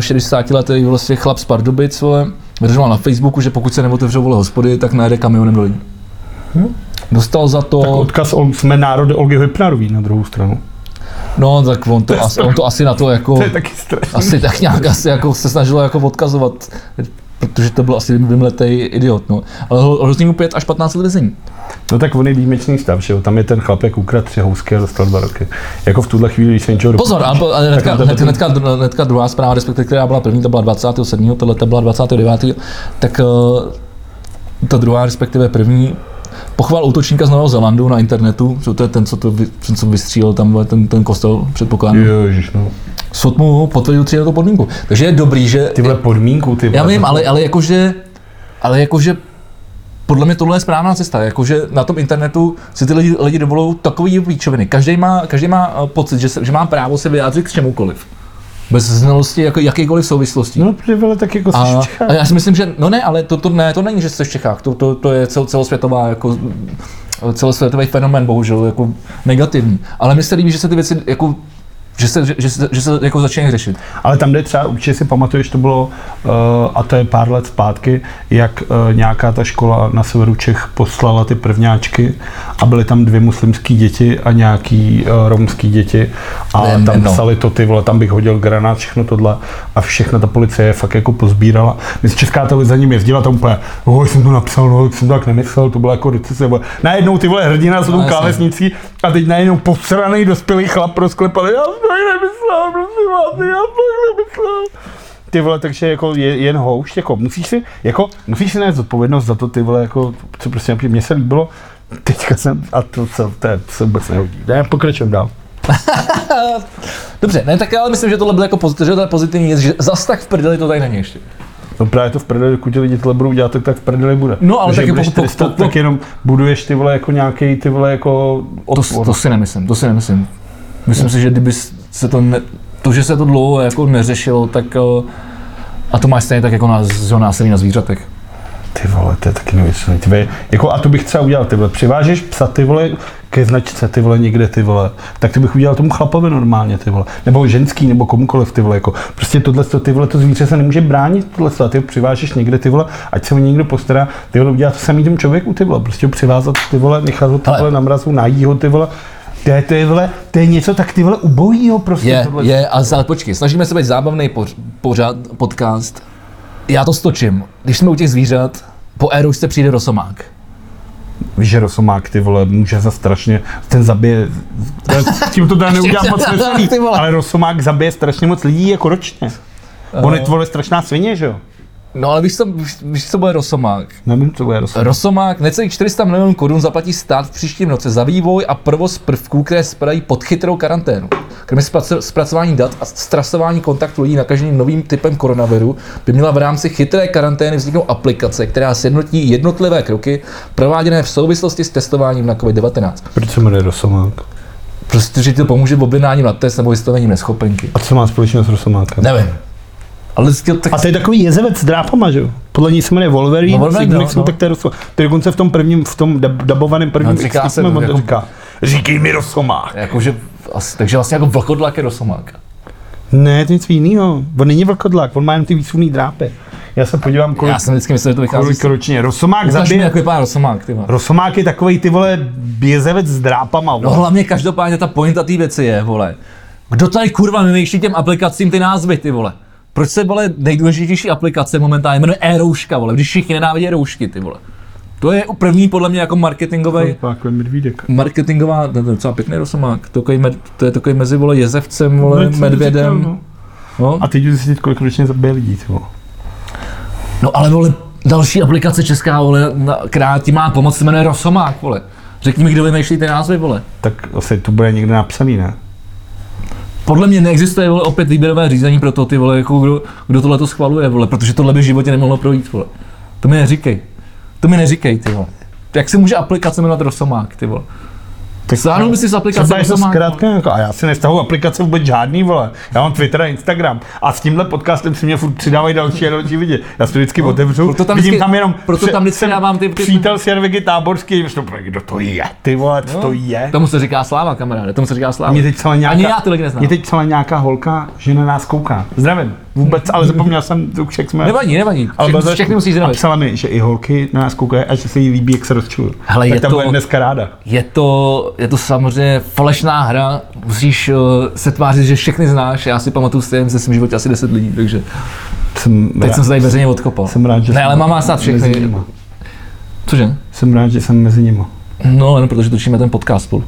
S5: 62 letý vlastně chlap z Pardubic, vole, vyhrožoval na Facebooku, že pokud se neotevřou vole hospody, tak najede kamionem do lidí. Dostal za to...
S3: Odkaz o, jsme národy Olgy Hypnarový na druhou stranu.
S5: No, tak on to, asi, on to asi na to jako,
S3: To je taky strašný.
S5: asi tak nějak asi jako se snažilo jako odkazovat, protože to byl asi vymletej idiot, no. Ale ho- hrozí mu 5 až 15 let vězení.
S3: No tak on je výjimečný stav, že jo? Tam je ten chlapek ukradl tři housky a dostal dva roky. Jako v tuhle chvíli, když se něčeho
S5: Pozor, ale, ale
S3: Tak
S5: hnedka,
S3: na tebe
S5: hned, hnedka, dru- hnedka, druhá zpráva, respektive která byla první, ta byla 27. tohle ta byla 29. Tak eh, ta druhá, respektive první, pochval útočníka z Nového Zelandu na internetu, že to je ten, co, to, vy- ten, co vystřílel tam vole, ten, ten kostel, předpokládám.
S3: dopustí. Ježiš, no.
S5: Soud mu potvrdil tři letou podmínku. Takže je dobrý, že...
S3: Ty vole podmínku, ty vole.
S5: Já vím, ale, ale jakože, ale jakože podle mě tohle je správná cesta, jakože na tom internetu si ty lidi, lidi dovolují takový píčoviny. Každý má, každý má eh, pocit, že, se, že má právo se vyjádřit k čemukoliv. Bez znalosti jako, jakýkoliv souvislostí.
S3: No, ty vole, tak jako
S5: a,
S3: jsi Čechák.
S5: a, já si myslím, že no ne, ale to, to, ne, to není, že jsi v Čechách, to, to, to je cel, celosvětová jako celosvětový fenomén, bohužel, jako negativní. Ale mi se líbí, že se ty věci jako že se, že, že, se- že se jako začínají řešit.
S3: Ale tam jde třeba, určitě si pamatuješ, to bylo, eh, a to je pár let zpátky, jak eh, nějaká ta škola na severu Čech poslala ty prvňáčky a byly tam dvě muslimské děti a nějaký eh, romský děti a
S5: Ne,
S3: tam
S5: no.
S3: psali to ty vole, tam bych hodil granát, všechno tohle a všechna ta policie je fakt jako pozbírala. Myslím, Česká televize za ním jezdila tam úplně, oj, jsem to napsal, no, jsem to tak nemyslel, to byla jako recese. vole." Najednou ty vole hrdina s tou
S5: jasně.
S3: klávesnicí a teď najednou posraný dospělý chlap rozklepal, já jsem to tak nemyslel, prosím vás, já jsem to tak nemyslel. Ty vole, takže jako je, jen houšť, jako musíš si, jako musíš si nést zodpovědnost za to, ty vole, jako, co prostě mně se líbilo, teďka jsem, a to, co, to, je- to se vůbec nehodí. Ne, pokračujeme dál.
S5: Dobře, ne, tak já ale myslím, že tohle bylo jako pozitivní, že to je pozitivní věc, že zas tak v prdeli to tady není ještě.
S3: No právě to v prdeli, dokud ti lidi tohle budou dělat, tak, tak v prdeli bude.
S5: No, ale
S3: Že
S5: taky
S3: budeš
S5: pokud-
S3: 400,
S5: pokud-
S3: tak jenom buduješ ty vole jako nějaký ty vole jako
S5: To,
S3: odpor.
S5: s- to si nemyslím, to si nemyslím. Myslím si, že kdyby s- se to, ne, to, že se to dlouho jako neřešilo, tak eh, a to máš stejně tak jako na, z- násilí na zvířatech.
S3: Ty vole, to je taky nevěřitelný. Ty vole, Jako, a to bych třeba udělal, ty vole, přivážeš psa, ty vole, ke značce, ty vole, někde, ty vole, tak to bych udělal tomu chlapovi normálně, ty vole, nebo ženský, nebo komukoliv, ty vole, jako, prostě tohle, ty vole, to zvíře se nemůže bránit, tohle, a ty ho přivážeš někde, ty vole, ať se o něj někdo postará, ty vole, udělat to samý tomu člověku, ty vole, prostě ho přivázat, ty vole, nechat ho, ty
S5: Ale-
S3: vole, na mrazu, najít ho, ty vole, to je, to je, vole, to je něco tak, ty vole, ubojího, prostě,
S5: Je,
S3: tohle,
S5: je, a za, počkej, snažíme se být zábavný poř, pořád, podcast. Já to stočím. Když jsme u těch zvířat, po éru už se přijde rosomák.
S3: Víš, že Rosomák, ty vole, může za strašně, ten zabije, tím to teda neudělám moc veselý,
S5: Ty vole.
S3: ale Rosomák zabije strašně moc lidí jako ročně. On je
S5: Eh.
S3: tvoje strašná svině, že jo?
S5: No ale víš, co, víš, víš, co bude rosomák?
S3: Nevím, co bude Rosomák.
S5: Rosomák necelých 400 milionů korun zaplatí stát v příštím roce za vývoj a provoz prvků, které spadají pod chytrou karanténu. Kromě zpraco- zpracování dat a strasování kontaktu lidí nakaženým novým typem koronaviru by měla v rámci chytré karantény vzniknout aplikace, která sjednotí jednotlivé kroky prováděné v souvislosti s testováním na COVID-19.
S3: Proč se jmenuje Rosomák?
S5: Prostě, že ti to pomůže objednáním na test nebo vystavením neschopenky.
S3: A co má společného s Rosomákem?
S5: Nevím. Ale to tak...
S3: A to je takový jezevec s drápama, že jo? Podle něj se jmenuje Wolverine,
S5: No,
S3: no,
S5: Wolverine,
S3: Wolverine,
S5: no,
S3: no,
S5: no.
S3: tak to je Rosomák. To je dokonce v tom prvním, v tom dub- dubovaném prvním
S5: No, říká
S3: X-Men
S5: se
S3: on
S5: to,
S3: to
S5: jako-
S3: říká. Říkej mi Rosomák.
S5: Jakože, asi, takže vlastně jako vlkodlak je rosomáka.
S3: Ne, to je nic jiného. On není vlkodlak, on má jen ty výsuvný drápy. Já se podívám, kolik,
S5: Já jsem vždycky myslel, že to vychází.
S3: kolik
S5: z-
S3: ročně. Rosomák
S5: Ukaž mi,
S3: zabije
S5: jak vypadá rosomák, ty vole.
S3: Rosomák je takový ty vole bězevec s drápama.
S5: No
S3: No.
S5: hlavně každopádně ta pointa té věci je, vole. Kdo tady kurva vymýšlí těm aplikacím ty názvy, ty vole? Proč se, vole, nejdůležitější aplikace momentálně jmenuje e-rouška, vole, když všichni nenávidí roušky, ty vole. To je první podle mě jako marketingový,
S3: medvídek.
S5: marketingová, to je docela pěkný rosomák, takový med, to je takový mezi, vole, jezevcem, vole,
S3: No, co
S5: medvědem,
S3: říkal, no.
S5: no.
S3: A teď zjistit, kolik ročně zabije lidí. Ty vole.
S5: No ale vole, další aplikace česká, vole, na, která ti má pomoct, se jmenuje Rosomák, vole. Řekni mi, kdo vymýšlí ty názvy, vole.
S3: Tak asi to bude někde napsaný, ne?
S5: Podle mě neexistuje, vole, opět výběrové řízení pro to, ty vole, jako kdo, kdo tohle to schvaluje, vole, protože tohle by v životě nemohlo projít, vole. To mi neříkej. To mi neříkej, ty vole. Jak se může aplikace jmenovat Rosomák, ty vole? Tak Stáhnul by si z aplikace
S3: Třeba je to
S5: Rosomák. no.
S3: zkrátka jako, a já si nestahu aplikace vůbec žádný, vole. Já mám Twitter a Instagram. A s tímhle podcastem si mě furt přidávají další a další lidi. Já si to vždycky otevřu,
S5: No, proto tam
S3: vidím
S5: vždycky-
S3: tam jenom,
S5: proto tam vždycky
S3: jsem
S5: dávám ty- ty-
S3: přítel z Jarvegy Táborský, že to bude, kdo to je, ty vole, co to je.
S5: Tomu se říká sláva, kamaráde, tomu se říká sláva.
S3: Mě teď celá nějaká,
S5: No. Ani já ty lidi neznám.
S3: Mě teď celá nějaká holka, že na nás kouká. Zdravím. Vůbec, ale zapomněl jsem, to už jak jsme...
S5: Nevadí, nevadí. Všechny, všechny musíš
S3: A
S5: zdravit.
S3: psala mi, že i holky na nás koukají a že se jí líbí, jak se rozčiluju.
S5: Hele,
S3: tak
S5: je
S3: ta
S5: to-
S3: bude dneska ráda.
S5: Je to, je to samozřejmě falešná hra, musíš eh, se tvářit, že všechny znáš, já si pamatuju stejně ze svém životě asi 10 lidí, takže
S3: Jsem
S5: teď
S3: rád,
S5: jsem se tady veřejně odkopal.
S3: jsem rád, že
S5: Ne,
S3: jsem
S5: ale mám vás snad
S3: mezi
S5: všechny.
S3: nima.
S5: Cože?
S3: Jsem rád, že jsem mezi nimi.
S5: No, jenom protože točíme ten podcast spolu.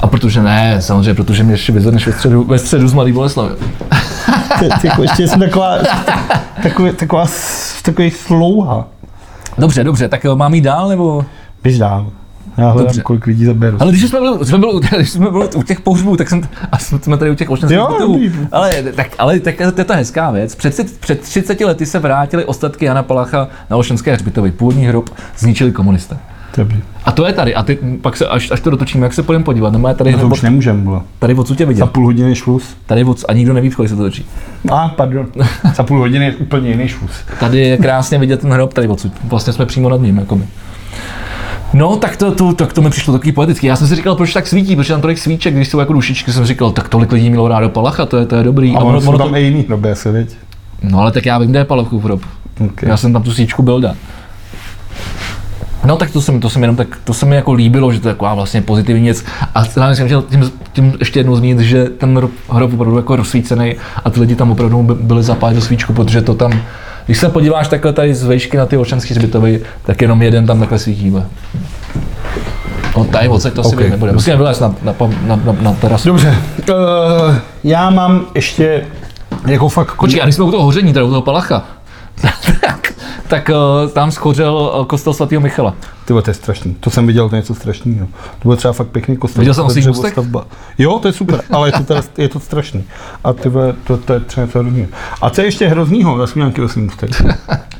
S5: A protože ne, samozřejmě, protože mě ještě vyzvedneš ve středu, ve středu z Mladý Boleslavy.
S3: Ty, ty, jako, ještě jsem taková, takový, taková, s- takový slouha.
S5: Dobře, dobře, tak eh, mám jít dál, nebo?
S3: Běž dál. Já hledám,
S5: Dobře.
S3: kolik lidí zaberu.
S5: Ale když jsme byli, jsme byli, když jsme byli u těch pohřbů, tak jsem, a jsme tady u těch oštěnských
S3: Jo,
S5: bytů.
S3: dobrý.
S5: Ale, tak, ale tak, to je ta hezká věc. Před, tři- před 30 lety se vrátily ostatky Jana Palacha na Olšanské hřbitovy. Původní hrob zničili komunisté.
S3: To je blbý.
S5: A to je tady. A ty, pak se, až, až to dotočíme, jak se půjdeme podívat. Nemá tady,
S3: No to
S5: od-
S3: už nemůžem, bylo.
S5: tady odsud tě
S3: Za
S5: vidět.
S3: půl hodiny je šluz.
S5: Tady odsud, a nikdo neví, v kolik se to točí.
S3: A, pardon. Za půl hodiny je úplně jiný šluz.
S5: Tady je krásně vidět ten hrob, tady odsud. Vlastně jsme přímo nad ním, jako my. No, tak to, to, tak to mi přišlo takový poetický. Já jsem si říkal, proč tak svítí, protože tam tolik svíček, když jsou jako dušičky, jsem říkal, tak tolik lidí mělo rádo Palacha, to je, to je dobrý.
S3: A ono,
S5: ono-
S3: jsou
S5: ono
S3: tam i jiný hroby asi, viď?
S5: No ale tak já vím, kde je Palachův hrob.
S3: Okay.
S5: Já jsem tam tu síčku builda. No tak to se mi, to se mi jenom tak, to se mi jako líbilo, že to je taková vlastně pozitivní věc. A hlavně jsem chtěl tím, tím ještě jednou zmínit, že ten hrob- hrob opravdu jako rozsvícený a ty lidi tam opravdu by- byli zapálit do svíčku, protože to tam, když se podíváš takhle tady z vejšky na ty očanský hřbitovy, tak jenom jeden tam takhle svítí. vole. No tady odsaď to asi
S3: Okay.
S5: okay. nebude. Musíme vylézt na, na, pa- na, na, na terasu.
S3: Dobře, uh, já mám ještě jako fakt...
S5: Počkej, a když jsme u toho hoření, teda u toho palacha, tak, tak eh, tam schořel eh, kostel svatého Michala.
S3: Ty vole, to je strašný. To jsem viděl, to je něco strašného. To bylo třeba fakt pěkný kostel.
S5: Viděl jsem
S3: To je
S5: osích
S3: dřevo,
S5: můstek?
S3: stavba. Jo, to je super, ale je to, teda, je to strašný. A ty vole, to, to, je třeba něco hroznýho. A co je ještě hroznýho? Já jsem měl nějaký osmý můstek.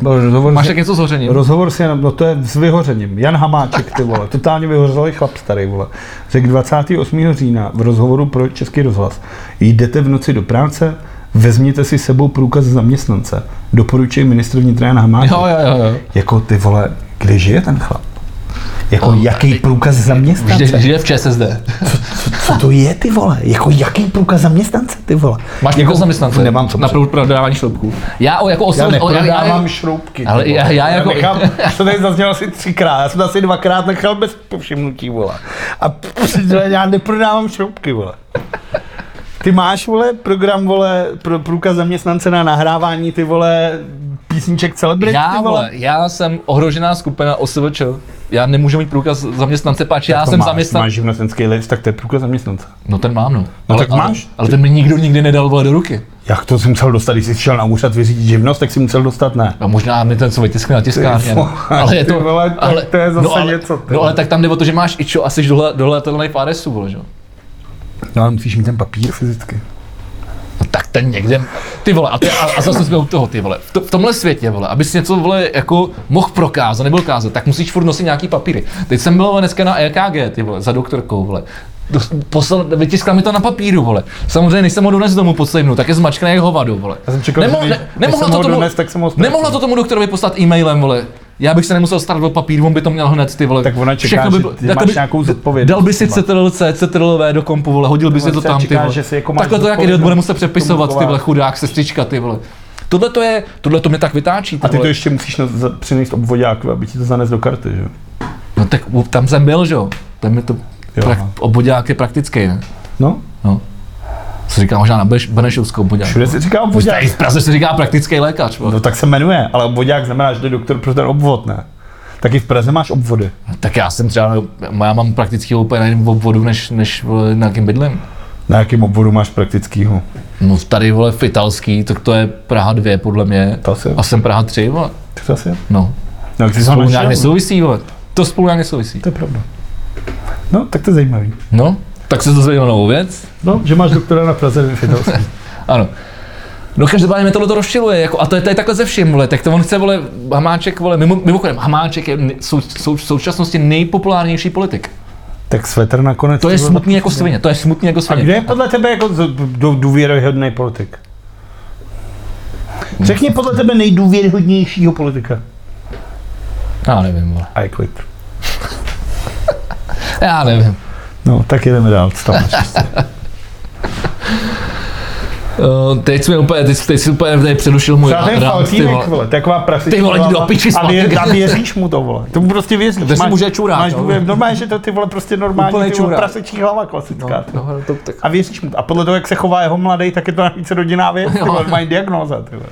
S3: Byl rozhovor
S5: Máš
S3: s-
S5: tak něco s hořením?
S3: Rozhovor s Janem, no to je s vyhořením. Jan Hamáček, ty vole, totálně vyhořelý chlap starý, vole. Řekl 28. října v rozhovoru pro Český rozhlas. Jdete v noci do práce, vezměte si sebou průkaz zaměstnance. Doporučuji ministr vnitra Jan Hamáček.
S5: Jo, jo, jo. jo.
S3: Jako ty vole, kde žije ten chlap? Jako jaký průkaz zaměstnance?
S5: Žije, žije v ČSSD.
S3: Co to je ty vole? Jako jaký průkaz zaměstnance ty vole?
S5: Máš
S3: jako,
S5: jako zaměstnance?
S3: Nemám co
S5: Na prodávání šroubků. Já o jako
S3: já
S5: osob, o-
S3: neprodávám
S5: já-
S3: šroubky.
S5: Ale
S3: ty vole.
S5: já- já jako-
S3: nechám, už to tady zaznělo asi třikrát, já jsem to asi dvakrát nechal bez povšimnutí, vole. A přitom já neprodávám šroubky, vole. Ty máš, vole, program, vole, pro průkaz zaměstnance na nahrávání, ty vole, písniček celebrit,
S5: Já,
S3: ty
S5: vole,
S3: vole.
S5: já jsem ohrožená skupina OSVČ. Já nemůžu mít průkaz zaměstnance, páč, já
S3: To
S5: jsem
S3: máš,
S5: zaměstnanec.
S3: Máš živnostenský list, tak to je průkaz zaměstnance.
S5: No ten mám, no. No
S3: tak máš.
S5: Ale, ale ten mi nikdo nikdy nedal vole do ruky.
S3: Jak to jsi musel dostat, když jsi šel na úřad vyřídit živnost, tak jsi musel dostat, ne?
S5: A možná mi ten co vytiskne na tiskárně. no.
S3: vole,
S5: Ale je
S3: ty
S5: to,
S3: vole, tak
S5: ale,
S3: to je zase
S5: no, ale,
S3: něco, ty
S5: No
S3: vole.
S5: ale tak tam jde o to, že máš i čo, asi dole, dohledatelný v adresu, vole, že? jo?
S3: No ale musíš mít ten papír fyzicky.
S5: No tak ten někde, ty vole, a, ty, a, a zase jsme u toho, ty vole. V, to, v tomhle světě, vole, abys něco, vole, jako mohl prokázat, nebyl kázat, tak musíš furt nosit nějaký papíry. Teď jsem byl vole, dneska na EKG, ty vole, za doktorkou, vole. Dos- Poslal, vytiskla mi to na papíru, vole. Samozřejmě, než jsem ho dones domů podstejnu, tak je zmačkaný jak hovado, vole.
S3: Já jsem čekal, že když- když
S5: nemohla
S3: jsem
S5: to
S3: ho
S5: tomu,
S3: dones, tak jsem ho ztratil.
S5: nemohla to tomu doktorovi poslat e-mailem, vole. Já bych se nemusel starat o papír, on by to měl hned, ty vole.
S3: Tak ona čeká,
S5: Všechno
S3: že
S5: bylo-
S3: ty
S5: tak to
S3: máš nějakou zodpovědnost,
S5: Dal by si
S3: třeba.
S5: CTRLC, CTRLV do kompu, vole, hodil by si
S3: Ona
S5: to
S3: se
S5: tam, ty
S3: čeká,
S5: vole.
S3: že si jako máš
S5: Takhle to jak idiot
S3: zodpovědnost
S5: bude muset
S3: k tomu
S5: přepisovat, ty vole,
S3: chování.
S5: chudák, sestřička, ty vole. Tohle to je, tohle to mě tak vytáčí.
S3: A ty to
S5: vole.
S3: ještě musíš na- za- přinést obvodáku, aby ti to zanes do karty, že? jo?
S5: No tak u- tam jsem byl, že jo. Tam je to
S3: Jo,
S5: prak,
S3: aha.
S5: obvodák je praktický, ne?
S3: No,
S5: No. Se říká možná na Beneš, Benešovskou obvodák.
S3: všude se říká
S5: Vy jste-
S3: obvodák.
S5: I v Praze se říká praktický lékař, vole.
S3: No tak se jmenuje, ale obvodák znamená, že to je doktor pro ten obvod, ne? Taky v Praze máš obvody.
S5: Tak já jsem třeba, já mám prakticky úplně na jiném obvodu, než, než vole, na jakým bydlím.
S3: Na jakém obvodu máš praktickýho?
S5: No tady vole v italský, tak to je Praha 2 podle mě.
S3: To asi jo.
S5: A jsem Praha 3, vole.
S3: Ty to asi? jo?
S5: No.
S3: No, jak jsi ho
S5: Spolu nějak
S3: našel?
S5: nesouvisí, vole. To spolu nějak nesouvisí.
S3: To je pravda. No, tak to je zajímavý.
S5: No, tak se dozvěděl novou věc.
S3: No, že máš doktora na Praze v Italsku.
S5: Ano. No každopádně mě tohle to rozčiluje, jako, a to je, to je takhle ze vším, vole, tak to on chce, vole, Hamáček, vole, mimo, mimochodem, Hamáček je ne- sou, sou, v současnosti nejpopulárnější politik.
S3: tak svetr nakonec.
S5: To je
S3: ty vole.
S5: smutný jako svině, to je smutný jako
S3: A
S5: svině.
S3: kde je podle tebe jako z- d- důvěryhodný politik? Řekni podle tebe nejdůvěryhodnějšího politika.
S5: Já nevím, vole.
S3: A je klid.
S5: Já nevím.
S3: No, tak jedeme dál. Co tam máš?
S5: Uh, teď jsme úplně, teď, teď jsi úplně tady přerušil můj
S3: Třeba ten
S5: rámec, ty
S3: Faltýnek,
S5: vole.
S3: vole, to je taková prasička.
S5: Ty vole, jdi do
S3: hlava.
S5: piči,
S3: a, vě,
S5: Faltýnek.
S3: a věříš mu to, vole. Tomu prostě věříš.
S5: Kde si může čurát,
S3: Máš
S5: jo.
S3: důvěr, normálně, že to ty vole prostě
S5: Úplnej
S3: normální, ty vole,
S5: čurák.
S3: prasečí hlava klasická. ty.
S5: No, to, tak,
S3: A věříš mu to. A podle toho, jak se chová jeho mladý, tak je to navíc rodinná věc, ty
S5: Jo.
S3: vole, normální diagnóza, ty vole.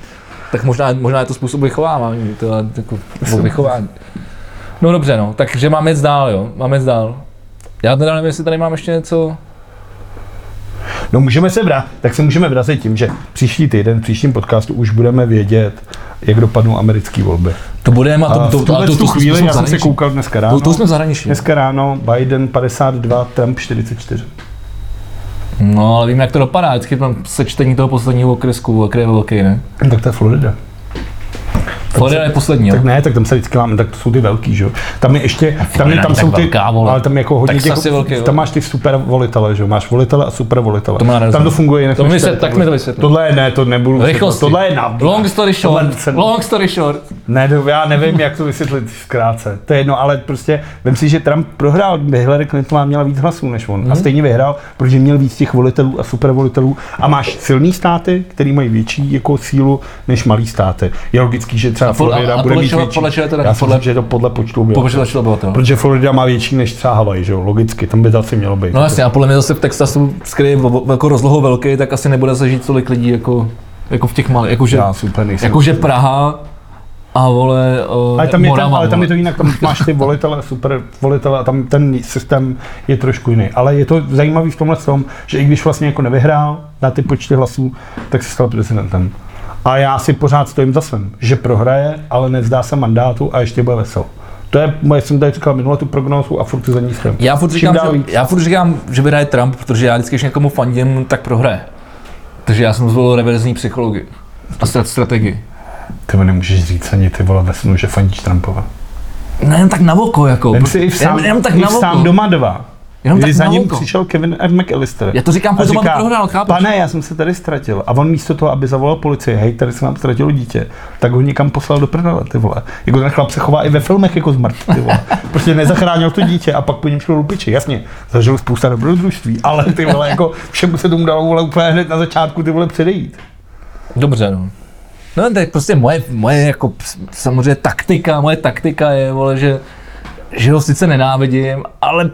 S5: tak možná, možná je to způsob vychovávání, to je jako, nebo vychování. No dobře, no, takže máme jít dál, jo, máme jít dál. Já teda nevím, jestli tady mám ještě něco.
S3: No můžeme se vrát, tak se můžeme vracet tím, že příští týden, v příštím podcastu už budeme vědět, jak dopadnou americké volby.
S5: To budeme, a
S3: A
S5: to,
S3: v
S5: to, to, a
S3: tuhle
S5: to, to,
S3: tu
S5: to
S3: chvíli,
S5: jsme
S3: já jsem
S5: v
S3: se
S5: zahraničí.
S3: koukal dneska ráno,
S5: To, to jsme v zahraničí.
S3: dneska ráno Biden 52, Trump 44.
S5: No, ale vím, jak to dopadá. Vždycky tam sečtení toho posledního okresku, který je velký, ne?
S3: Tak to je Florida.
S5: Florida je poslední, jo.
S3: Tak ne, tak tam se vždycky láme, tak to jsou ty velký, že jo. Tam je ještě, tam, je,
S5: není
S3: tam
S5: tak
S3: jsou ty,
S5: velká, vole.
S3: ale tam je jako hodně
S5: Texas je velký, vole.
S3: tam máš ty super volitele, že jo. Máš volitele a super volitele.
S5: To má nerozum.
S3: tam to funguje jinak.
S5: To mi
S3: než
S5: se-
S3: tady,
S5: tak
S3: tohle.
S5: mi to vysvětli.
S3: Tohle je, ne, to nebudu.
S5: Rychlosti.
S3: Tohle je na.
S5: Long story
S3: Tohle
S5: short,
S3: se-
S5: long story short.
S3: Ne, no, já nevím, jak to vysvětlit zkrátce. To je jedno, ale prostě vem si, že Trump prohrál, Hillary Clintonová měla víc hlasů než
S5: Mhm.
S3: on. A stejně vyhrál, protože měl víc těch volitelů a supervolitelů. A máš silný státy, který mají větší jako sílu než malý státy. Je logický, že třeba
S5: A podle-
S3: Florida
S5: a
S3: bude
S5: podle
S3: mít
S5: čeho-
S3: větší.
S5: podle čeho teda-
S3: já si
S5: podle-
S3: myslím, že je to podle počtu obyvatel.
S5: Popočítač bylo to.
S3: Protože Florida má větší než třeba Havaj, že jo? Logicky, tam by to asi mělo být.
S5: No jasně, a podle mě zase v Texasu, který je vo- jako rozlohou velký, tak asi nebude zažít tolik lidí jako, jako v těch malých, jakože,
S3: já super nejsem.
S5: jakože Praha a vole uh,
S3: Ale tam, je tam,
S5: Morava,
S3: ale tam je to
S5: vole.
S3: jinak, tam máš ty volitele, super volitele a tam ten systém je trošku jiný. Ale je to zajímavý v tomhle tom, že i když vlastně jako nevyhrál na ty počty hlasů, tak se stal prezidentem. A já si pořád stojím za svým, že prohraje, ale nezdá se mandátu a ještě bude veselo. To je moje, jsem tady říkal minule tu prognózu a furt si za ní stojím.
S5: Já furt,
S3: Čím
S5: říkám,
S3: dál
S5: že,
S3: víc.
S5: já furt říkám, že vyhraje Trump, protože já vždycky, když někomu fandím, tak prohraje. Takže já jsem zvolil reverzní psychologii a stra- strategii.
S3: Ty mi nemůžeš říct ani ty vole ve snu, že fandíš Trumpova.
S5: Ne, jen tak na oko, jako.
S3: Vem si i v sám,
S5: jenom, jenom tak
S3: i
S5: na
S3: v sám
S5: oko.
S3: doma dva.
S5: Jenom
S3: Když
S5: tak
S3: za
S5: na
S3: ním
S5: oko.
S3: přišel Kevin F. McAllister.
S5: Já to říkám,
S3: a
S5: protože on prohrál, chápeš?
S3: pane, já jsem se tady ztratil. A on místo toho, aby zavolal policii, hej, tady se nám ztratilo dítě, tak ho někam poslal do prdele, ty vole. Jako ten chlap se chová i ve filmech jako zmrt, ty vole. Prostě nezachránil to dítě a pak po něm šel lupiči, jasně. Zažil spousta dobrodružství, ale ty vole, jako všemu se tomu dalo vole úplně hned na začátku ty vole předejít.
S5: Dobře, no. No, tak prostě moje, moje jako ps- samozřejmě taktika, moje taktika je, vole, že, že ho sice nenávidím, ale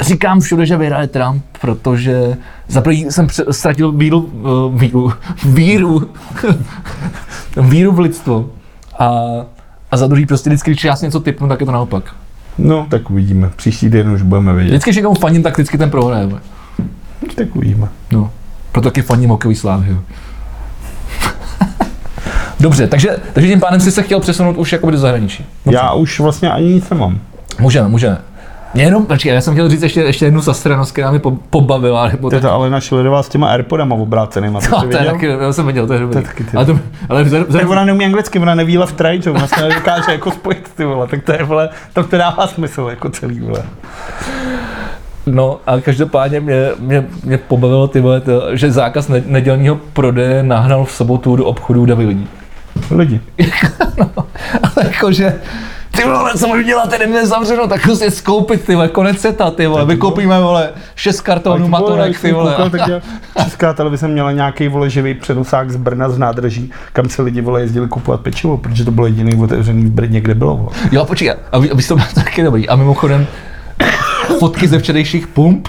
S5: říkám všude, že vyhraje Trump, protože za první jsem pře- ztratil víru, eh, víru, víru, víru v lidstvo a, a za druhý prostě vždycky, když já si něco typnu, tak je to naopak.
S3: No, tak uvidíme. Příští den už budeme vědět.
S5: Vždycky, když někomu fandím, tak vždycky ten prohraje. vole.
S3: Tak uvidíme.
S5: No, proto taky fandím hokejový slávy. jo. Dobře, takže, takže tím pádem jsi se chtěl přesunout už jakoby do zahraničí.
S3: Já už vlastně ani nic nemám.
S5: Můžeme, můžeme. Mě jenom, počkej, já jsem chtěl říct ještě, ještě jednu zastranost, která mě po, pobavila. Nebo
S3: To je
S5: tak,
S3: ta Alena Šledová s těma Airpodama obrácenýma.
S5: no,
S3: jsi
S5: to je
S3: viděl?
S5: taky, já jsem viděl, to je dobrý.
S3: je taky ty.
S5: ale to, ale vzhledem,
S3: Tak
S5: vzhledem,
S3: ona neumí anglicky, ona neví left right, že ona se nedokáže jako spojit, ty vole, tak to je, vole, tam to dává smysl, jako celý, vole.
S5: no a každopádně mě, mě, mě pobavilo ty vole, to, že zákaz ne, nedělního prodeje nahnal v sobotu do obchodu davy lidí.
S3: Lidi.
S5: Ale jakože, ty vole, co můžu dělat, tady mě zavřeno, tak prostě skoupit, ty vole, konec seta, ty vole, vykoupíme, vole, šest kartonů matorek, ty vole.
S3: Koukal, tak já, česká televize měla nějaký vole živý přenosák z Brna z nádraží, kam se lidi vole jezdili kupovat pečivo, protože to bylo jediný otevřený v Brně, kde bylo. Vole.
S5: Jo, počkej, a vy, a vy jste byli taky dobrý. A mimochodem, fotky ze včerejších pump,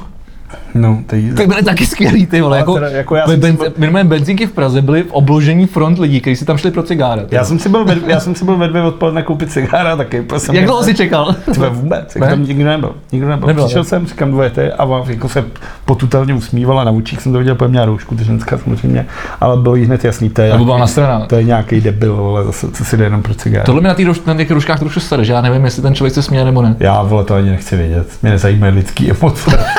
S3: No, to je
S5: ty byly taky skvělý, ty vole,
S3: Ale
S5: jako,
S3: teda, jako já
S5: ben,
S3: jsem si
S5: ben,
S3: byl-
S5: minimálně benzínky v Praze byly v obložení front lidí, kteří si tam šli pro cigára. ty
S3: já
S5: vole.
S3: jsem si byl, ve, já jsem si byl ve dvě odpoledne koupit cigára taky. protože jsem
S5: Jak dlouho jsi čekal?
S3: Tvé vůbec, jak
S5: Ne?
S3: tam nikdo nebyl. Nikdo nebyl.
S5: Nebyl,
S3: nebyl Přišel
S5: ne?
S3: jsem, říkám dvojete a vám jako se potutelně usmívala na očích, jsem to viděl, protože měla roušku, ta ženská samozřejmě, ale bylo jí hned jasný, to je,
S5: Nebo byla na stranách.
S3: to je nějaký debil, vole, zase, co si jde jenom pro cigáry.
S5: Tohle mi na, tý, roš- na těch ruškách trošku sere, že já nevím, jestli ten člověk se směje nebo ne.
S3: Já, vole, to ani nechci vědět, mě nezajímají lidský emoce.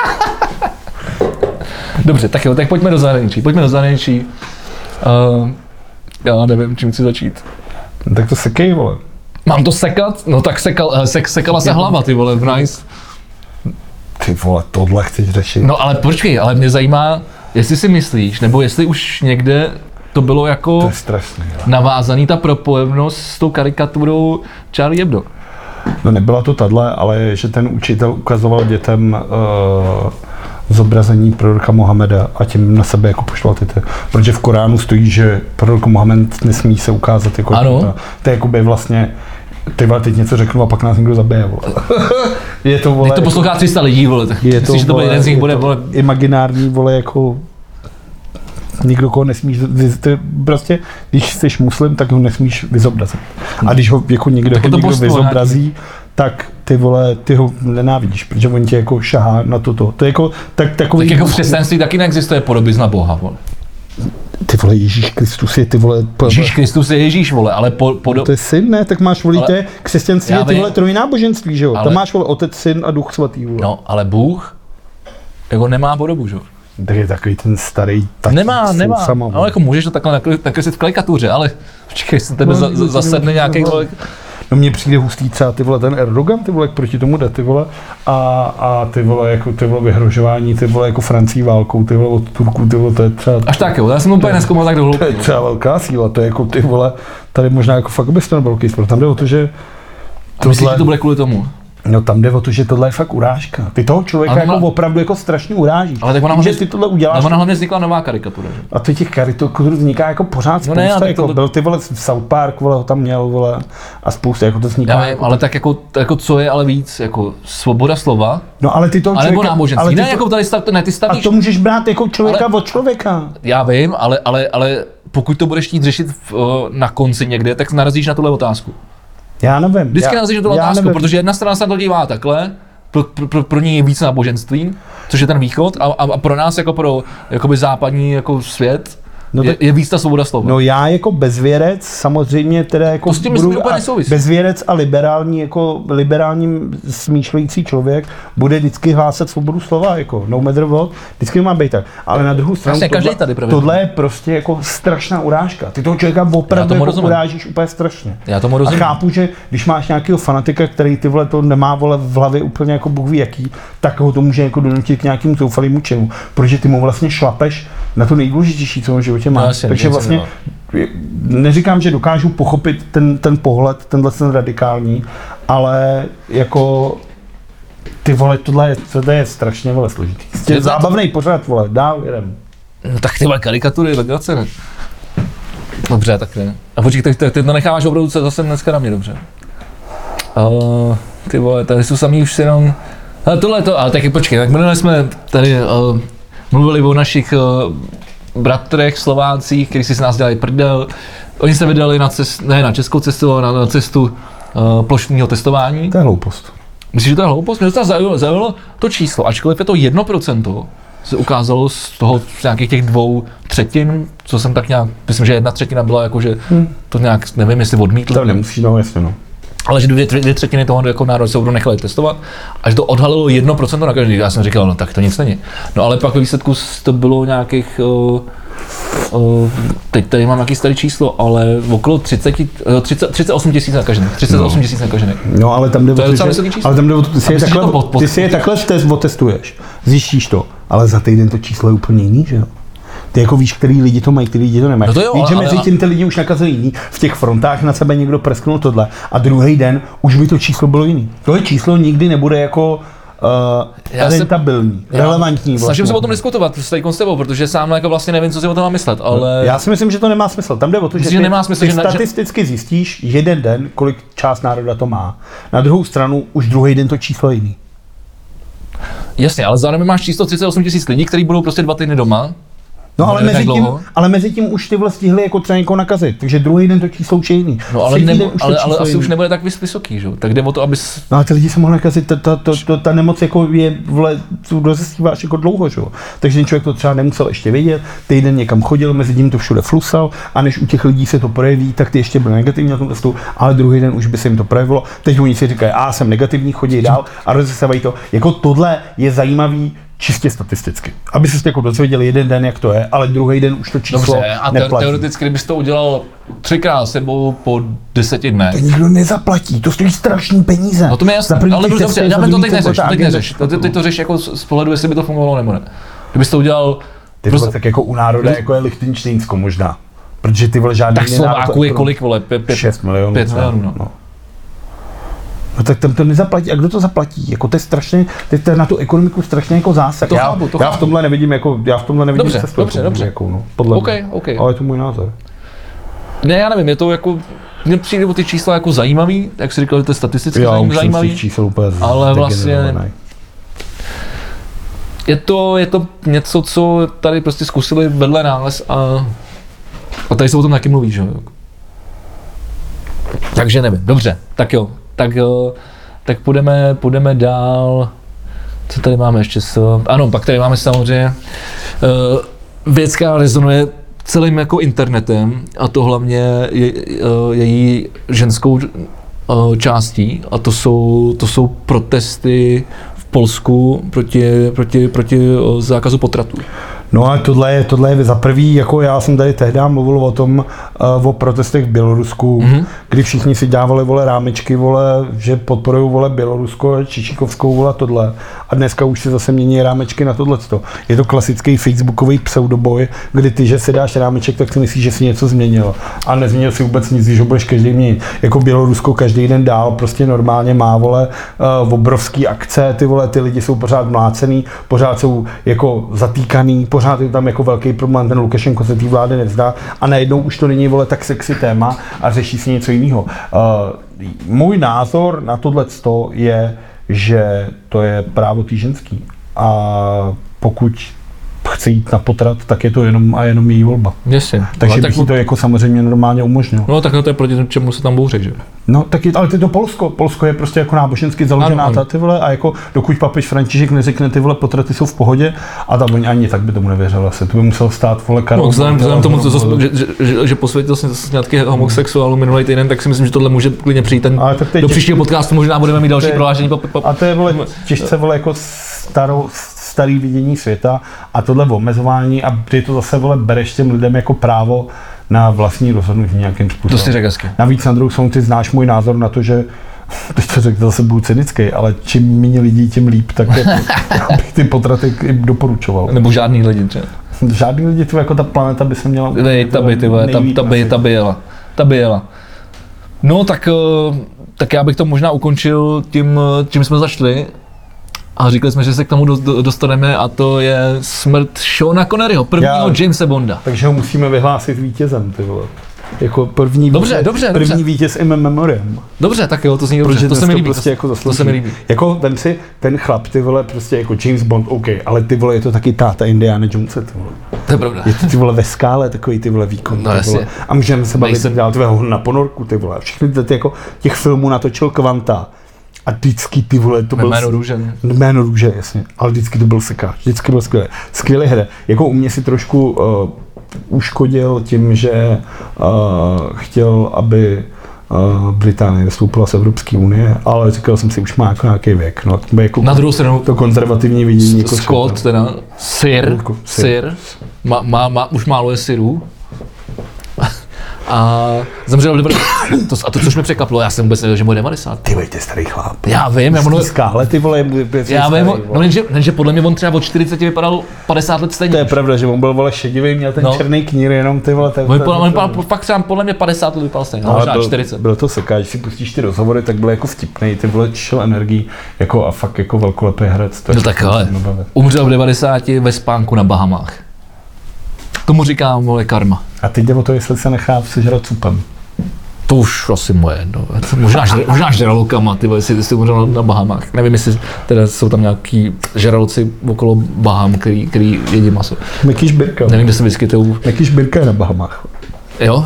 S5: Dobře, tak jo, tak pojďme do zahraničí, pojďme do zahraničí. Uh, já nevím, čím chci začít.
S3: No, tak to sekej, vole.
S5: Mám to sekat? No tak sekal, eh, sek, sekala se hlava, ty vole, v nice.
S3: Ty vole, tohle chceš řešit.
S5: No ale počkej, ale mě zajímá, jestli si myslíš, nebo jestli už někde to bylo
S3: To
S5: jako
S3: je strašný. vole.
S5: navázaný ta propojevnost s tou karikaturou Charlie Hebdo.
S3: No nebyla to tadle, ale že ten učitel ukazoval dětem uh, zobrazení proroka Mohameda a tím na sebe jako pošlal ty, ty. Protože v Koránu stojí, že prorok Mohamed nesmí se ukázat jako
S5: Ano.
S3: Ta, to je jakoby vlastně ty vole, teď něco řeknu a pak nás někdo zabije, vole. je to, vole,
S5: Teď to
S3: jako-
S5: poslouchá 300 lidí, vole, tak
S3: je to,
S5: myslíš, že to byl
S3: vole,
S5: jeden z nich,
S3: je
S5: bude,
S3: to
S5: vole,
S3: Imaginární, vole, jako nikdo koho nesmíš, vy- ty prostě, když jsi muslim, tak ho nesmíš vyzobrazit. A když ho jako někdo,
S5: Tak je to
S3: ho někdo
S5: božstvo nějaký.
S3: vyzobrazí, tak ty vole, ty ho nenávidíš, protože on tě jako šahá na toto. To je jako, tak, takový...
S5: tak jako v křesťanství taky neexistuje podobizna Boha, vole.
S3: Ty vole, Ježíš Kristus je ty vole... p-
S5: Ježíš Kristus je Ježíš, vole, ale po, po
S3: To je syn, ne? Tak máš, vole,
S5: Ale-
S3: tě, křesťanství
S5: Já
S3: je ty
S5: vím.
S3: vole trojnáboženství, že jo?
S5: Ale-
S3: Tam máš, vole, otec, syn a duch svatý, vole.
S5: No, ale Bůh jako nemá podobu, že? jo?
S3: Tak je takový ten starý... tatín
S5: Nemá,
S3: s
S5: nemá.
S3: sousama,
S5: ale
S3: vole.
S5: jako můžeš to takhle nakr- nakreslit v karikatuře, ale počkej, se tebe za, za, zasedne nějaký vole,
S3: No mně přijde hustý třeba ty vole ten Erdogan, ty vole, jak proti tomu jde, ty vole, a, a ty vole, jako ty vole vyhrožování, ty vole, jako Francí válkou, ty vole, od Turků, ty vole, to je třeba,
S5: Až tak jo, já jsem to úplně neskoumal tak do
S3: to je
S5: hloubky.
S3: třeba velká síla, to je jako ty vole, tady možná jako fakt bys to nebyl velký sport, tam jde o to, že
S5: A Myslíš,
S3: tohle-
S5: že to bude kvůli tomu?
S3: No tam jde o to, že tohle je fakt urážka. Ty toho člověka
S5: Ale
S3: jako
S5: ona-
S3: opravdu jako strašně urážíš.
S5: Ale tak ona
S3: Tím, že
S5: hlavně-
S3: ty tohle
S5: Ale
S3: uděláš,
S5: ona hlavně vznikla nová karikatura, že?
S3: a ty těch karikatur vzniká jako pořád
S5: No
S3: spousta,
S5: ne, ale tak
S3: jako
S5: to-
S3: byl ty vole v South Park, vole, ho tam měl, vole, a spousta, jako to vzniká.
S5: Já vím, ale tak jako, to jako co je ale víc, jako svoboda slova,
S3: No ale ty toho
S5: anebo
S3: člověka, ale
S5: náboženství.
S3: ty
S5: Ne,
S3: to-
S5: jako tady stav, ne, ty
S3: A
S5: stavíš,
S3: to můžeš brát jako člověka
S5: Ale-
S3: od člověka.
S5: já vím, ale, ale, ale pokud to budeš chtít řešit v, o, na konci někde, tak narazíš na tuhle otázku.
S3: Já nevím.
S5: Vždycky
S3: já,
S5: narazíš na tuhle
S3: já
S5: otázku,
S3: nevím.
S5: protože jedna strana se na to dívá takhle, pro, pro, pro, pro ní je víc náboženství, což je ten východ, a, a, a pro nás jako pro jakoby západní jako svět,
S3: No
S5: je,
S3: tak-
S5: je víc ta svoboda slova.
S3: No já jako bezvěrec samozřejmě teda jako
S5: To s tím myslím, že úplně
S3: a-
S5: nesouvisí.
S3: bezvěrec a liberální jako liberálním smýšlející člověk bude vždycky hlásat svobodu slova jako no matter what, vždycky má být tak. Ale na druhou stranu
S5: Vlastně každý
S3: tohle,
S5: tady pravda.
S3: tohle je prostě jako strašná urážka. Ty toho člověka opravdu
S5: tomu
S3: jako
S5: rozumím.
S3: urážíš úplně strašně.
S5: Já tomu
S3: A
S5: rozumím.
S3: chápu, že když máš nějakého fanatika, který ty vole to nemá vole v hlavě úplně jako Bůh ví jaký, tak ho to může jako donutit k nějakým zoufalým činu, protože ty mu vlastně šlapeš na to nejdůležitější, co on v životě má.
S5: No, jasně,
S3: Takže
S5: jasně,
S3: vlastně
S5: no.
S3: neříkám, že dokážu pochopit ten, ten pohled, tenhle ten radikální, ale jako ty vole, tohle je, tohle je strašně vole složitý.
S5: Je
S3: Je
S5: to-
S3: zábavný pořád, vole, dál jedem.
S5: No tak ty vole, karikatury, legrace, ne? Dobře, tak ne. A počkej, tak, tak ty to necháváš opravdu co- zase dneska na mě, dobře. Uh, ty vole, tady jsou samý už jenom... Ale tohle to, ale taky počkej, tak minule jsme tady uh, mluvili o našich uh, bratrech Slovácích, kteří si z nás dělají prdel. Oni se vydali na cestu, ne na českou cestu, ale na, na cestu uh, plošního testování.
S3: To je hloupost.
S5: Myslíš, že to je hloupost? Mě to zaujalo, zaujalo to číslo, ačkoliv je to 1%, se ukázalo z toho z nějakých těch dvou třetin, co jsem tak nějak, myslím, že jedna třetina byla jako, že to nějak, nevím, jestli odmítl,
S3: To nemusíš, no jasně, no.
S5: ale že dvě, dvě třetiny toho jako národa se budou nechali testovat a že to odhalilo 1% na každý. Já jsem říkal, no tak to nic není. No ale pak ve výsledku s- to bylo nějakých, uh, uh, teď tady mám nějaký starý číslo, ale okolo 30, uh, 30, 38 tisíc na každý. 38 tisíc na každý.
S3: No, ale tam jde
S5: To je
S3: o
S5: docela
S3: to,
S5: vysoký
S3: že,
S5: číslo.
S3: ale tam jde o to, ty si, je
S5: myslíš, že
S3: takhle,
S5: to pod- pod-
S3: ty si je takhle test, otestuješ, zjistíš to, ale za týden to číslo je úplně jiný, že jo? Ty jako víš, který lidi to mají, který lidi to nemají.
S5: No to jo,
S3: víš, že
S5: ale-
S3: mezi
S5: ale-
S3: tím ty lidi už nakazili jiný, v těch frontách na sebe někdo prsknul tohle a druhý den už by to číslo bylo jiný. Tohle číslo nikdy nebude jako
S5: Já
S3: uh,
S5: se-
S3: rentabilní,
S5: Já
S3: relevantní. vlastně.
S5: Snažím se o tom diskutovat s tady s tebou, protože sám jako vlastně nevím, co si o tom mám myslet, ale
S3: Já si myslím, že to nemá smysl. Tam jde o to, že,
S5: Myslím, že nemá smysl,
S3: ty
S5: že na- že-
S3: statisticky zjistíš jeden den, kolik část národa to má. Na druhou stranu už druhý den to číslo je jiný.
S5: jasně, ale zároveň máš číslo 38 tisíc lidí, kteří budou prostě dva týdny doma.
S3: No ale
S5: Bude tak
S3: mezi, tím,
S5: dlouho?
S3: ale mezi tím už tyhle stihli jako třeba někoho nakazit, takže druhý den to číslo už je jiný.
S5: No ale,
S3: Třetí
S5: nebo,
S3: den už to
S5: ale, ale
S3: číslo je
S5: asi
S3: jiný.
S5: už nebude tak vys- vysoký, že? jo? Tak jde o to, aby s-
S3: No a ty lidi se mohli nakazit, ta, ta, ta, ta, ta nemoc jako je, vle, rozestíváš jako dlouho, že jo. Takže ten člověk to třeba nemusel ještě vědět, týden někam chodil, mezi tím to všude flusal a než u těch lidí se to projeví, tak ty ještě byl negativní na tom testu, ale druhý den už by se jim to projevilo. Teď oni si říkají, a jsem negativní, chodí dál a rozestávají to. Jako tohle je zajímavý čistě statisticky. Aby se jako dozvěděli jeden den, jak to je, ale druhý den už to číslo
S5: Dobře, a te-
S3: neplatí.
S5: teoreticky, kdybys to udělal třikrát sebou po deseti dnech.
S3: Nikdo nezaplatí, to stojí strašný peníze.
S5: No to mi je jasné,
S3: první
S5: ale
S3: těch
S5: dobře,
S3: testů
S5: dobře,
S3: je za
S5: dáme to
S3: druhý
S5: teď
S3: ten
S5: neřeš, to teď
S3: agenda.
S5: neřeš, to, teď to řeš jako z z pohledu, jestli by to fungovalo nebo ne. Kdybys to udělal
S3: Ty
S5: prostě-
S3: prostě... tak jako u národa, jako je Lichtenštejnsko možná. Protože ty vole žádný
S5: tak
S3: jiný národ
S5: Slováků je
S3: to-
S5: kolik, vole, pě- pě-
S3: 6 milionů.
S5: 5
S3: co?
S5: milionů, jako no.
S3: No tak tam to nezaplatí. A kdo to zaplatí? Jako to je strašně, to je- to je na tu ekonomiku strašně jako zásah.
S5: To
S3: já,
S5: chápu, to
S3: já
S5: chápu.
S3: v tomhle nevidím, jako, já v tomhle nevidím
S5: Dobře,
S3: cestu.
S5: dobře,
S3: jako,
S5: dobře.
S3: Jako, no, podle
S5: OK,
S3: mě.
S5: OK.
S3: Ale je to můj názor.
S5: Ne, já nevím, je to jako, mně přijde o ty čísla jako zajímavý, jak jsi říkal, že to je statisticky
S3: Já už
S5: zajím-
S3: jsem z těch
S5: zajímavý.
S3: čísel úplně
S5: ale vlastně-
S3: zdegenerovaný.
S5: Je to, je to něco, co tady prostě zkusili vedle nás a, a tady se o tom taky mluví, že jo. Takže nevím, dobře, tak jo, tak, jo, tak půjdeme, půjdeme dál. Co tady máme ještě? s- Ano, pak tady máme samozřejmě uh, věc, která rezonuje celým jako internetem a to hlavně je, eh, její ženskou eh, částí a to jsou, to jsou protesty v Polsku proti, proti, proti eh, zákazu potratů.
S3: No a tohle je, tohle je za prvý, jako já jsem tady tehdy mluvil o tom, uh, o protestech v Bělorusku,
S5: Mhm.
S3: mm-hmm. kdy všichni si dávali, vole, rámečky, vole, že podporují, vole, Bělorusko, Čičikovskou, vole, tohle. A dneska už se zase mění rámečky na tohleto. Je to klasický facebookový pseudoboj, kdy ty, že si dáš rámeček, tak si myslíš, že si něco změnil. A nezměnil si vůbec nic, když ho budeš každý měnit. Jako Bělorusko každý den dál prostě normálně má, vole, uh, obrovský akce, ty vole, ty lidi jsou pořád mlácený, pořád jsou jako zatýkaný, pořád je tam jako velký problém, ten Lukašenko se té vlády nevzdá a najednou už to není vole tak sexy téma a řeší se něco jiného. Uh, můj názor na tohle je, že to je právo té ženský a pokud chce jít na potrat, tak je to jenom a jenom její volba.
S5: Jasně.
S3: Takže
S5: Ale
S3: bych jí to jako samozřejmě normálně umožnil.
S5: No tak to je proti tomu, čemu se tam bouřek, že?
S3: No, tak je, ale ty to Polsko. Polsko je prostě jako nábožensky založená
S5: Ano, ano.
S3: ta ty vole a jako dokud papež František neřekne ty vole potraty jsou v pohodě a tam oni ani tak by tomu nevěřil asi. To by musel stát vole Karol.
S5: No, vzhledem, vzhledem tomu, co,
S3: Vole.
S5: co, že, že, že, že posvětil jsem sňatky homosexuálů minulý týden, tak si myslím, že tohle může klidně přijít. Ten,
S3: Ale tak teď-
S5: do příštího podcastu možná budeme mít další
S3: To je-
S5: prohlášení. Pa, pa,
S3: A to je vole těžce vole jako starou, starý vidění světa a tohle omezování a ty to zase vole bereš těm lidem jako právo na vlastní rozhodnutí nějakým způsobem.
S5: to si řekl hezky.
S3: Navíc na druhou stranu ty znáš můj názor na to, že teď to řekl, zase budu cynický, ale čím méně lidí, tím líp, tak jako, bych ty potraty k- jim doporučoval.
S5: Nebo žádný lidi třeba.
S3: Žádný lidi, tu jako ta planeta by se měla...
S5: Dej, ta by, ty vole, ta,
S3: Jako nejlíp
S5: ta by,
S3: asi.
S5: ta by jela. Ta by jela. No tak, eh, tak já bych to možná ukončil tím, eh, čím jsme začali. A říkali jsme, že se k tomu do- do- dostaneme a to je smrt Shona Conneryho, prvního
S3: Já-
S5: Jamesa Bonda.
S3: Takže ho musíme vyhlásit vítězem, ty vole. Jako první
S5: Dobře,
S3: vítěz,
S5: dobře,
S3: první
S5: dobře.
S3: vítěz in memoriam.
S5: Dobře, tak jo, to zní dobře,
S3: Protože
S5: to se
S3: dnes
S5: mi líbí.
S3: prostě jako
S5: to, to
S3: zaslouží.
S5: se mi líbí.
S3: Jako vem si, ten chlap, ty vole, prostě jako James Bond, OK, ale ty vole, je to taky táta Indiana Jonesa, ty vole.
S5: To je pravda.
S3: Je to ty vole ve skále, takový ty vole výkon.
S5: No
S3: ty
S5: jasně.
S3: vole. A můžeme se bavit
S5: Nejsem-
S3: dál tvého na ponorku, ty vole. Všechny ty, ty jako těch filmů natočil Kvanta. A vždycky ty vole, to byl...
S5: Jméno růže. ne?
S3: Jméno růže, jasně. Ale vždycky to byl sekáč. Vždycky byl skvělý. Skvělý hra. Jako u mě si trošku uh, uškodil tím, že uh, chtěl, aby uh, Británie vystoupila z Evropské unie, ale říkal jsem si, už má jako nějaký věk. No, to je jako
S5: Na druhou stranu,
S3: to konzervativní vidění. jako
S5: Scott,
S3: Scotta.
S5: teda, sir,
S3: Jako
S5: sir, má, má, má, už málo je syrů. A zemřel v dobré... To, a to, což mě překvapilo, já jsem vůbec nevěděl, že mu je 90.
S3: Ty vole, ty starý chlap.
S5: Já vím, já, ono,
S3: Z skále, ty vole, je, je, je
S5: já
S3: starý,
S5: vím,
S3: vole.
S5: no jenže, jenže, podle mě on třeba od 40 vypadal 50 let stejně.
S3: To je pravda, že on byl vole šedivý, měl ten
S5: No.
S3: no. černý knír, jenom ty vole. Ten,
S5: On vypadal, on vypadal fakt třeba podle mě 50 let vypadal stejně, no, možná 40.
S3: Byl to seká, když si pustíš ty rozhovory, tak byl jako vtipný, ty vole šel energií, jako a fakt jako velkolepý herec. To je
S5: No tak ale,
S3: musím bavit.
S5: umřel v 90 ve spánku na Bahamách. Tomu říkám, vole, karma.
S3: A teď jde o to, jestli se nechá sežrat cupem.
S5: To už asi moje jedno. Možná, žr- možná žralokama, ty vole, jestli jestli umřel na, na Bahamách. Nevím, jestli teda jsou tam nějaký žraloci okolo Baham, který, který jedí maso.
S3: Mekýš Birka.
S5: Nevím, kde se vyskytují.
S3: Mekýš Birka je na Bahamách.
S5: Jo?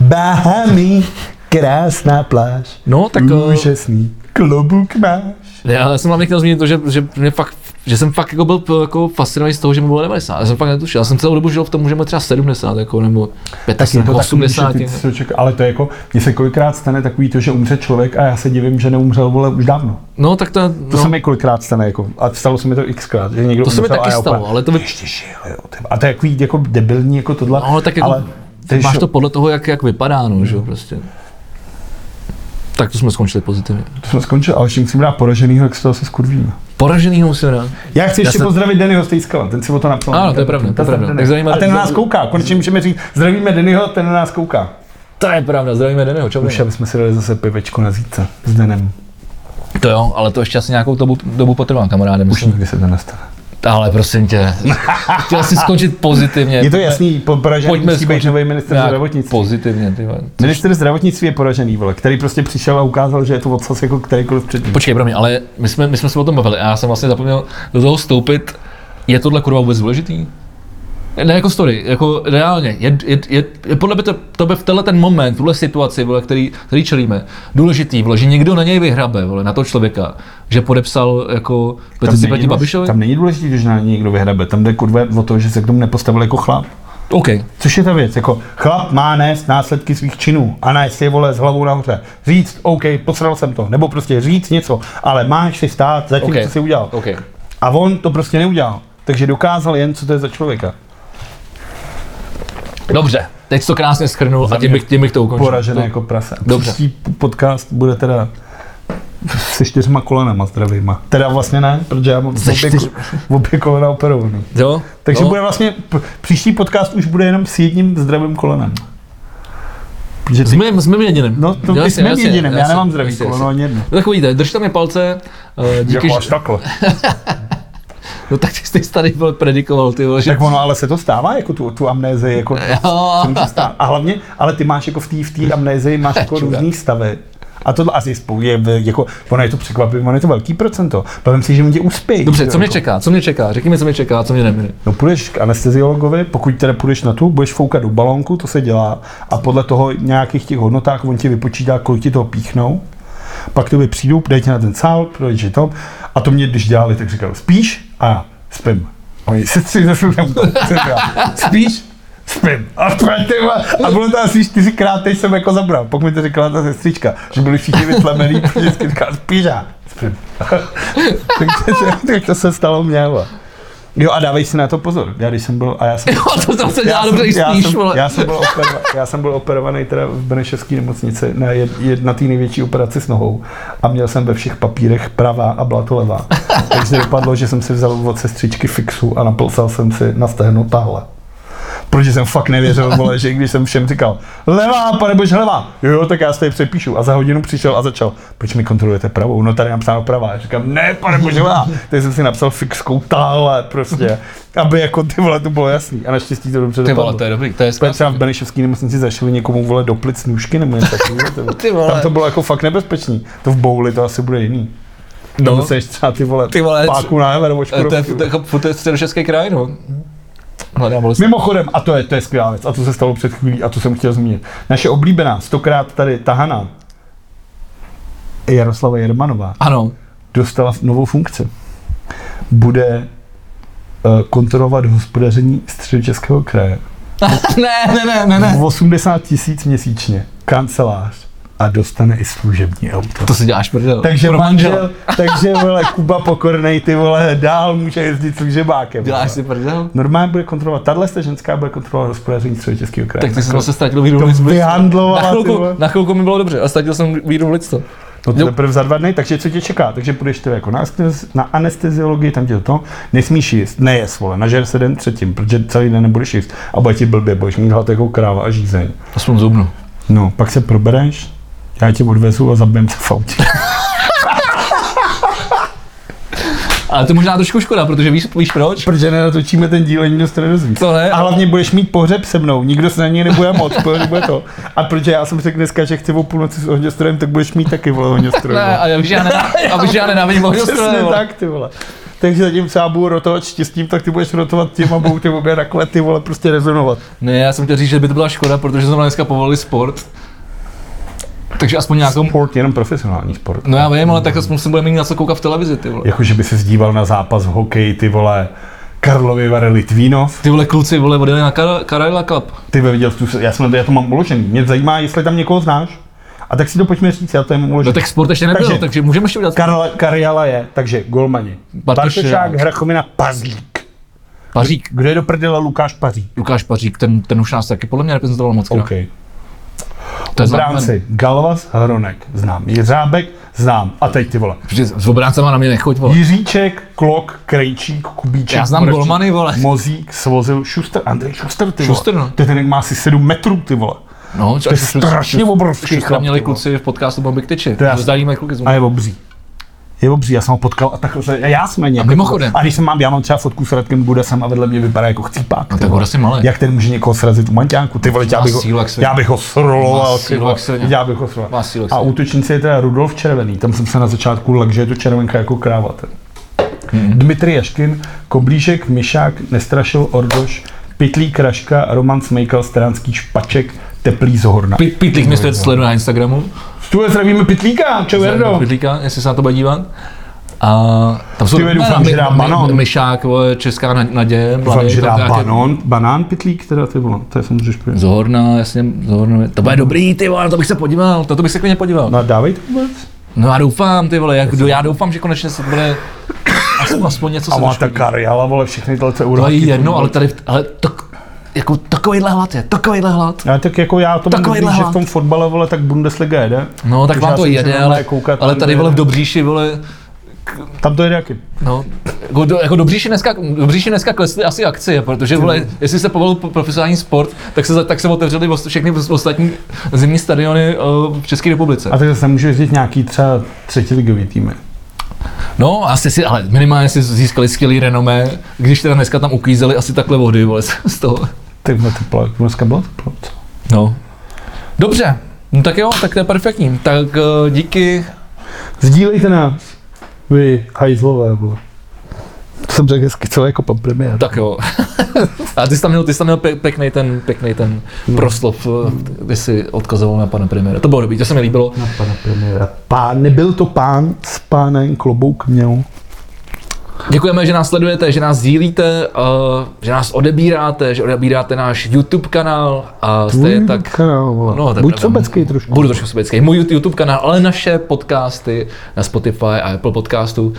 S3: Bahamy, krásná pláž,
S5: No, tak...
S3: Mm,
S5: eh,
S3: úžasný klobuk máš.
S5: Já jsem hlavně chtěl zmínit to, že, že, mě fakt, že jsem fakt jako byl p- jako fascinovaný z toho, že mu bylo 90. Já jsem fakt netušil. Já jsem celou dobu žil v tom, že mu je třeba 70, jako, nebo 50,
S3: jako takový,
S5: 80.
S3: že ty si to čeká- ale to je jako, mně se kolikrát stane takový to, že umře člověk a já se divím, že neumřel, vole, už dávno.
S5: No, tak to, no,
S3: To no. se mi kolikrát stane, jako, a stalo se mi to xkrát, že někdo
S5: to se mi
S3: umřel a
S5: taky
S3: já
S5: stalo,
S3: úplně-
S5: ale to by...
S3: ještě žil, jo. ty vole. A to je takový jako debilní, jako tohle.
S5: No, ale tak jako, ale
S3: ty
S5: máš
S3: šo-
S5: to podle toho, jak, jak vypadá, no, že jo, prostě. Tak to jsme skončili pozitivně.
S3: To jsme skončili, ale ještě musím dát poraženýho, jak se toho se skurvíme.
S5: Poražený musím dát.
S3: Já chci ještě
S5: jsem-
S3: pozdravit Dennyho Stejskala, ten si o to napsal.
S5: Ano,
S3: na
S5: to je pravda,
S3: internetu.
S5: to je pravda.
S3: Denny.
S5: Tak zajímavé-
S3: A ten na nás kouká, konečně můžeme říct, zdravíme Dennyho, ten na nás kouká.
S5: To je pravda, zdravíme Denyho, čau.
S3: Už, aby jsme si dali zase pivečko na zítce s Denem.
S5: To jo, ale to ještě asi nějakou dobu, dobu potrvá, kamaráde,
S3: Už
S5: myslím.
S3: nikdy se to nestane.
S5: Ale prosím tě, chtěl jsi skončit pozitivně.
S3: Je to jasný, po- poražený
S5: Pojďme
S3: musí být
S5: skončit
S3: nový minister
S5: nějak
S3: zdravotnictví.
S5: Pozitivně, ty vole.
S3: Minister zdravotnictví je poražený, vole, který prostě přišel a ukázal, že je to odsaz jako kterýkoliv předtím.
S5: Počkej, pro mě, ale my jsme, my jsme se o tom bavili a já jsem vlastně zapomněl do toho vstoupit. Je tohle kurva vůbec důležitý? Ne jako story, jako reálně. Je, je, je, je podle mě to, to by v tenhle ten moment, v tuhle situaci, vole, který, který čelíme, důležitý, vole, že někdo na něj vyhrabe, vole, na toho člověka, že podepsal jako petici
S3: není
S5: proti
S3: důlež-
S5: Babišovi?
S3: Tam není důležité, že na něj někdo vyhrabe, tam jde kurva o to, že se k tomu nepostavil jako chlap.
S5: OK,
S3: Což je ta věc, jako chlap má nést následky svých činů a nést je vole s hlavou nahoře. Říct, OK, posral jsem to, nebo prostě říct něco, ale máš si stát za tím,
S5: OK.
S3: co jsi udělal.
S5: OK.
S3: A on to prostě neudělal, takže dokázal jen, co to je za člověka.
S5: Dobře, teď jsi to krásně schrnul a tím bych, tím bych to ukončil.
S3: Poražené
S5: To-
S3: jako prase.
S5: Dobře.
S3: Příští podcast bude teda se čtyřma kolenama zdravýma. Teda vlastně ne, protože já mám obě,
S5: čtyř-
S3: obě kolena operovaný.
S5: Jo?
S3: Takže
S5: no.
S3: bude vlastně, p- příští podcast už bude jenom s jedním zdravým kolenem. Že
S5: S
S3: ty,
S5: mým, s mým jediným.
S3: no to ty
S5: Jasně,
S3: s mým
S5: jasně,
S3: jediným, já
S5: jasně,
S3: nemám zdravý
S5: jasně,
S3: koleno
S5: jasně.
S3: ani jedno. Jako
S5: No tak uvidíte, držte mi palce, eh, díky, že,
S3: takhle.
S5: no tak ty jsi tady byl predikoval, ty vole, že... Ah.
S3: Tak ono, ale se to stává, jako tu, tu amnézii, jako to,
S5: Jo.
S3: se může stát. A hlavně, ale ty máš jako v té v té amnézii, máš jako
S5: Čurák.
S3: různý stavy. A tohle asi spou- je, jako, ono je to překvapivé, ono je to velký procento. Bavím si, že mě uspějí.
S5: Dobře,
S3: že
S5: co mě
S3: jako-
S5: čeká, co mě čeká, řekni mi, co mě čeká, co mě nemine.
S3: No půjdeš k anesteziologovi, pokud teda půjdeš na tu, budeš foukat do balónku, to se dělá, a podle toho nějakých těch hodnotách on ti vypočítá, kolik ti toho píchnou. Pak tobě přijdu, dají tě na ten sál, projdeš je to. A to mě, když dělali, tak říkal, spíš a já, spím. A oni sestři zase tam, spíš, spím. A, pak ty vole, a bylo to asi čtyřikrát, teď jsem jako zabral. Pak mi to říkala ta sestřička, že byli všichni vytlemený, protože vždycky říkala, spíš a já, spím. takže, tak to se stalo mně. vole. Jo a dávej si na to pozor. Já když jsem byl, a já jsem...
S5: Jo, to tam se
S3: já
S5: dělá
S3: jsem-
S5: dobře i
S3: já
S5: spíš,
S3: jsem,
S5: vole.
S3: já, jsem byl operova, já jsem byl operovaný teda v Benešovské nemocnici na, jed, jed, na té největší operaci s nohou a měl jsem ve všech papírech pravá a byla to levá. Takže dopadlo, že jsem si vzal od sestřičky fixu a napolsal jsem si na stehno tahle. Protože jsem fakt nevěřil, vole, že když jsem všem říkal, levá, pane bož, levá, jo, jo, tak já se tady přepíšu. A za hodinu přišel a začal, proč mi kontrolujete pravou? No tady napsáno pravá. Já říkám, ne, pane bož, levá. Tak jsem si napsal fixkou táhle prostě, aby jako ty vole to bylo jasný. A naštěstí to dobře
S5: Ty
S3: dopadlo.
S5: vole, to je dobrý, to je
S3: Úplně
S5: skvělé.
S3: třeba v Benešovský nemocnici zašili někomu vole do plic nůžky nebo něco takového. ty vole.
S5: Ty vole.
S3: Tam to bylo jako fakt nebezpečný. To v bouli to asi bude jiný. No.
S5: No,
S3: Musíš třeba ty vole,
S5: Ty vole,
S3: páku na hever,
S5: to je- Eh, to je- to je- to je- to je středočeský kraj, no. Hledám bolest.
S3: Mimochodem, a to je, to je skvělá věc, a to se stalo před chvílí, a to jsem chtěl zmínit. Naše oblíbená, stokrát tady tahaná, Jaroslava Jermanová,
S5: Ano,
S3: dostala novou funkci. Bude eh, kontrolovat hospodaření středočeského kraje.
S5: ne, ne, ne, ne, ne.
S3: 80 tisíc měsíčně, kancelář a dostane i služební auto.
S5: To si děláš prdel.
S3: Takže
S5: Pro
S3: manžel, takže vole, Kuba Pokornej, ty vole, dál může jezdit služebákem.
S5: Děláš
S3: vole.
S5: si prdel?
S3: Normálně bude kontrolovat, tahle ženská bude kontrolovat hospodaření středočeského kraje. Jako-
S5: Tak ty jsi se ztratil víru v
S3: to
S5: lidstvo.
S3: vyhandlovala,
S5: Na
S3: ty
S5: chvilku,
S3: vole.
S5: na chvilku mi bylo dobře, a ztratil jsem víru v lidstvo.
S3: No to
S5: Jo.
S3: teprve za dva dny, takže co tě čeká? Takže půjdeš teda jako na, anestezi- na anesteziologii, tam tě to to, nesmíš jíst, nejes, vole, nažer se den předtím, protože celý den nebudeš jíst a bude ti blbě, budeš mít hlad jako kráva a žízeň.
S5: Aspoň zubnu.
S3: No, pak se probereš, já tě odvezu a zabijem se v autě.
S5: Ale to možná trošku škoda, protože víš, víš proč?
S3: protože nenatočíme ten díl, nikdo se to nedozví.
S5: To ne.
S3: A hlavně budeš mít pohřeb se mnou, nikdo se na něj nebude moc, nebude to. A protože já jsem řekl dneska, že chci o půlnoci s ohňostrojem, tak budeš mít taky vole no. ohňostroj.
S5: Ne,
S3: vole.
S5: a já víš, že já nenávidím, a víš, že já nenávidím
S3: Přesně
S5: ohňostroje, vole.
S3: tak, ty vole. Takže zatímco já budu rotovat štěstím, tak ty budeš rotovat tím a budou ty obě takhle ty vole prostě rezonovat.
S5: Ne, já jsem chtěl říct, že by to byla škoda, protože zrovna dneska povolili sport. Takže aspoň nějakou...
S3: Sport, jenom profesionální sport.
S5: No já vím, ale tak aspoň se budeme mít na co koukat v televizi, ty vole.
S3: Jakože Jako, by se zdíval na zápas v hokeji, ty vole, Karlovy Vary Litvínov.
S5: Ty vole kluci, vole, odjeli na Kar- Karajla Cup.
S3: Ty vole, viděl jsi tu, se- já, jsem, já to mám uložený. Mě zajímá, jestli tam někoho znáš. A tak si to pojďme říct, já to jen uložený.
S5: No tak sport ještě nebyl,
S3: Takže-
S5: takže, takže můžeme ještě udělat.
S3: Karla, Karjala je, takže golmani.
S5: Bartošák.
S3: Bartošák, Hrachovina, Pazlík.
S5: Pařík.
S3: Kdo je do prdela Lukáš Pařík?
S5: Lukáš Pařík, ten, ten už nás taky podle mě reprezentoval moc. krát.
S3: OK.
S5: To je
S3: V rámci Galvas, Hronek, znám. Jeřábek, znám. A teď ty vole.
S5: Protože s obráncema na mě nechoď, vole.
S3: Jiříček, Klok, Krejčík, Kubíček.
S5: Já znám
S3: Moravčík,
S5: golmany, vole.
S3: Mozík, Svozil, Šuster, Andrej Šuster, ty
S5: Šuster,
S3: vole.
S5: no.
S3: To je ten, jak má asi 7 metrů, ty vole.
S5: No, to
S3: je strašně obrovský chlap,
S5: měli
S3: ty vole.
S5: kluci v podcastu Bombik Tyči.
S3: To já-
S5: Zdalíme kluky z
S3: A je obří. Je obří, já jsem ho potkal a takhle, se- a já jsme někoho.
S5: mimochodem.
S3: jako- A když jsem mám, já mám třeba fotku s Radkem Budasem a vedle mě vypadá jako chcípák. ty
S5: No tak
S3: vole.
S5: bude si malý.
S3: Jak ten může někoho srazit u manťánku? Ty vole, já
S5: Má
S3: bych, ho,
S5: sílu, jak se-
S3: já bych ho
S5: Má
S3: sroloval. ty
S5: sílu,
S3: vole.
S5: jak se-
S3: Já bych ho sroloval.
S5: Má sílu, jak
S3: A
S5: se-
S3: útočnice je teda Rudolf Červený. Tam jsem se na začátku lek, že je to červenka jako kráva. Ten.
S5: Hmm.
S3: Dmitry Jaškin, Koblížek, Mišák, Nestrašil, Ordoš, Pitlí, Kraška, Roman Smejkal, Stránský, Špaček, Teplý z Horna.
S5: Pit- Pitlík mi sleduje na Instagramu.
S3: Tu zdravíme Pitlíka, čau Jardo.
S5: Pitlíka, jestli se na to bude dívat. A tam jsou
S3: Ty doufám, že dá banon.
S5: Myšák, vole, Česká na- naděje,
S3: Doufám,
S5: mladý,
S3: že
S5: tam
S3: dá
S5: nějaké-
S3: banán, banán Pitlík teda, ty vole, to je samozřejmě špatně.
S5: Zohorna, jasně, Zohorna, to bude dobrý, ty vole, na to bych se podíval, na to bych se klidně podíval.
S3: No a dávej to vůbec.
S5: No já doufám, ty vole, jak, já doufám, že konečně se bude aspoň, aspoň něco
S3: No A
S5: se
S3: má
S5: trošku
S3: ta kariála, vole, všechny tyhle
S5: To je
S3: eurohky.
S5: jedno, ale tady, v- ale tak, jako takovýhle hlad je, takovýhle hlad.
S3: Já tak jako já to mám
S5: Takový
S3: dobrý, že v
S5: lehát.
S3: tom fotbale, vole, tak Bundesliga jede.
S5: No, tak
S3: Takže
S5: vám
S3: já
S5: to
S3: jsem
S5: jede,
S3: zrovna
S5: ale,
S3: nekoukat,
S5: ale
S3: tam
S5: tady
S3: to
S5: vole v
S3: jede.
S5: Dobříši, vole,
S3: Tam to jede jaký?
S5: no, jako, do, jako Dobříši dneska, Dobříši dneska klesly asi akcie, protože vole, jestli se povolil po- profesionální sport, tak se, za- tak se otevřely ost- všechny os- ostatní zimní stadiony o, v České republice.
S3: A tak zase můžu jezdit nějaký třeba třetiligový týmy.
S5: No, asi si, ale minimálně si získali skvělý renomé, když teda dneska tam uklízeli asi takhle vody, vole, z toho.
S3: Tak bylo teplo, jak dneska bylo teplo, co?
S5: No. Dobře, No tak jo, tak to je perfektní. Tak eh, díky.
S8: Sdílejte nás, vy hajzlové, vole. To jsem řekl hezky, co jako pan premiér.
S5: Tak jo. A ty jsi tam měl, ty jsi tam měl pe- pěkný ten, pěkný ten
S8: No.
S5: proslov, eh, kdy jsi odkazoval na pana premiéra. To bylo dobrý, to se mi líbilo.
S8: Pana premiéra. Pán, nebyl to pán s pánem klobouk měl.
S5: Děkujeme, že nás sledujete, že nás sdílíte, eh, že nás odebíráte, že odebíráte náš YouTube kanál a jste
S8: Tvůj
S5: tak...
S8: Kanál, vole.
S5: No, tak
S8: Buď
S5: pravda.
S8: sobecký trošku.
S5: Budu trošku sobecký. Můj YouTube kanál, ale naše podcasty na Spotify a Apple podcastu.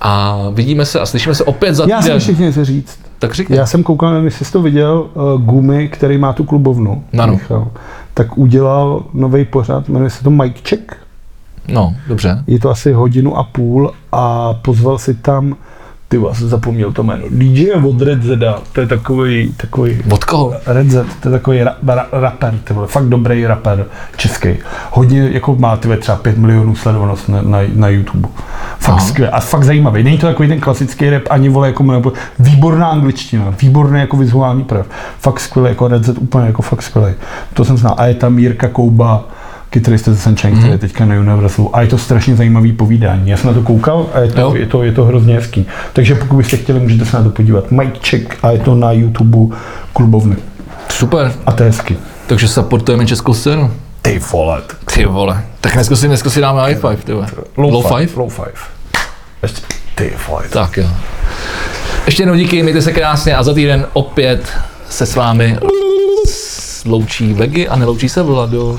S5: A vidíme se a slyšíme se opět za
S8: Já jsem
S5: týden.
S8: ještě něco říct.
S5: Tak řekni.
S8: Já jsem koukal, nevím, jestli jsi to viděl, uh, Gumy, který má tu klubovnu,
S5: Ano.
S8: Michal, tak udělal nový pořad, jmenuje se to Mike Check.
S5: No, dobře.
S8: Je to asi hodinu a půl a pozval si tam, ty vole, jsem zapomněl to jméno, DJ od Red Zeda, to je takový, takový
S5: Od koho?
S8: Red Z, to je takový ra- ra- rapper, ty vole, fakt dobrý rapper český. Hodně, jako má ty vole, třeba 5 milionů sledovanost na, na, na YouTube. Fakt skvělý a fakt zajímavý. Není to takový ten klasický rap, ani vole, jako mu nebo výborná angličtina, výborný jako vizuální prv. Fakt skvělý, jako Red Z úplně jako fakt skvělý. To jsem znal. A je tam Jirka Kouba, kytarista ze Sunshine, který je teďka na Universalu. A je to strašně zajímavý povídání. Já jsem na to koukal a je
S5: Jo.
S8: to, je to, je to hrozně hezký. Takže pokud byste chtěli, můžete se na to podívat. Mike Check a je to na YouTube klubovny.
S5: Super.
S8: A to je hezky.
S5: Takže supportujeme českou scénu.
S8: Ty vole.
S5: Ty vole. Tak dneska si, dneska si dáme high five, ty vole. Low, five?
S8: Low five. é Ještě, ty vole.
S5: Tak jo. Ještě jednou díky, mějte se krásně a za týden opět se s vámi loučí Vegy a neloučí se Vlado.